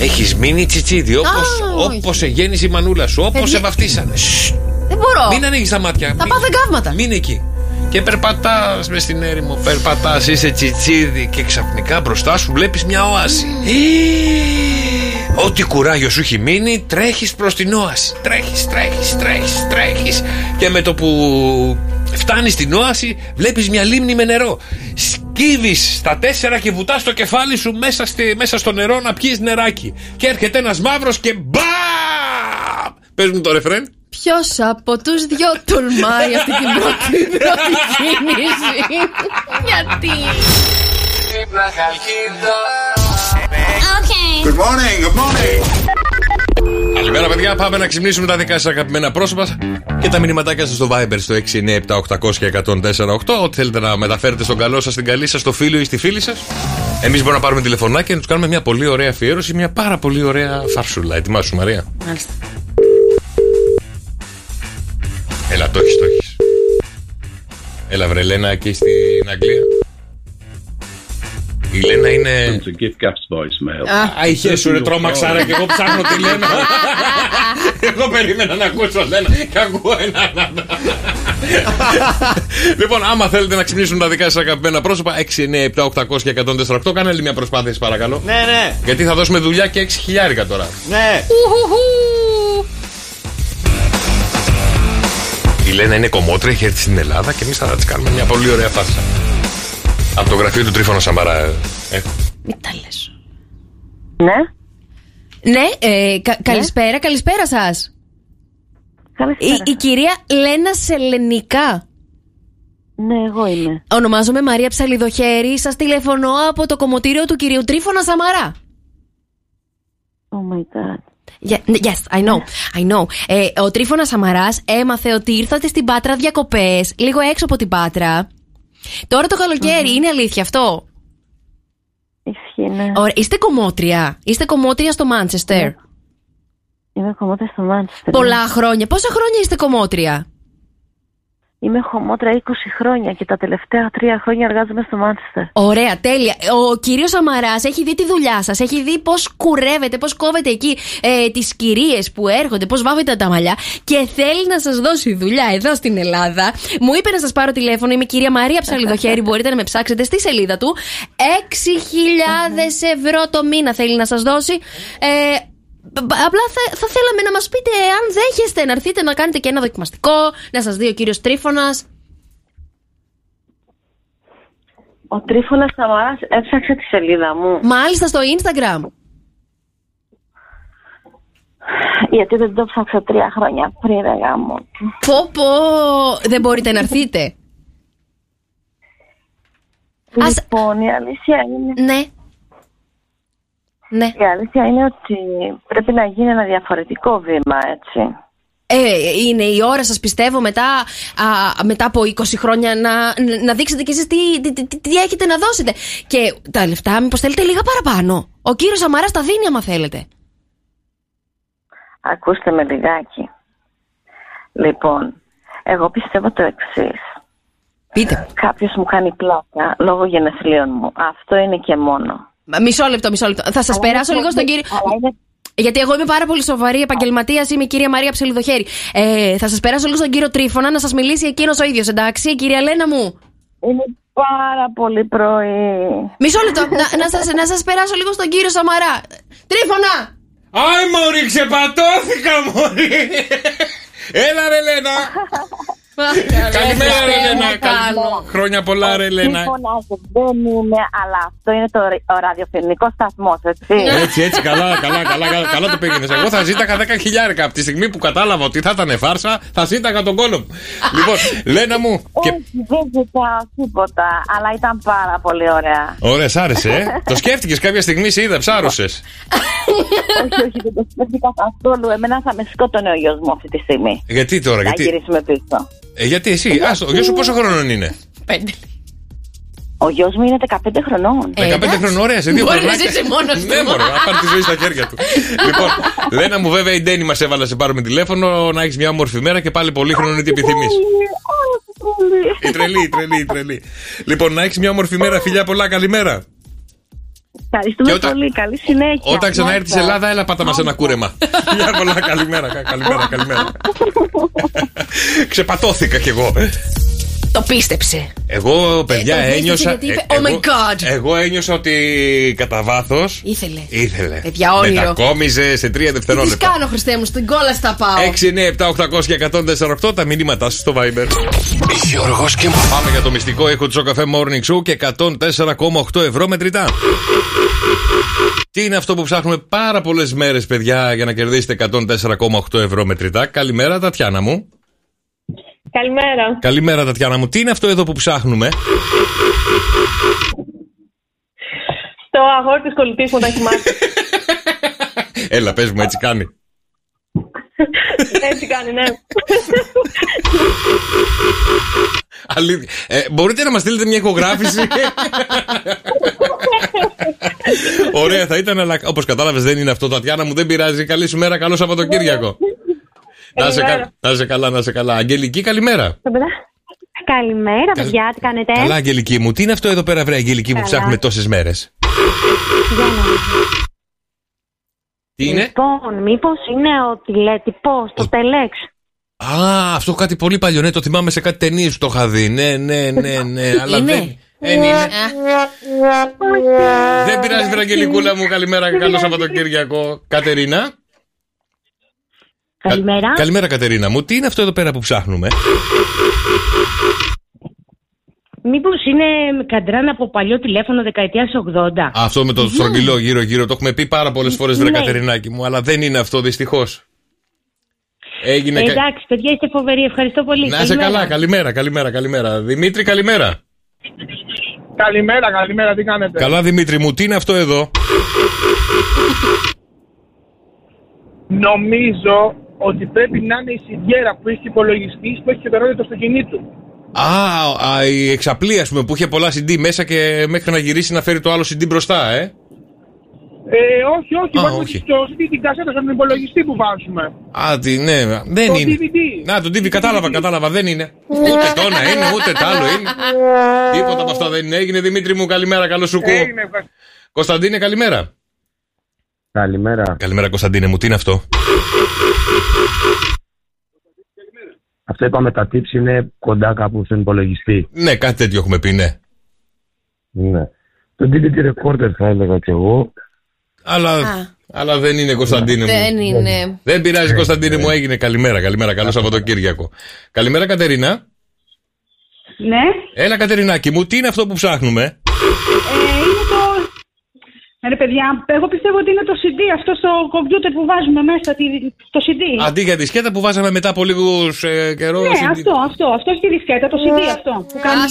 S7: Έχεις μείνει τσιτσίδι, όπως,
S6: Α,
S7: όπως σε γέννησε η μανούλα σου, όπως
S6: Παιδιά.
S7: σε βαφτίσανε. Σσ,
S6: Δεν μπορώ.
S7: Μην ανοίγεις τα μάτια.
S6: Θα
S7: Μην-
S6: πάθω εγκάβματα.
S7: Μην εκεί. Και περπατάς μες στην έρημο, περπατάς, είσαι τσιτσίδι και ξαφνικά μπροστά σου βλέπεις μια όαση.
S6: Mm.
S7: Ε, Ό,τι κουράγιο σου έχει μείνει, τρέχεις προς την όαση. Τρέχεις, τρέχεις, τρέχεις, τρέχεις. Και με το που φτάνεις στην όαση, βλέπεις μια λίμνη με νερό. Σκύβεις στα τέσσερα και βουτάς το κεφάλι σου μέσα, στη, μέσα στο νερό να πιεις νεράκι. Και έρχεται ένας μαύρος και μπαμ! Πες μου το ρεφρέν.
S6: Ποιος από τους δυο τολμάει αυτή την
S7: [LAUGHS]
S6: πρώτη, πρώτη κίνηση. Γιατί.
S11: Good morning, good morning.
S7: Καλημέρα, παιδιά. Πάμε να ξυπνήσουμε τα δικά σας αγαπημένα πρόσωπα και τα μηνυματάκια σας στο Viber στο 697-800-1048. Ό,τι θέλετε να μεταφέρετε στον καλό σας, στην καλή σας, στο φίλο ή στη φίλη σας. Εμείς μπορούμε να πάρουμε τηλεφωνάκια και να τους κάνουμε μια πολύ ωραία αφιέρωση, μια πάρα πολύ ωραία φάρσουλα. Ετοιμάσου, Μαρία.
S6: Μάλιστα.
S7: Έλα, το έχεις, το έχεις. Έλα, βρε, Λένα, εκεί στην Αγγλία. Η Λένα είναι.
S14: It's a gift gaps voicemail.
S7: Α, είχε σου ρε τρόμαξα ρε και εγώ ψάχνω τη Λένα [LAUGHS] Εγώ περίμενα να ακούσω Λένα και ακούω ένα ένα. [LAUGHS] Λοιπόν, άμα θέλετε να ξυπνήσουν τα δικά σας αγαπημένα πρόσωπα 6, 9, 7, 800 και 148 Κάνε άλλη μια προσπάθεια σας παρακαλώ
S13: [LAUGHS] Ναι, ναι,
S7: Γιατί θα δώσουμε δουλειά και 6 χιλιάρικα τώρα
S13: ναι.
S7: Η Λένα είναι κομμότρια, έχει έρθει στην Ελλάδα και εμείς θα της κάνουμε μια πολύ ωραία φάρσα Από το γραφείο του Τρίφωνα Σαμαρά ε.
S6: Μην τα λες.
S16: Ναι.
S7: Ναι.
S6: Ναι, ε, κα- καλησπέρα, καλησπέρα σας. Η, η κυρία Λένα Σελενικά.
S16: Ναι, εγώ είμαι.
S6: Ονομάζομαι Μαρία Ψαλιδοχέρη. Σας τηλεφωνώ από το κομμωτήριο του κυρίου Τρίφωνα Σαμαρά.
S16: Oh my god.
S6: Yeah, ναι, yes, I know. I know. Ε, ο Τρίφωνας Σαμαράς έμαθε ότι ήρθατε στην Πάτρα διακοπές, λίγο έξω από την Πάτρα. Τώρα το καλοκαίρι, είναι αλήθεια αυτό.
S16: Mm-hmm. Ισχύει, ναι.
S6: Ωραία, είστε κομμότρια. Είστε κομμότρια στο Μάντσεστερ.
S16: Είμαι χωμότρα στο ναι. Μάντσεστερ.
S6: Πολλά χρόνια. Πόσα χρόνια είστε κομμότρια.
S16: Είμαι χωμότρα 20 χρόνια και τα τελευταία τρία χρόνια εργάζομαι στο Μάντσεστερ.
S6: Ωραία, τέλεια. Ο κύριος Σαμαρά έχει δει τη δουλειά σας, έχει δει πώς κουρεύετε, πώς κόβετε εκεί ε, τις κυρίες που έρχονται, πώς βάβετε τα μαλλιά και θέλει να σας δώσει δουλειά εδώ στην Ελλάδα. Μου είπε να σας πάρω τηλέφωνο, είμαι η κυρία Μαρία Ψαλιδοχέρη, μπορείτε να με ψάξετε στη σελίδα του. 6.000 ευρώ το μήνα θέλει να σας δώσει. Ε, Μπ- Απλά θα, θα θέλαμε να μας πείτε αν δέχεστε να έρθετε να κάνετε και ένα δοκιμαστικό, να σας δει ο κύριος Τρίφωνας.
S16: Ο Τρίφωνας Σαμαράς έψαξε τη σελίδα μου.
S6: Μάλιστα στο Instagram.
S16: [LAUGHS] Γιατί δεν το ψάξα τρία χρόνια πριν, ρε γάμο.
S6: Πω πω, δεν μπορείτε να έρθετε.
S16: Λοιπόν, η αλήθεια είναι.
S6: Ναι. Ναι.
S16: Η αλήθεια είναι ότι πρέπει να γίνει ένα διαφορετικό βήμα, έτσι.
S6: Ε, είναι η ώρα σας πιστεύω μετά, α, μετά από 20 χρόνια να, να δείξετε κι εσείς τι, τι, τι, τι έχετε να δώσετε. Και τα λεφτά μήπως θέλετε λίγα παραπάνω. Ο κύριος Σαμαράς τα δίνει άμα θέλετε.
S16: Ακούστε με λιγάκι. Λοιπόν, εγώ πιστεύω το εξής.
S6: Πείτε.
S16: Κάποιος μου κάνει πλάκα λόγω γενεθλίων μου. Αυτό είναι και μόνο.
S6: Μα, Μισό λεπτό, μισό λεπτό. Θα σας
S16: Αλλά
S6: περάσω
S16: είναι-
S6: λίγο στον κύριο...
S16: αλλά είναι-
S6: Γιατί εγώ είμαι πάρα πολύ σοβαρή επαγγελματίας, είμαι η κυρία Μαρία Ψελιδοχέρη. Ε, θα σας περάσω λίγο στον κύριο Τρίφωνα να σας μιλήσει εκείνος ο ίδιος, εντάξει, κυρία Λένα μου.
S16: Είναι πάρα πολύ πρωί.
S6: Μισό λεπτό, να, να σας, να σας περάσω λίγο στον κύριο Σαμαρά. Τρίφωνα!
S7: Άι, Μωρή, ξεπατώθηκα, Μωρή! Έλα, ρε, Λένα! Καλημέρα, ρε, Λένα! Καλημέρα. Χρόνια πολλά, ρε, Λένα!
S16: Συμφωνώ, δεν είναι, αλλά αυτό είναι το, ρι- ο ραδιοφωνικός σταθμός, έτσι.
S7: Έτσι, έτσι, καλά, καλά, καλά, καλά, καλά το πήγαινες. Εγώ θα ζήταγα 10 χιλιάρικα. Από τη στιγμή που κατάλαβα ότι θα ήταν φάρσα, θα ζήταγα τον κόλο μου. λοιπόν, Λένα μου.
S16: Όχι,
S7: Και...
S16: δεν ζητάω τίποτα, αλλά ήταν πάρα πολύ ωραία.
S7: Ωραία, σ' άρεσε. ε. το σκέφτηκες κάποια στιγμή, σε είδα, ψάρωσες.
S16: όχι, όχι, δεν το σκέφτηκα καθόλου. Εμένα θα με σκότωνε ο γιος μου αυτή τη στιγμή.
S7: γιατί τώρα,
S16: Θα
S7: γιατί.
S16: γυρίσουμε πίσω.
S7: Ε, γιατί εσύ, άστο, ο γιος σου πόσο χρονών είναι.
S6: Πέντε.
S16: Ο γιος μου είναι 15 χρονών.
S6: Ε,
S7: 15 χρονών, ωραία, σε δύο
S6: Μπορεί να
S7: χρονάκια.
S6: ζήσει μόνος
S7: Ναι,
S6: του.
S7: μπορεί να πάρει τη ζωή στα χέρια
S6: [LAUGHS]
S7: του. λοιπόν, Λένα μου, βέβαια η Ντένι μας έβαλε να σε πάρουμε τηλέφωνο, να έχεις μια όμορφη μέρα και πάλι πολύ χρόνο είναι τι επιθυμεί. Η τρελή, η τρελή, η τρελή. Λοιπόν, να έχεις μια όμορφη μέρα, φιλιά πολλά, καλημέρα.
S16: Ευχαριστούμε
S7: Και όταν-
S16: πολύ. Καλή συνέχεια.
S7: Όταν ξαναέρθει
S16: Μάλιστα.
S7: Ελλάδα, έλα πάτα μας ένα
S16: [LAUGHS]
S7: κούρεμα. Φιλιά πολλά, καλημέρα, κα- καλημέρα, καλημέρα. Ξεπατώθηκα κι εγώ.
S6: Το πίστεψε.
S7: Εγώ, παιδιά,
S6: Ε, το
S7: ένιωσα.
S6: δείχνεις γιατί είπε, «Oh my
S7: εγώ-
S6: God».
S7: Εγώ ένιωσα ότι κατά βάθος.
S6: Ήθελε.
S7: Ήθελε.
S6: Παιδιά, όνειρο.
S7: Μετακόμιζε σε τρία
S6: Τι
S7: δευτερόλεπτα.
S6: κάνω, Χριστέ μου, στην κόλαση θα πάω.
S7: 6, 9, 7, 800 τα μηνύματά σου στο Viber.
S3: Γιώργος και Μ-
S7: Πάμε για το μυστικό ήχο του Καφέ Morning Show και 104,8 ευρώ μετρητά. Τι είναι αυτό που ψάχνουμε πάρα πολλές μέρες, παιδιά, για να κερδίσετε 104,8 ευρώ μετρητά. Καλημέρα, Τατιάνα μου.
S18: Καλημέρα.
S7: Καλημέρα, Τατιάνα μου. Τι είναι αυτό εδώ που ψάχνουμε.
S18: Το αγόρι της κολλητής μου τα έχει μάθει.
S7: Έλα, πες μου, έτσι κάνει.
S18: Έτσι κάνει, ναι.
S7: Αλήθεια. Ε, μπορείτε να μας στείλετε μια ηχογράφηση. Ωραία, θα ήταν, αλλά όπως κατάλαβες, δεν είναι αυτό, Τατιάνα μου. Δεν πειράζει. Καλή σου μέρα, καλό Σαββατοκύριακο. να, σε καλά,
S19: Καλημέρα.
S7: να σε καλά, να σε καλά. Αγγελική, καλημέρα.
S19: Καλημέρα,
S7: Καλ-
S19: παιδιά, τι κάνετε.
S7: Καλά, Αγγελική μου. Τι είναι αυτό εδώ πέρα, βρε Αγγελική, που
S19: Καλά.
S7: ψάχνουμε τόσες μέρες.
S19: Για να δω.
S7: Τι είναι.
S19: Λοιπόν, μήπως είναι ο τηλετυπώ, το τελέξ.
S7: Α, αυτό κάτι πολύ παλιό. Ναι, το θυμάμαι σε κάτι ταινίες που το είχα δει. Ναι, ναι, ναι, ναι. αλλά
S19: Είναι.
S7: δεν. Ε, είναι. Δεν πειράζει, βρε Αγγελικούλα μου. Καλημέρα, καλό Σαββατοκύριακο. Κατερίνα.
S19: Καλημέρα.
S7: Καλημέρα, Κατερίνα μου. Τι είναι αυτό εδώ πέρα που ψάχνουμε.
S20: Μήπως είναι καντράν από παλιό τηλέφωνο δεκαετίας 80.
S7: Αυτό με το στρογγυλό γύρω-γύρω το έχουμε πει πάρα πολλές φορές, βρε
S20: Ναι.
S7: Κατερινάκη μου, αλλά δεν είναι αυτό δυστυχώς. Έγινε. κα-
S20: Εντάξει, παιδιά, είστε φοβεροί. Ευχαριστώ πολύ.
S7: Να είσαι καλά, καλημέρα, καλημέρα, καλημέρα. Δημήτρη, καλημέρα.
S17: Καλημέρα, καλημέρα, τι κάνετε.
S7: Καλά, Δημήτρη μου, τι είναι αυτό εδώ.
S17: Νομίζω ότι πρέπει να είναι η σιδιέρα που έχει υπολογιστή που έχει χετερόλεπτο στο αυτοκινήτου.
S7: Α, α, η εξαπλή, ας πούμε, που είχε πολλά CD μέσα και μέχρι να γυρίσει να φέρει το άλλο CD μπροστά, ε.
S17: Ε, όχι, όχι,
S7: Α,
S17: βάζουμε
S7: όχι.
S17: στο σπίτι την κασέτα στον υπολογιστή που βάζουμε.
S7: Α, τι, ναι, δεν
S17: το
S7: είναι.
S17: DVD.
S7: Να, το TV, κατάλαβα, κατάλαβα, δεν είναι. Ούτε το ένα είναι, ούτε το άλλο είναι. Τίποτα από αυτά δεν είναι. Έγινε Δημήτρη μου, καλημέρα, καλό σου ακούω.
S17: Έγινε, ευχαριστώ.
S7: Κωνσταντίνε, καλημέρα.
S14: Καλημέρα.
S7: Καλημέρα, Κωνσταντίνε μου, τι είναι αυτό.
S14: Αυτό είπαμε τα tips είναι κοντά κάπου στον υπολογιστή.
S7: Ναι, κάτι τέτοιο έχουμε πει, ναι.
S14: Ναι. Το DVD recorder θα έλεγα κι εγώ.
S7: Αλλά, αλλά δεν είναι, Κωνσταντίνε μου.
S6: Δεν είναι.
S7: Δεν πειράζει, Κωνσταντίνε μου, έγινε. Καλημέρα, καλημέρα. Καλό Σαββατοκύριακο. Καλημέρα, Κατερίνα.
S16: Ναι,
S7: Έλα, Κατερινάκη μου, τι είναι αυτό που ψάχνουμε.
S16: ε, είναι το. Ρε παιδιά, εγώ πιστεύω ότι είναι το CD, αυτό στο κομπιούτερ που βάζουμε μέσα τη- το CD.
S7: Αντί για τη σκέτα που βάζαμε μετά από λίγο ε, καιρό.
S16: ναι,
S7: συν-
S16: αυτό, αυτό, αυτό έχει τη δισκέτα, το CD αυτό. Που κάνει...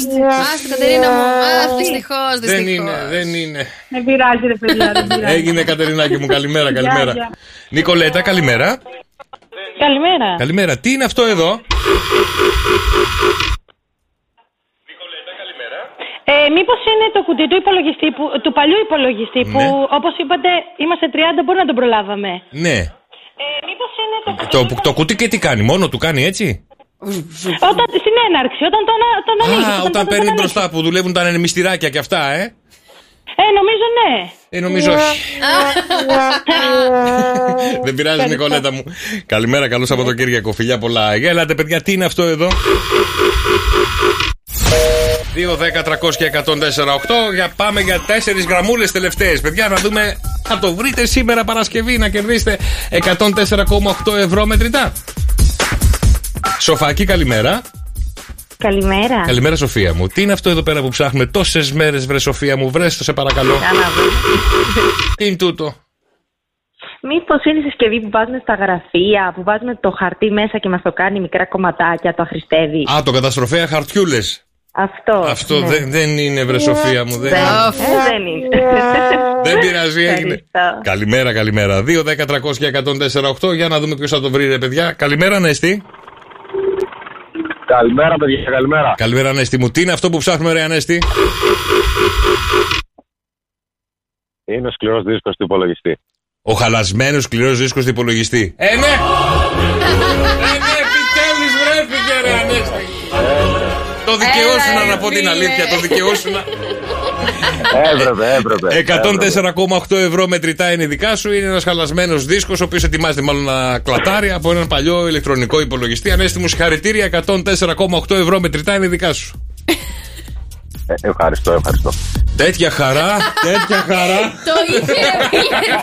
S6: Άστι, Κατερίνα μου. Άστι, δυστυχώς,
S7: Δεν
S6: δυστυχώς.
S7: είναι, δεν είναι.
S16: Δεν πειράζει, ρε παιδιά, δεν πειράζει.
S7: Έγινε, Κατερινάκη μου, καλημέρα,
S16: Γεια,
S7: καλημέρα.
S16: γεια.
S7: Νικολέτα, καλημέρα.
S16: Καλημέρα.
S7: Καλημέρα, τι είναι αυτό εδώ.
S20: Ε, Μήπως είναι το κουτί του υπολογιστή, που, του παλιού υπολογιστή, που όπως είπατε είμαστε 30, μπορεί να τον προλάβαμε. Ε,
S7: Ναι. Το, το κουτί και τι κάνει, μόνο του κάνει έτσι.
S20: Όταν, στην έναρξη, όταν τον, α- Ναι, τον ανοίγεις,
S7: Α, όταν
S20: τον-
S7: παίρνει
S20: τον
S7: μπροστά που δουλεύουν τα ανεμιστηράκια και αυτά, ε.
S20: ανοίγεις. Ε, νομίζω ναι.
S7: Ε, νομίζω όχι. [LAUGHS] Δεν πειράζει,
S20: Ευχαριστώ.
S7: Νικολέτα μου. Καλημέρα, καλό Σαββατοκύριακο. Φιλιά πολλά. Για ελάτε, παιδιά, τι είναι αυτό εδώ. 2, 10, 300 και 104, 8. Για πάμε για 4 γραμμούλες τελευταίες. Παιδιά, να δούμε. Θα το βρείτε σήμερα Παρασκευή να κερδίσετε 104,8 ευρώ μετρητά. Σοφάκι, καλημέρα.
S19: Καλημέρα.
S7: Καλημέρα, Σοφία μου. Τι είναι αυτό εδώ πέρα που ψάχνουμε τόσες μέρες, βρε Σοφία μου, βρες το σε παρακαλώ. Τι είναι τούτο.
S19: Μήπως είναι η συσκευή που βάζουμε στα γραφεία, που βάζουμε το χαρτί μέσα και μας το κάνει μικρά κομματάκια, το αχρηστεύει.
S7: Α, το καταστροφέα χαρτιούλες.
S19: Αυτό.
S7: Αυτό
S19: ναι.
S7: δεν, δεν είναι, βρε Σοφία μου. Δεν,
S19: Δεν,
S7: είναι.
S19: ε, δεν είναι.
S7: δεν πειράζει, έγινε.
S19: Ευχαριστώ.
S7: Καλημέρα, καλημέρα. 2, 10, 300 και 104,8. Για να δούμε ποιος θα το βρει, ρε παιδιά. Καλημέρα, Νέστη.
S17: Καλημέρα, παιδιά, καλημέρα.
S7: Καλημέρα, Νέστη μου. Τι είναι αυτό που ψάχνουμε, ρε Ανέστη.
S15: Είναι ο σκληρός δίσκος του υπολογιστή.
S7: Ο χαλασμένος σκληρός δίσκος του υπολογιστή. Ε, ναι! Ε, ναι, επιτέλου βρέθηκε, ρε Ανέστη. Το δικαιώσουν να πω την αλήθεια, το δικαιώσουν.
S14: Έπρεπε, έπρεπε.
S7: 104,8 ευρώ μετρητά είναι δικά σου. Είναι ένας χαλασμένος δίσκος, ο οποίος ετοιμάζεται μάλλον να κλατάρει από έναν παλιό ηλεκτρονικό υπολογιστή. Ανέστη μου, συγχαρητήρια. 104,8 ευρώ μετρητά είναι δικά σου.
S14: Ε, ευχαριστώ, ευχαριστώ.
S7: Τέτοια χαρά, τέτοια χαρά.
S6: Το ήθελα, φίλε.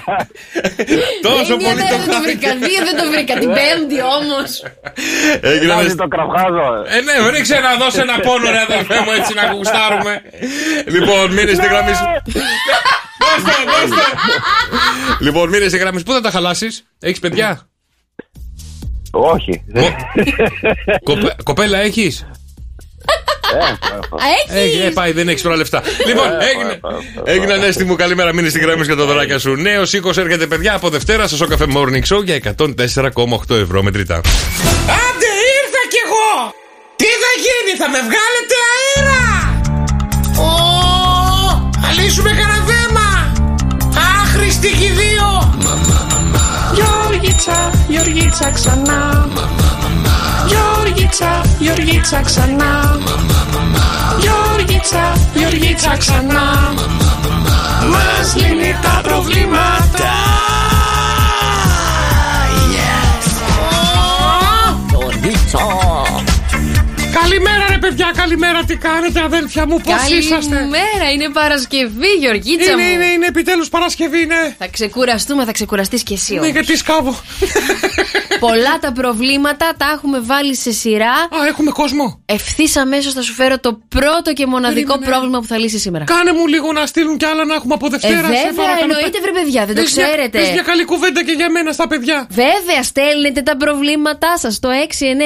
S7: Τόσο
S6: Μια
S7: πολύ
S6: μέρα δεν
S7: το Ε.
S6: το βρήκα. Δύο δεν το βρήκα. Την πέμπτη όμως.
S7: Έγινε. Ανέστη.
S14: το κραυγάζω.
S7: Ε, ναι, ρίξε να δώσω ένα πόνο, ρε αδερφέ μου, έτσι να γουστάρουμε. λοιπόν, μείνε
S14: Ναι!
S7: στη γραμμή σου. Δώστε, δώστε. λοιπόν, μείνε στη γραμμή σου. Πού θα τα χαλάσεις, έχεις παιδιά.
S14: Όχι.
S7: Κοπε- Κοπέλα, έχεις.
S6: Έχει.
S7: Ε, πάει, δεν έχεις τώρα λεφτά. λοιπόν,
S14: Ε,
S7: έγινε. έγινε ανέστη μου, καλημέρα. Μείνε στην γραμμή σου και τα δωράκια σου. Νέος οίκος έρχεται, παιδιά, από Δευτέρα στο Σοκαφέ Morning Show για 104,8 ευρώ μετρητά.
S2: Άντε ήρθα κι εγώ! Τι θα γίνει, θα με βγάλετε αέρα! Ω, θα λύσουμε κανένα θέμα! Άχρηστη κι οι δύο! Γιώργιτσα, Γιώργιτσα ξανά Γιώργιτσα, Γιώργιτσα ξανά Γιώργιτσα, Γιώργιτσα ξανά Μας λύνει τα προβλήματα Yes! Ω, Καλημέρα ρε παιδιά, καλημέρα τι κάνετε αδέλφια μου, πώς είσαστε
S6: Καλημέρα, είναι Παρασκευή, Γεωργίτσα
S2: Είναι, είναι,
S6: μου.
S2: είναι, επιτέλους Παρασκευή, ναι
S6: Θα ξεκουραστούμε, θα ξεκουραστείς κι εσύ
S2: Ναι
S6: όμως.
S2: γιατί σκάβω
S6: Πολλά τα προβλήματα τα έχουμε βάλει σε σειρά.
S7: Α, έχουμε κόσμο.
S6: Ευθύ αμέσω θα σου φέρω το πρώτο και μοναδικό πρόβλημα που θα λύσει σήμερα.
S7: Κάνε μου λίγο να στείλουν κι άλλα να έχουμε από
S6: Ε,
S7: Δευτέρα. σε
S6: βέβαια,
S7: παρακαλώ.
S6: εννοείται βρε παιδιά, δεν το
S7: Πες μια-
S6: ξέρετε.
S7: πες μια καλή κουβέντα και για μένα στα παιδιά.
S6: Βέβαια, στέλνετε τα προβλήματά σας στο 697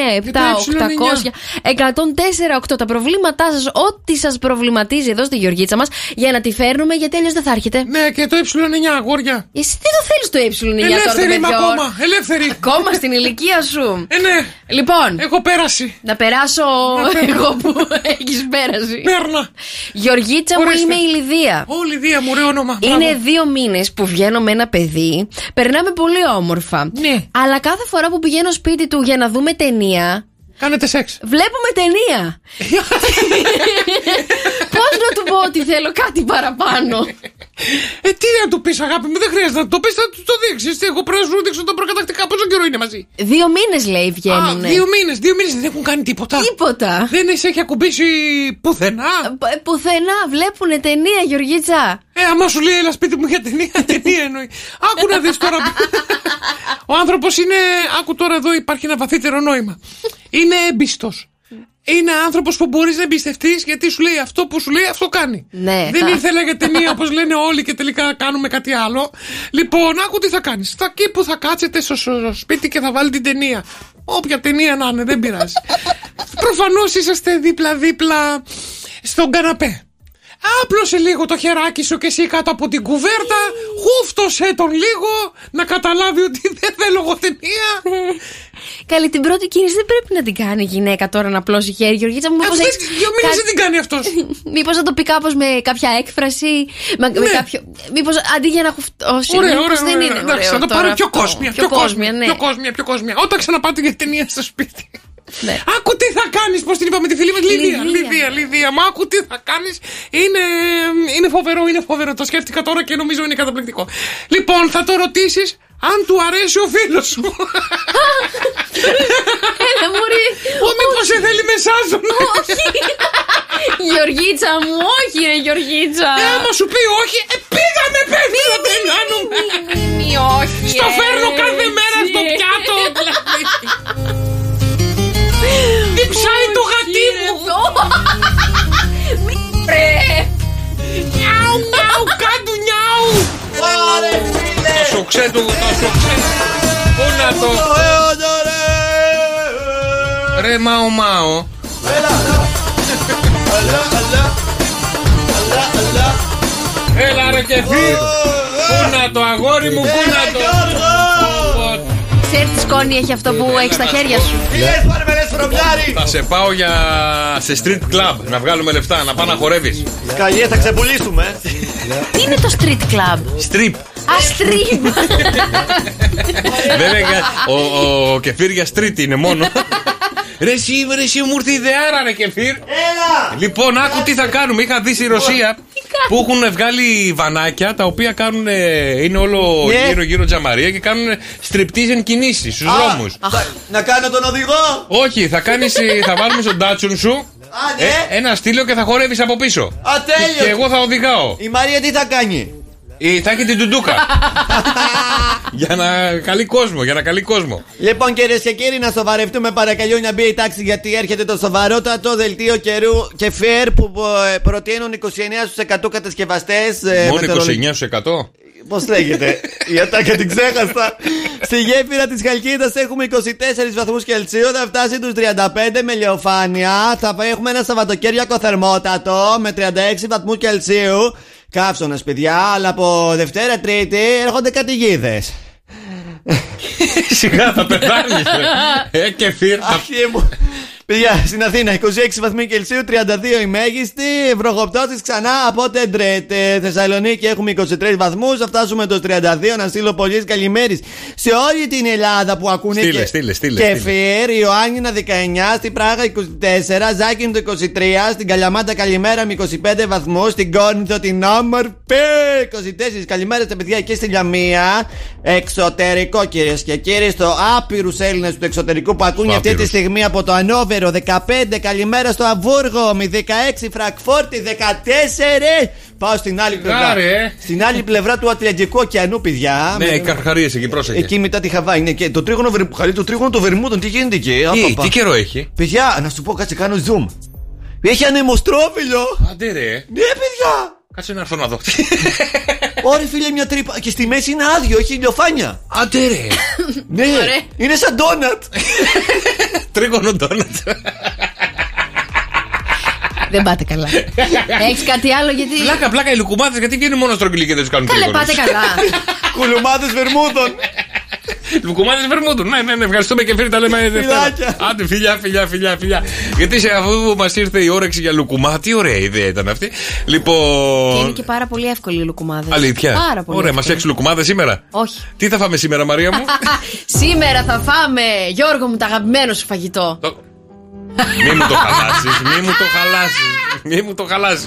S6: 800 104 Τα προβλήματά σα, ό,τι σας προβληματίζει εδώ στη Γεωργίτσα μας, για να τη φέρνουμε γιατί αλλιώς δεν θα έρχεται.
S7: Ναι, και το ε9, αγόρια.
S6: Εσύ τι το θέλεις το ε9 τώρα,
S7: Ελεύθερη είμαι
S6: παιδιό.
S7: ακόμα. Ελεύθερη.
S6: Ακόμα στην ηλικία σου.
S7: Ε, ναι.
S6: Λοιπόν.
S7: Έχω πέραση.
S6: Να περάσω
S7: Να περάσω.
S6: εγώ που έχεις πέραση.
S7: Πέρνα.
S6: Γεωργίτσα μου,
S7: Ορίστε.
S6: είμαι η Λιδία.
S7: Ω, Λιδία μου, ωραίο όνομα.
S6: Είναι
S7: Μπράβο.
S6: δύο μήνες που βγαίνω με ένα παιδί. Περνάμε πολύ όμορφα.
S7: Ναι.
S6: Αλλά κάθε φορά που πηγαίνω σπίτι του για να δούμε ταινία.
S7: Κάνετε σεξ.
S6: Βλέπουμε ταινία. Πώ να του πω ότι θέλω κάτι παραπάνω.
S7: Ε, τι να του πεις, αγάπη μου, δεν χρειάζεται να το πεις, θα του το δείξεις. Εγώ πρέπει να σου δείξω τα προκατακτικά. Πόσο καιρό είναι μαζί.
S6: Δύο μήνες λέει
S7: Α,
S6: βγαίνουν.
S7: δύο μήνες, δύο μήνες δεν έχουν κάνει τίποτα.
S6: Τίποτα.
S7: Δεν σε έχει ακουμπήσει πουθενά.
S6: Π- Πουθενά βλέπουν ταινία, Γεωργίτσα.
S7: Ε, άμα σου λέει, έλα σπίτι μου για ταινία, ταινία εννοεί. Άκου να δεις τώρα. Ο άνθρωπος είναι. Άκου τώρα εδώ, υπάρχει ένα βαθύτερο νόημα. Είναι έμπιστο. Είναι άνθρωπος που μπορείς να εμπιστευτείς γιατί σου λέει αυτό που σου λέει, αυτό κάνει.
S6: Ναι.
S7: Δεν
S6: θα-
S7: ήθελα για ταινία όπως λένε όλοι και τελικά κάνουμε κάτι άλλο. Λοιπόν, άκου τι θα κάνεις. Θα εκεί που θα κάτσετε στο, στο σπίτι και θα βάλει την ταινία. Όποια ταινία να είναι, δεν πειράζει. Προφανώς είσαστε δίπλα-δίπλα στον καναπέ. Άπλωσε λίγο το χεράκι σου και εσύ κάτω από την κουβέρτα. Χούφτωσε τον λίγο να καταλάβει ότι δεν θέλω εγώ
S6: Ναι,
S7: ταινία.
S6: Καλή, την πρώτη κίνηση δεν πρέπει να την κάνει η γυναίκα τώρα να πλώσει χέρι. Γεωργίτσα μου, μήπως
S7: Αυτό
S6: έχει.
S7: Ε, δύο μήνες δεν την κάνει αυτός.
S6: Μήπως να το πει κάπως με κάποια έκφραση. Με, με
S7: Ναι.
S6: κάποιο... Μήπως αντί για να χουφτώσει.
S7: Ωραία,
S6: μήπως
S7: ωραία,
S6: δεν
S7: ωραία.
S6: είναι.
S7: Εντάξει,
S6: ωραίο
S7: θα το
S6: τώρα
S7: πάρω πιο
S6: αυτό.
S7: κόσμια.
S6: Πιο κόσμια, ναι.
S7: Πιο κόσμια, πιο κόσμια. Όταν ξαναπάτε για ταινία στο σπίτι. Άκου τι θα κάνεις, πώς την είπαμε τη φίλη μας. Λιδία,
S6: Λιδία.
S7: Λιδία, Λιδία. Μα άκου τι θα κάνεις. Είναι, είναι φοβερό, είναι φοβερό. Το σκέφτηκα τώρα και νομίζω είναι καταπληκτικό. Λοιπόν, θα το ρωτήσεις αν του αρέσει ο φίλος σου.
S6: Έλα, μωρή.
S7: Ο μήπως σε θέλει μεσάζον.
S6: όχι. Γεωργίτσα μου, όχι, ρε Γεωργίτσα.
S7: Ε, άμα σου πει όχι, ε, πήγαμε, παιδί, να την κάνουμε.
S6: Μη, όχι. ε,
S7: Στο φέρνω κάθε
S6: έτσι.
S7: μέρα στο πιάτο, δηλαδή. Τι ψάει το γατί μου.
S6: Ρε.
S7: Νιάου, νιάου, κάτου νιάου. Το σοξέ του, το σοξέ. Πού να το. Ρε μάω μάω. Έλα ρε και φύγ. Πού να το αγόρι μου, πού να το.
S6: Ξέρεις τι σκόνη έχει αυτό που έχει στα χέρια σου.
S7: Θα σε πάω για σε street club να βγάλουμε λεφτά, να πάω να χορεύεις.
S13: Σκαλιέ, θα ξεπουλήσουμε.
S6: Τι είναι το street club.
S7: Strip.
S6: Α,
S7: [LAUGHS]
S6: street.
S7: Βέβαια ο, ο, ο Κεφίρ για street είναι μόνο. Ρε εσύ, ρε εσύ μου ήρθε η ιδέα ρε, ρε Κεφίρ.
S13: Έλα!
S7: Λοιπόν, άκου τι θα κάνουμε. Είχα δει
S13: Λοιπόν,
S7: στη Ρωσία που έχουν βγάλει βανάκια τα οποία κάνουν, ε, είναι όλο
S13: Ναι.
S7: γύρω-γύρω τζαμαρία και κάνουν στριπτίζεν κινήσεις στους
S13: Α,
S7: δρόμους.
S13: θα- Να κάνω τον οδηγό!
S7: Όχι, θα, κάνεις, ε, θα βάλουμε στον τάτσουν σου
S13: Α, ναι!
S7: ε, ένα στήλιο και θα χορεύεις από πίσω.
S13: Α, τέλειος.
S7: Και, και εγώ θα οδηγάω.
S13: Η Μαρία τι θα κάνει.
S7: Ε, θα έχει
S13: [LAUGHS]
S7: την τουντούκα. για να καλεί κόσμο, για να καλεί κόσμο.
S13: Λοιπόν, κυρίες και κύριοι, να σοβαρευτούμε παρακαλώ να μπει η τάξη γιατί έρχεται το σοβαρότατο δελτίο καιρού και φέρ που ε, προτείνουν 29 στου 100 κατασκευαστέ.
S7: Μόνο 29%.
S13: Πώς λέγεται. Η ατάκα την ξέχασα. Στη γέφυρα της Χαλκίδας έχουμε 24 βαθμούς Κελσίου. Θα φτάσει τους 35 με ηλιοφάνεια. Θα έχουμε ένα Σαββατοκύριακο θερμότατο με 36 βαθμού Κελσίου. Καύσωνα, παιδιά, αλλά από Δευτέρα Τρίτη έρχονται καταιγίδες. Ε,
S7: Σιγά θα [LAUGHS] πεθάνεις. ε, Κεφίρ. θα-
S13: Αχιέ μου. Παιδιά, στην Αθήνα 26 βαθμοί Κελσίου, 32 η μέγιστη. Βροχοπτώσει ξανά από τεντρέτε. Θεσσαλονίκη έχουμε 23 βαθμούς, θα φτάσουμε το 32. Να στείλω πολλέ καλημέρε σε όλη την Ελλάδα που ακούνε.
S7: Στείλε,
S13: και-
S7: στείλε, στείλε,
S13: Και
S7: στείλε.
S13: Φιέρ, Ιωάννινα 19, στην Πράγα 24, Ζάκιν το 23, στην Καλαμάτα καλημέρα με 25 βαθμούς, στην Κόρνηθο την όμορφη 24. Καλημέρα στα παιδιά και στη Λαμία. Εξωτερικό κυρίες και κύριοι, στο άπειρους Έλληνες του εξωτερικού που ακούνε αυτή τη
S7: άπειρους.
S13: στιγμή από το Ανόβε
S21: Τάβερο, 15 καλημέρα στο Αμβούργο, 16 Φραγκφόρτη, 14. Πάω στην άλλη πλευρά.
S7: Γάρε.
S21: Στην άλλη πλευρά του Ατλαντικού ωκεανού, παιδιά.
S7: Ναι,
S21: Με-
S13: ε,
S7: οι καρχαρίες εκεί, πρόσεχε.
S21: Εκεί Ε, μετά τη Χαβάη. Ναι, και το τρίγωνο, Βερμ- χαλί, το τρίγωνο των Βερμούδων, τι γίνεται εκεί.
S7: Τι,
S21: άπαπα.
S7: Ε, τι καιρό έχει.
S21: Παιδιά, να σου πω, κάτσε, κάνω zoom. Έχει ανεμοστρόβιλο.
S7: Αντί ρε.
S21: Ναι, παιδιά.
S7: Κάτσε να έρθω να δω.
S21: Ωρε, φίλε, μια τρύπα. Και στη μέση είναι άδειο, έχει ηλιοφάνεια.
S7: Αντί ρε.
S21: Ναι, είναι σαν ντόνατ.
S7: Τρίγωνο ντόνατ.
S6: Δεν πάτε καλά. Έχεις κάτι άλλο γιατί.
S7: Πλάκα, πλάκα, οι λουκουμάδες γιατί βγαίνουν μόνο στρογγυλοί και δεν τους κάνουν
S6: Καλέ,
S7: τρίγωνο.
S6: πάτε καλά.
S7: [LAUGHS] Λοιπόν.
S21: Κουλουμάδες Βερμούδων.
S7: Λουκουμάδε Βερμούδων. Ναι, ναι, ναι, ευχαριστούμε και φίλοι τα λέμε. Δευτέρα.
S21: Φιλάκια.
S7: Άντε, φιλιά, φιλιά, φιλιά, φιλιά. Γιατί σε αφού μας ήρθε η όρεξη για λουκουμά, τι ωραία ιδέα ήταν αυτή.
S6: Και είναι
S7: Λοιπόν.
S6: και πάρα πολύ εύκολη η λουκουμάδα.
S7: Αλήθεια.
S6: Πάρα πολύ.
S7: Ωραία, μας
S6: εύκολη.
S7: έξι λουκουμάδε σήμερα.
S6: Όχι.
S7: Τι θα φάμε σήμερα, Μαρία
S6: [LAUGHS]
S7: μου.
S6: Σήμερα θα φάμε, Γιώργο μου, το αγαπημένο σου φαγητό.
S7: μη μου το χαλάσεις, μη μου το χαλάσεις. Μη μου το χαλάσεις.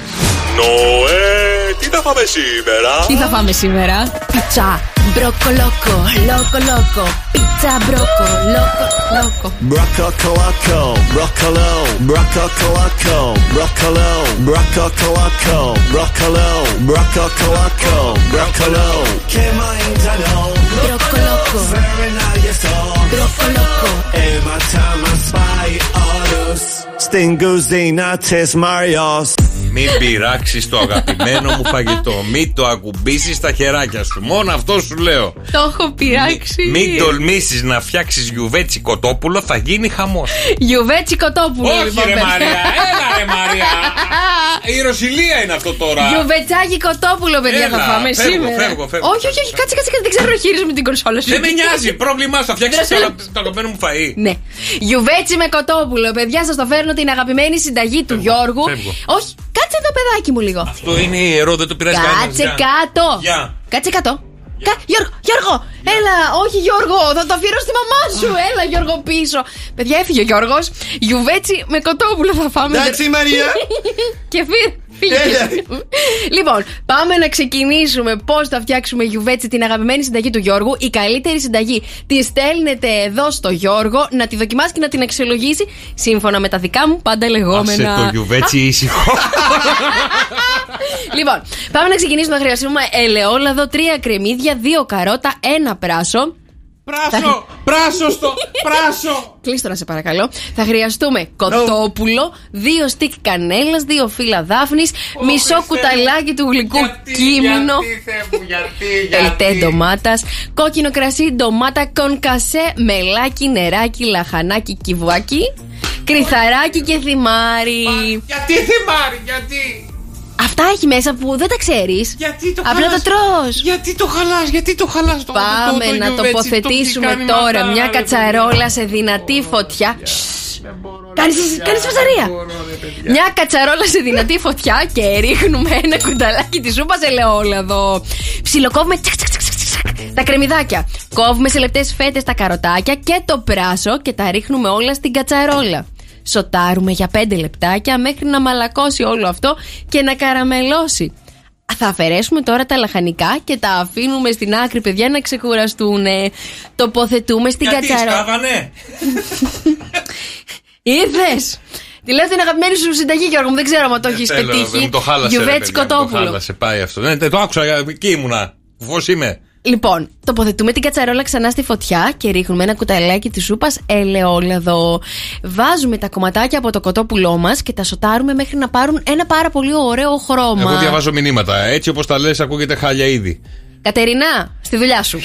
S8: Νοέ, τι θα φάμε σήμερα.
S6: Τι θα φάμε σήμερα, Πίτσα, μπρόκο, λόκο, λόκο, λόκο. Πίτσα, μπρόκο, λόκο, λόκο.
S8: Μπρακακοακο, μπρακαλό, μπρακακοακο, μπρακαλό, μπρακακοακο, μπρακαλό, μπρακακοακο, μπρακαλό. Και μα ίνταλό,
S6: Μπρόκο, λόκο, μπρόκο, λόκο.
S8: Έμα τα μας πάει όλους.
S21: Στην κουζίνα της Μαριό.
S7: Μην πειράξεις το αγαπημένο μου φαγητό. Μην το ακουμπήσεις στα χεράκια σου. Μόνο αυτό σου λέω.
S6: Το έχω πειράξει.
S7: Μην τολμήσεις να φτιάξεις γιουβέτσι κοτόπουλο, θα γίνει χαμός.
S6: Γιουβέτσι κοτόπουλο.
S7: Όχι,
S6: λοιπόν,
S7: ρε
S6: παιδιά.
S7: Μαρία, έλα, ρε Μαρία. Η Ρωσιλία είναι αυτό τώρα.
S6: Γιουβετσάκι κοτόπουλο, παιδιά,
S7: Έλα,
S6: θα φάμε
S7: φεύγω,
S6: σήμερα.
S7: φεύγω, φεύγω.
S6: Όχι, όχι, όχι, κάτσε, κάτσε, κάτσε, δεν ξέρω να χειρίζομαι την κονσόλα σου.
S7: Δεν με νοιάζει, πρόβλημά σου. Θα φτιάξεις το αγαπημένο μου φαΐ.
S6: Ναι. Γιουβέτσι με κοτόπουλο, παιδιά, σας το φέρνω την αγαπημένη συνταγή του Γιώργου.
S7: φεύγω.
S6: Όχι, κάτσε εδώ, παιδάκι μου λίγο.
S7: Το είναι ιερό, δεν το πειράζει κανένας.
S6: Κάτσε
S7: Για.
S6: κάτω.
S7: Για.
S6: Κάτσε κάτω. Κα... Γιώργο, Γιώργο, έλα, όχι Γιώργο, θα το αφιερώ στη μαμά σου. Έλα, Γιώργο, πίσω. Παιδιά, έφυγε ο Γιώργος. Γιουβέτσι με κοτόπουλο θα φάμε.
S21: Εντάξει, Μαρία.
S6: και φύ-
S21: Έλα.
S6: φύγε. λοιπόν, πάμε να ξεκινήσουμε πώς θα φτιάξουμε γιουβέτσι την αγαπημένη συνταγή του Γιώργου. Η καλύτερη συνταγή τη στέλνετε εδώ στο Γιώργο να τη δοκιμάσει και να την αξιολογήσει σύμφωνα με τα δικά μου πάντα λεγόμενα. [LAUGHS]
S7: ήσυχο.
S6: Λοιπόν, πάμε να ξεκινήσουμε να χρειαστούμε ελαιόλαδο, τρία κρεμμύδια, δύο καρότα, ένα πράσο.
S1: Πράσο, πράσο στο, πράσο.
S6: Κλείστο να σε παρακαλώ. Θα χρειαστούμε κοτόπουλο, δύο στικ κανέλας, δύο φύλλα δάφνης, μισό κουταλάκι του γλυκού Ε, κίμινο. Ελτέ ντομάτας, κόκκινο κρασί, ντομάτα, κονκασέ, μελάκι, νεράκι, λαχανάκι, κυβουάκι, κρυθαράκι και θυμάρι.
S1: Γιατί θυμάρι, γιατί.
S6: Αυτά έχει μέσα που δεν τα ξέρεις.
S1: Γιατί το
S6: Απλά τα
S1: χαλάς.
S6: τρως.
S1: Γιατί το χαλάς, γιατί το χαλάς το
S6: Πάμε
S1: το- το
S6: να
S1: γιουβέτσι,
S6: τοποθετήσουμε
S1: το τι κάνει
S6: τώρα
S1: μαντάρα,
S6: μια
S1: ρε,
S6: κατσαρόλα σε δυνατή φωτιά. Κάνει φασαρία. Μια κατσαρόλα σε δυνατή φωτιά και ρίχνουμε ένα κουταλάκι τη σούπα ελαιόλαδο. Ψιλοκόβουμε τσακ, τσακ, τσακ, τσακ, τσακ, τα κρεμμυδάκια. Κόβουμε σε λεπτέ φέτε τα καροτάκια και το πράσο και τα ρίχνουμε όλα στην κατσαρόλα. Σοτάρουμε για 5 λεπτάκια μέχρι να μαλακώσει όλο αυτό και να καραμελώσει. Θα αφαιρέσουμε τώρα τα λαχανικά και τα αφήνουμε στην άκρη, παιδιά, να ξεκουραστούν. Τοποθετούμε στην
S7: Γιατί
S6: κατσαρόλα.
S7: σκάβανε.
S6: Ήρθες! Τη λέω την αγαπημένη σου συνταγή, Γιώργο μου. Δεν ξέρω αν το έχεις
S7: Ε, Θέλω,
S6: πετύχει.
S7: Μου το χάλασε. ρε,
S6: Γιουβέτσι
S7: παιδιά, μου Το
S6: κοτόπουλο.
S7: χάλασε, πάει αυτό. Ναι, το άκουσα, εκεί ήμουνα. Φως είμαι.
S6: Λοιπόν, τοποθετούμε την κατσαρόλα ξανά στη φωτιά και ρίχνουμε ένα κουταλάκι της σούπας ελαιόλαδο. Βάζουμε τα κομματάκια από το κοτόπουλό μας και τα σοτάρουμε μέχρι να πάρουν ένα πάρα πολύ ωραίο χρώμα.
S7: Εγώ διαβάζω μηνύματα. Έτσι όπως τα λες, ακούγεται χάλια ήδη.
S6: Κατερινά, στη δουλειά
S7: [LAUGHS]
S6: σου.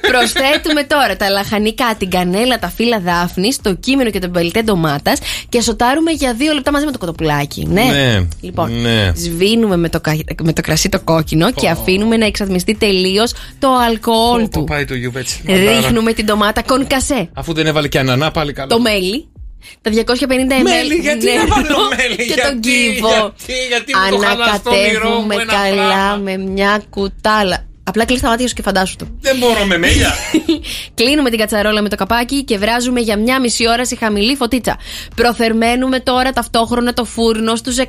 S6: Προσθέτουμε τώρα τα λαχανικά, την κανέλα, τα φύλλα δάφνης, το κείμενο και τον πελτέ ντομάτας και σοτάρουμε για δύο λεπτά μαζί με το κοτοπουλάκι. Ναι.
S7: Ναι.
S6: Λοιπόν,
S7: Ναι.
S6: σβήνουμε με το, κα- με το κρασί το κόκκινο και αφήνουμε να εξατμιστεί τελείως το αλκοόλ του. Ε,
S7: Πάει το γιουβέτσι.
S6: Ρίχνουμε την ντομάτα κονκασέ.
S7: Αφού δεν έβαλε και ανανά, πάλι καλά.
S6: Το μέλι. Τα 250 ml
S7: Μέλι, γιατί να βάλω
S6: νερό
S7: μέλι,
S6: ναι, και
S7: γιατί,
S6: τον κύβο.
S7: γιατί, γιατί μου το χαλάς το όνειρό μου
S6: Ανακατεύουμε
S7: ένα
S6: καλά
S7: πράγμα.
S6: με μια κουτάλα. Απλά κλείσει τα μάτια σου και φαντάσου το.
S7: Δεν μπορώ
S6: [LAUGHS]
S7: με μέλια.
S6: Κλείνουμε την κατσαρόλα με το καπάκι και βράζουμε για μια μισή ώρα σε χαμηλή φωτίτσα. Προθερμαίνουμε τώρα ταυτόχρονα το φούρνο στους 180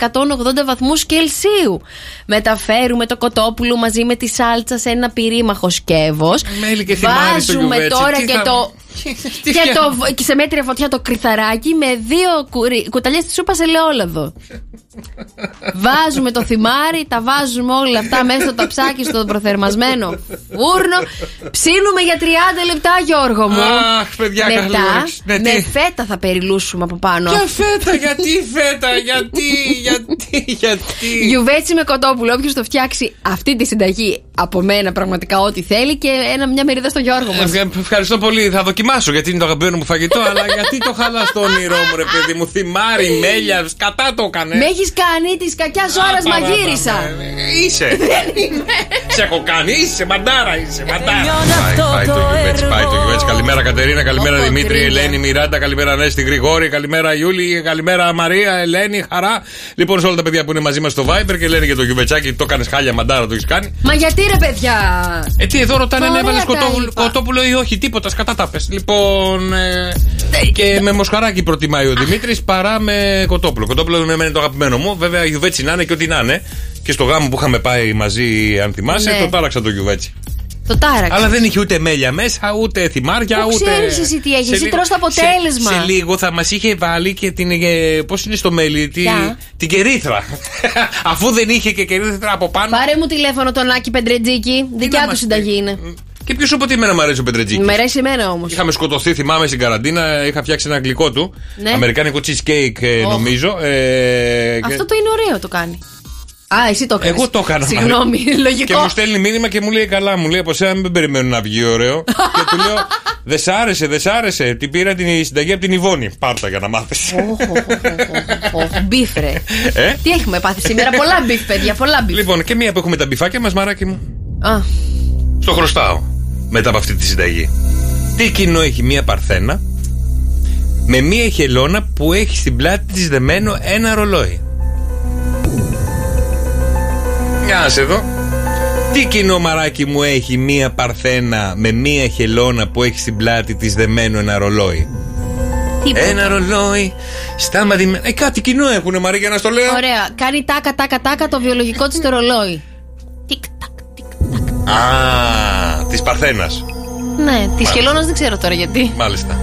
S6: βαθμούς Κελσίου. Μεταφέρουμε το κοτόπουλο μαζί με τη σάλτσα σε ένα πυρήμαχο σκεύος.
S7: Μέλι και θυμάρι στο
S6: Βάζουμε
S7: γιουβέτσι.
S6: τώρα
S7: Τι
S6: και
S7: θα-
S6: το και, το, και σε μέτρια φωτιά το κρυθαράκι με δύο κουρι- κουταλιές της σούπας σε ελαιόλαδο. βάζουμε το θυμάρι, τα βάζουμε όλα αυτά μέσα στο ταψάκι στο προθερμασμένο φούρνο. Ψήνουμε για 30 λεπτά, Γιώργο μου.
S7: Αχ, παιδιά,
S6: Μετά,
S7: καλώς. Ναι,
S6: με
S7: τι?
S6: φέτα θα περιλούσουμε από πάνω.
S7: Και φέτα, γιατί φέτα, γιατί, γιατί, γιατί.
S6: Γιουβέτσι με κοτόπουλο. Όποιος το φτιάξει αυτή τη συνταγή από μένα, πραγματικά ό,τι θέλει και ένα, μια μερίδα στο Γιώργο μας.
S7: Ε, Ευχαριστώ πολύ. Θα δοκιμάσω γιατί είναι το αγαπημένο μου φαγητό, αλλά γιατί το χαλάς στο όνειρό μου, ρε παιδί μου. Θυμάρι, μέλια, κατά το έκανε.
S6: Με έχεις κάνει τη κακιά ώρα
S7: παραπάνω,
S6: μαγείρισα.
S7: Ε, Είσαι. Σε έχω κάνει, είσαι μαντάρα, είσαι μαντάρα. Πάει, πάει Ε, το γιουβέτσι, πάει το γιουβέτσι. Καλημέρα Κατερίνα, καλημέρα Δημήτρη, Ελένη, Μιράντα, καλημέρα Ανέστη Γρηγόρη, καλημέρα Ιούλη, καλημέρα Μαρία, Ελένη, χαρά. Λοιπόν, σε όλα τα παιδιά που είναι μαζί μας στο Viber και λένε για το γιουβετσάκι, το κάνεις χάλια μαντάρα, το έχεις κάνει.
S6: Μα γιατί ρε παιδιά.
S7: Ε, τι εδώ ρωτάνε αν
S6: Ωραία
S7: έβαλες
S6: τα
S7: κοτόπουλο,
S6: είπα.
S7: κοτόπουλο ή όχι, τίποτα, σκατά τα πες. Λοιπόν. ε,
S6: Ναι.
S7: και με μοσχαράκι προτιμάει ο Δημήτρης παρά με κοτόπουλο. Κοτόπουλο είναι εμένα το αγαπημένο μου. Βέβαια, γιουβέτσι να είναι και ό,τι να είναι. Και στο γάμο που είχαμε πάει μαζί, αν θυμάσαι,
S6: Ναι.
S7: το τάραξα το γιουβέτσι.
S6: Το τάραξα.
S7: Αλλά δεν είχε ούτε μέλια μέσα, ούτε θυμάρια,
S6: Πού
S7: ούτε.
S6: ξέρεις εσύ τι έγινε,
S7: Σε
S6: εσύ
S7: λίγο-
S6: τρως το αποτέλεσμα.
S7: Σε, σε λίγο θα μας είχε βάλει και την. Πώς είναι στο μέλι, τη,
S6: Ποια?
S7: την κερίθρα. [LAUGHS] Αφού δεν είχε και κερίθρα από πάνω.
S6: Πάρε μου τηλέφωνο τον Άκη Πεντρετζίκη. Δικιά του συνταγή είναι.
S7: Και ποιο σου είπε ότι εμένα μου αρέσει ο Πεντρετζίκη.
S6: Μ' αρέσει εμένα όμως.
S7: Είχαμε σκοτωθεί, θυμάμαι στην καραντίνα. Είχα φτιάξει ένα γλυκό του.
S6: Ναι.
S7: Αμερικάνικο cheesecake, ε,
S6: Οχ.
S7: νομίζω. Ε,
S6: Αυτό το είναι ωραίο το κάνει. Α, εσύ το έκανες.
S7: Εγώ το έκανα. Μαρία.
S6: Συγγνώμη,
S7: Και μου
S6: λογικό.
S7: στέλνει μήνυμα και μου λέει καλά, μου λέει από σένα μην περιμένουν να βγει ωραίο. και του λέω Δεν σ' άρεσε, δεν σ' άρεσε. Την πήρα την συνταγή από την Ιβόνη. Πάρτα για να μάθεις.
S6: Μπίφρε.
S7: ε?
S6: Τι έχουμε πάθει σήμερα, πολλά μπιφ, παιδιά, πολλά μπιφ.
S7: Λοιπόν, και μία που έχουμε τα μπιφάκια μας, μαράκι μου.
S6: Α,
S7: Στο χρωστάω μετά από αυτή τη συνταγή. Τι κοινό έχει μία παρθένα με μία χελώνα που έχει στην πλάτη της δεμένο ένα ρολόι. Για να σε δω. Τι κοινό μαράκι μου έχει μία παρθένα με μία χελώνα που έχει στην πλάτη της δεμένο ένα ρολόι.
S6: τίποτα.
S7: Ένα ρολόι σταματημένο. Ε, κάτι κοινό έχουνε Μαρία για να στο λέω.
S6: Ωραία. Κάνει τάκα, τάκα, τάκα το βιολογικό της το ρολόι.
S7: Α, της παρθένας.
S6: Ναι, της χελώνας δεν ξέρω τώρα γιατί.
S7: Μάλιστα.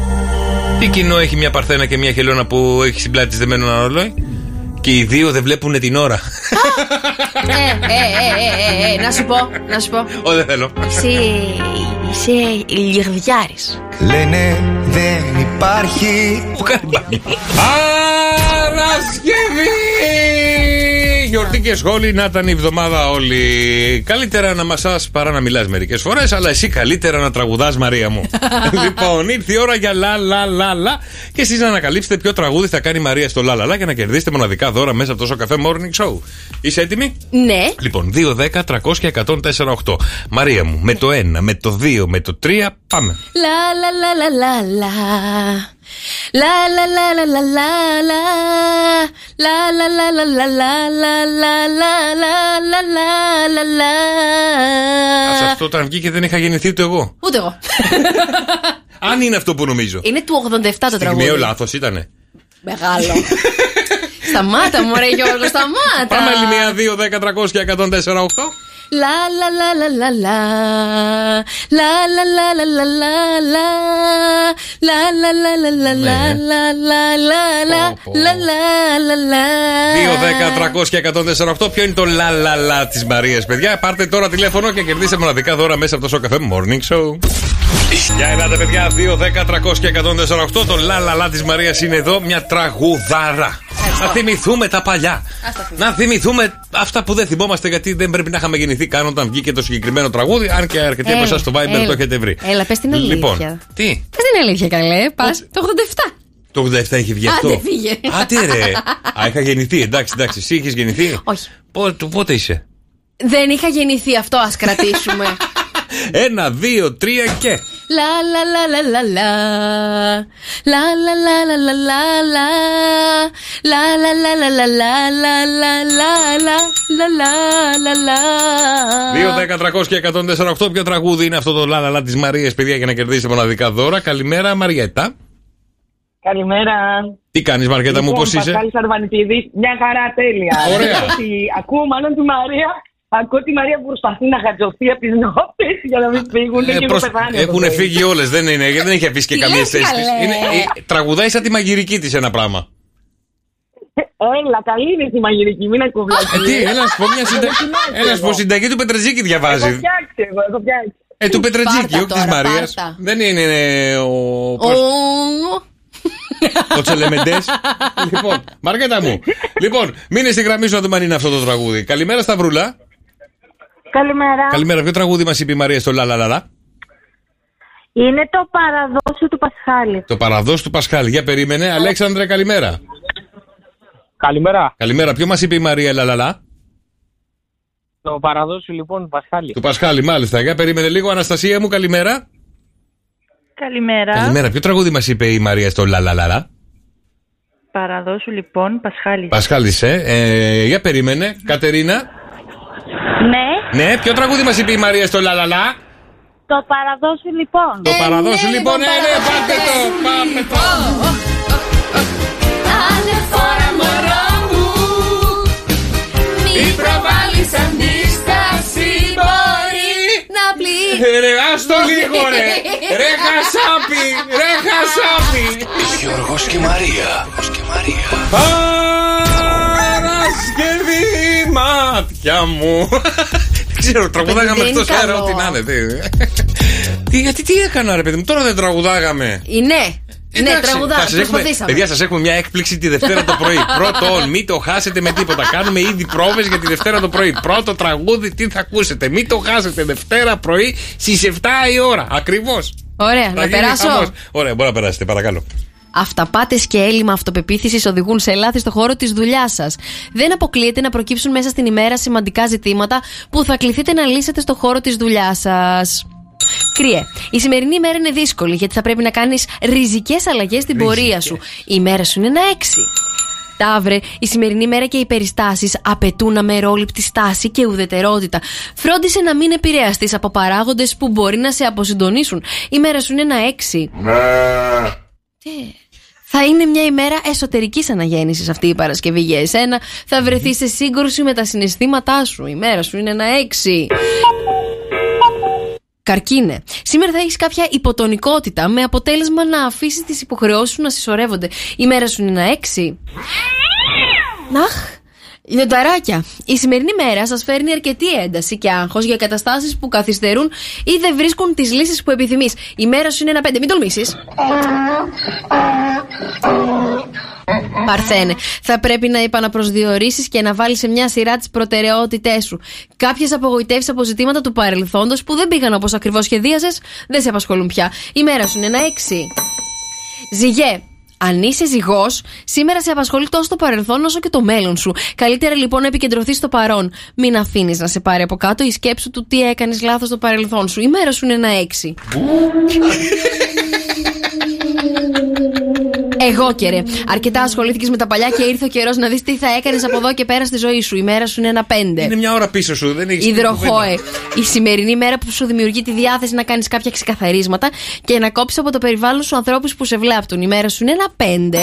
S7: Τι κοινό έχει μια Παρθένα και μια Χελώνα που έχει στην πλάτη της δεμένο ένα ρολόι. Και οι δύο δεν βλέπουν την ώρα. [LAUGHS]
S6: ε, ε, ε, ε, ε, ε, να σου πω, να σου πω.
S7: Ω, δεν θέλω.
S6: Εσύ είσαι λιγδιάρης.
S9: Λένε δεν υπάρχει.
S7: Που κάνει μπάνιο. Παρασκευή! Γιορτή και σχόλη να ήταν η εβδομάδα όλη. Καλύτερα να μασά παρά να μιλάς μερικές φορές, αλλά εσύ καλύτερα να τραγουδάς, Μαρία μου. λοιπόν, ήρθε η ώρα για λα λα λα λα και εσείς να ανακαλύψετε ποιο τραγούδι θα κάνει η Μαρία στο λα λα λα για να κερδίσετε μοναδικά δώρα μέσα από το καφέ Morning Show. Είσαι έτοιμη?
S6: Ναι.
S7: Λοιπόν, 2, 10, 300 και 104, 8. Μαρία μου, με το 1, με το 2, με το 3, πάμε.
S6: La la la la la la. La la la la la la la. La la la la la la la la la la la la la
S7: Α, σε
S6: la.
S7: αυτό όταν βγήκε δεν είχα γεννηθεί ούτε εγώ.
S6: Ούτε εγώ.
S7: [LAUGHS] Αν είναι αυτό που νομίζω.
S6: Είναι του 87 το
S7: Στιγμιαίο
S6: τραγούδι.
S7: λάθο ήταν. [LAUGHS]
S6: Μεγάλο. Σταμάτα μου, ρε Γιώργο, σταμάτα.
S7: Πάμε άλλη μία, 2, 10, 300 και 104, 8.
S6: La la la la la la La la la la la la la La la la la la la la la la la La
S7: Ναι.
S6: la la la
S7: 2, 10, 300 και 104, 8. Ποιο είναι το λα λα λα της Μαρίας, παιδιά. Πάρτε τώρα τηλέφωνο και κερδίστε μοναδικά δώρα μέσα από το σοκαφέ Morning Show. Για ελάτε, παιδιά. 2, 10, 300 και 104, 8. Το λα λα λα της Μαρίας είναι εδώ μια τραγουδάρα. Να θυμηθούμε τα παλιά. Να θυμηθούμε αυτά που δεν θυμόμαστε γιατί δεν πρέπει να είχαμε γεννηθεί καν όταν βγήκε το συγκεκριμένο τραγούδι. Αν και αρκετοί από
S6: Έλα,
S7: εσά στο Viber
S6: έλα.
S7: το έχετε βρει.
S6: Έλα, πες την αλήθεια.
S7: Λοιπόν, τι.
S6: Πες την αλήθεια καλέ, πας το 87
S7: Το 87 έχει βγει αυτό.
S6: Άντε φύγε
S7: Άντε
S6: [LAUGHS]
S7: ρε. Α, είχα γεννηθεί. Εντάξει, εντάξει. Εσύ είχες γεννηθεί.
S6: Όχι.
S7: Πότε, του πότε είσαι.
S6: Δεν είχα γεννηθεί αυτό, ας κρατήσουμε
S7: [LAUGHS] Ένα, δύο, τρία και.
S6: La la la la la la La la la la la la la La la la la la la la la la la la la la la
S7: 2, 10, 300 και 148. Ποιο τραγούδι είναι αυτό το λάλαλα της Μαρίας, παιδιά, για να κερδίσετε μοναδικά δώρα. Καλημέρα, Μαριέτα.
S22: Καλημέρα.
S7: Τι κάνεις,
S22: Λοιπόν,
S7: Μαριέτα μου, πώς είσαι.
S22: Πασχάλης Αρβανιτίδης. Μια χαρά, τέλεια.
S7: [LAUGHS] Ωραία.
S22: Ότι Ακούω μάλλον τη Μαρία Ακούω τη Μαρία που προσπαθεί να χατζωθεί από τι νόπε για να μην φύγουν και να πεθάνει.
S7: Ε, Έχουν φύγει όλες, δεν, είναι, δεν έχει αφήσει και καμία θέση της. Είναι, ε, τραγουδάει σαν τη μαγειρική της ένα πράγμα.
S22: Έλα, καλή είναι η μαγειρική, μην
S7: Ε,
S22: ακουμπλακεί.
S7: τι, έλα, να σου πω μια συντα- έλα, να σου πω, συνταγή του Πετρετζίκη
S22: Έχω
S7: διαβάζει.
S22: φτιάξει εγώ, έχω φτιάξει.
S7: Ε, του Πετρετζίκη,
S22: Πάρτα
S7: όχι της
S22: τώρα,
S7: Μαρίας.
S22: πάρτα.
S7: Δεν είναι ε, ο. πώς-
S6: Ο-
S7: Ο Τσελεμεντές. λοιπόν, Μαργέτα μου. Λοιπόν, μείνε στη γραμμή σου να δούμε αν είναι αυτό το τραγούδι. Καλημέρα, Σταυρούλα.
S4: Καλημέρα.
S7: Καλημέρα, ποιο τραγούδι μας είπε η Μαρία στο Λαλαλαλα.
S4: Είναι το παραδόσιο του Πασχάλη.
S7: Το παραδόση του Πασχάλη. Για περίμενε. Αλέξανδρε, καλημέρα.
S10: Καλημέρα.
S7: Καλημέρα, ποιο μας είπε η Μαρία Λαλαλα.
S10: Το παραδόσιο λοιπόν, Πασχάλη.
S7: Του Πασχάλη, μάλιστα. Για περίμενε λίγο. Αναστασία μου, καλημέρα.
S23: Καλημέρα.
S7: Καλημέρα, ποιο τραγούδι μας είπε η Μαρία στο Λαλαλαλα.
S23: Παραδόσου λοιπόν, Πασχάλη.
S7: Πασχάλη, ε. ε. Για περίμενε. Κατερίνα.
S4: Ναι,
S7: Ναι, ποιο τραγούδι μας είπε η Μαρία στο Λαλαλα.
S4: το παραδόσιο λοιπόν.
S7: Το παραδόσου λοιπόν, ναι, ναι, πάρτε το. Πάμε το.
S2: Ανεφόρα μωρό μου Μη προβάλλεις αντίσταση μπορεί
S6: Να πληγεί
S7: Ε, Ρε, άστο λίγο, ρε. Ρε, χασάπι, ρε, χασάπι.
S3: Γιώργος και Μαρία.
S7: Παρασκευή μάτια μου. Δεν ξέρω, τραγουδάγαμε
S6: Δεν είναι
S7: εκτός αέρα,
S6: καλό.
S7: ό,τι να είναι. τι. Τι- Γιατί τι έκανα, ρε παιδί μου, τώρα δεν τραγουδάγαμε.
S6: Ναι, ναι,
S7: Ε, Εντάξει,
S6: τραγουδά.
S7: θα σας έχουμε-
S6: Προσπαθήσαμε.
S7: Παιδιά, σας έχουμε μια έκπληξη τη Δευτέρα το
S6: [LAUGHS]
S7: πρωί. Πρώτον, μην το χάσετε με τίποτα. Κάνουμε ήδη πρόβες για τη Δευτέρα το πρωί. Πρώτο τραγούδι, τι θα ακούσετε. Μην το χάσετε Δευτέρα πρωί στις 7 η ώρα. Ακριβώς.
S6: Ωραία, Ε, να περάσω.
S7: Ωραία, μπορεί να περάσετε, παρακαλώ.
S6: Αυταπάτες και έλλειμμα αυτοπεποίθησης οδηγούν σε λάθη στο χώρο της δουλειάς σας. Δεν αποκλείεται να προκύψουν μέσα στην ημέρα σημαντικά ζητήματα που θα κληθείτε να λύσετε στο χώρο της δουλειάς σας. Κρύε. Η σημερινή ημέρα είναι δύσκολη γιατί θα πρέπει να κάνεις ριζικές αλλαγές στην πορεία σου. Η ημέρα σου είναι ένα έξι. Ταύρε, η σημερινή μέρα και οι περιστάσεις απαιτούν αμερόληπτη στάση και ουδετερότητα. Φρόντισε να μην επηρεαστείς από παράγοντες που μπορεί να σε αποσυντονίσουν. Η μέρα σου είναι ένα έξι. Θα είναι μια ημέρα εσωτερικής αναγέννησης αυτή η Παρασκευή για εσένα. Θα βρεθεί σε σύγκρουση με τα συναισθήματά σου. Η μέρα σου είναι ένα έξι. Καρκίνε. Σήμερα θα έχεις κάποια υποτονικότητα με αποτέλεσμα να αφήσεις τις υποχρεώσεις σου να συσσωρεύονται. Η μέρα σου είναι ένα έξι. Αχ, Λιονταράκια, η σημερινή μέρα σας φέρνει αρκετή ένταση και άγχος για καταστάσεις που καθυστερούν ή δεν βρίσκουν τις λύσεις που επιθυμείς. Η μέρα σου είναι ένα πέντε, μην τολμήσεις. Παρθένε, θα πρέπει να επαναπροσδιορίσεις και να βάλεις σε μια σειρά τις προτεραιότητές σου. Κάποιες απογοητεύσεις από ζητήματα του παρελθόντος που δεν πήγαν όπως ακριβώς σχεδίαζες, δεν σε απασχολούν πια. Η μέρα σου είναι ένα έξι. Ζυγέ, αν είσαι ζυγός, σήμερα σε απασχολεί τόσο το παρελθόν όσο και το μέλλον σου. Καλύτερα λοιπόν να επικεντρωθείς στο παρόν. Μην αφήνεις να σε πάρει από κάτω η σκέψη του τι έκανες λάθος στο παρελθόν σου. Η μέρα σου είναι ένα έξι. Εγώ και ρε. Αρκετά ασχολήθηκες με τα παλιά και ήρθε ο καιρός να δεις τι θα έκανες από εδώ και πέρα στη ζωή σου. Η μέρα σου είναι ένα πέντε.
S7: Είναι μια ώρα πίσω σου, δεν έχεις.
S6: Ναι. Υδροχόε. Η σημερινή μέρα που σου δημιουργεί τη διάθεση να κάνεις κάποια ξεκαθαρίσματα και να κόψεις από το περιβάλλον σου ανθρώπους που σε βλάπτουν. Η μέρα σου είναι ένα πέντε.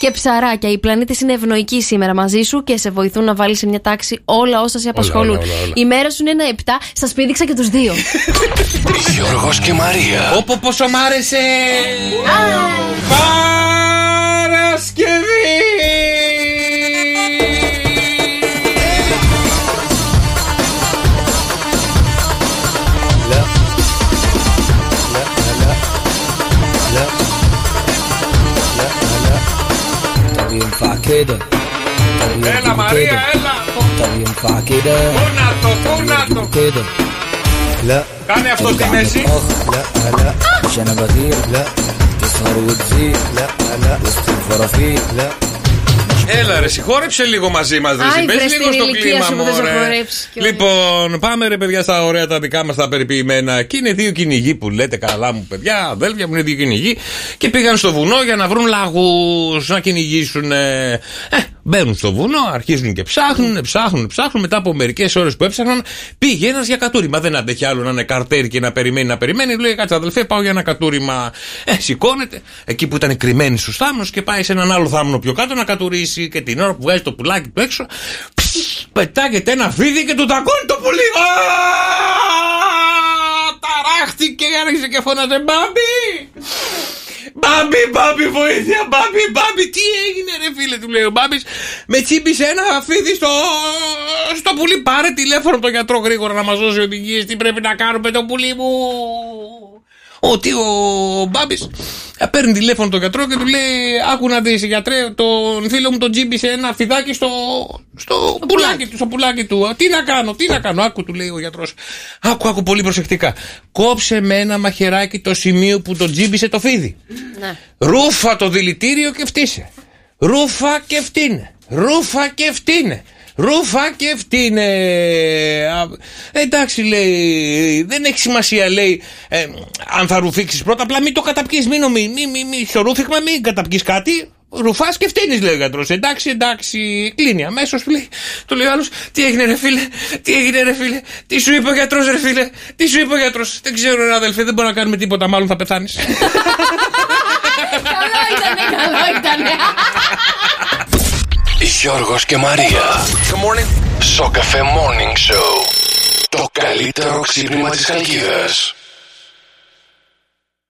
S6: Και ψαράκια, οι πλανήτες είναι ευνοϊκοί σήμερα μαζί σου και σε βοηθούν να βάλεις σε μια τάξη όλα όσα σε απασχολούν.
S3: όλα, όλα, όλα.
S6: Η μέρα σου είναι ένα επτά. Σας πήδηξα και
S3: [LAUGHS]
S6: τους δύο.
S3: Γιώργος και Μαρία.
S7: Όπω πόσο μ' άρεσε. Παρασκευή.
S24: Está bien faquera. Está bien
S7: Έλα, Μαρία, έλα.
S24: Está bien faquera.
S7: Κούνατο, κούνατο. Κάνε αυτό στη μέση.
S24: عشان بطير لا تسهر وتزيد لا لا وسط الفرافير لا
S7: Έλα, ρε, συγχώρεψε λίγο μαζί μας.
S24: Άι, βρε,
S7: Μπες
S24: στην
S7: λίγο στο
S24: ηλικία
S7: κλίμα,
S24: σου που δεν σε
S7: μωρέ.
S24: χορέψεις κιόλας.
S7: Λοιπόν, πάμε ρε, παιδιά, στα ωραία τα δικά μας τα περιποιημένα. Και είναι δύο κυνηγοί που λέτε, καλά μου παιδιά, αδέλφια μου είναι δύο κυνηγοί. Και πήγαν στο βουνό για να βρουν λαγούς, να κυνηγήσουν. Ε, ε, Μπαίνουν στο βουνό, αρχίζουν και ψάχνουν, ψάχνουν, ψάχνουν. Μετά από μερικές ώρες που έψαχναν, πήγε ένας για κατούριμα. Δεν αντέχει άλλο να είναι καρτέρι και να περιμένει, να περιμένει. Λέει, κάτσε αδελφέ, πάω για ένα κατούριμα. Ε, σηκώνεται εκεί που ήταν κρυμμένη στους θάμνους και πάει σε έναν άλλο θάμνο πιο κάτω να κατουρίσει. Και την ώρα που βγάζει το πουλάκι του έξω, ψι, πετάγεται ένα φίδι και του τακώνει το πουλί. Α, Ταράχτηκε, άρχισε και φώναζε μπάμπι. Μπάμπι, μπάμπι, βοήθεια, μπάμπι, μπάμπι. Τι έγινε, ρε φίλε, του λέει ο μπάμπι. Με τσίπησε ένα φίδι στο, στο πουλί. Πάρε τηλέφωνο τον γιατρό γρήγορα να μας δώσει οδηγίες. Τι πρέπει να κάνουμε το πουλί μου. Ότι ο Μπάμπης παίρνει τηλέφωνο τον γιατρό και του λέει: Άκου να δεις, γιατρέ, τον φίλο μου τον τσίμπησε ένα φιδάκι στο, στο, πουλάκι του, στο πουλάκι του. Τι να κάνω, τι να κάνω. Άκου, του λέει ο γιατρός. Άκου, άκου πολύ προσεκτικά. Κόψε με ένα μαχαιράκι το σημείο που τον τσίμπησε το φίδι.
S6: Ναι.
S7: Ρούφα το δηλητήριο και φτύσε. Ρούφα και φτύνε. Ρούφα και φτύνε. Ρούφα και φτύνε. Α, Εντάξει, λέει. Δεν έχει σημασία, λέει. ε, αν θα ρουφήξεις πρώτα, απλά μην το καταπιείς. Μην νομίζει. Μη, μη, μη, στο ρούφικμα, μην καταπιείς κάτι. Ρουφάς και φτύνεις, λέει ο γιατρός. Εντάξει, εντάξει. Κλείνει αμέσως, λέει. Του λέει ο άλλος, τι έγινε, ρε φίλε, τι έγινε, ρε φίλε, τι σου είπε ο γιατρός, ρε φίλε, τι σου είπε ο γιατρός. Δεν ξέρω, ρε αδελφέ, δεν μπορώ να κάνουμε τίποτα, μάλλον θα πεθάνεις.
S6: Καλό ήτανε, καλό ήτανε.
S3: Γιώργος και Μαρία. Σοκαφέ Morning Show. Το καλύτερο ξύπνημα της Χαλκίδας.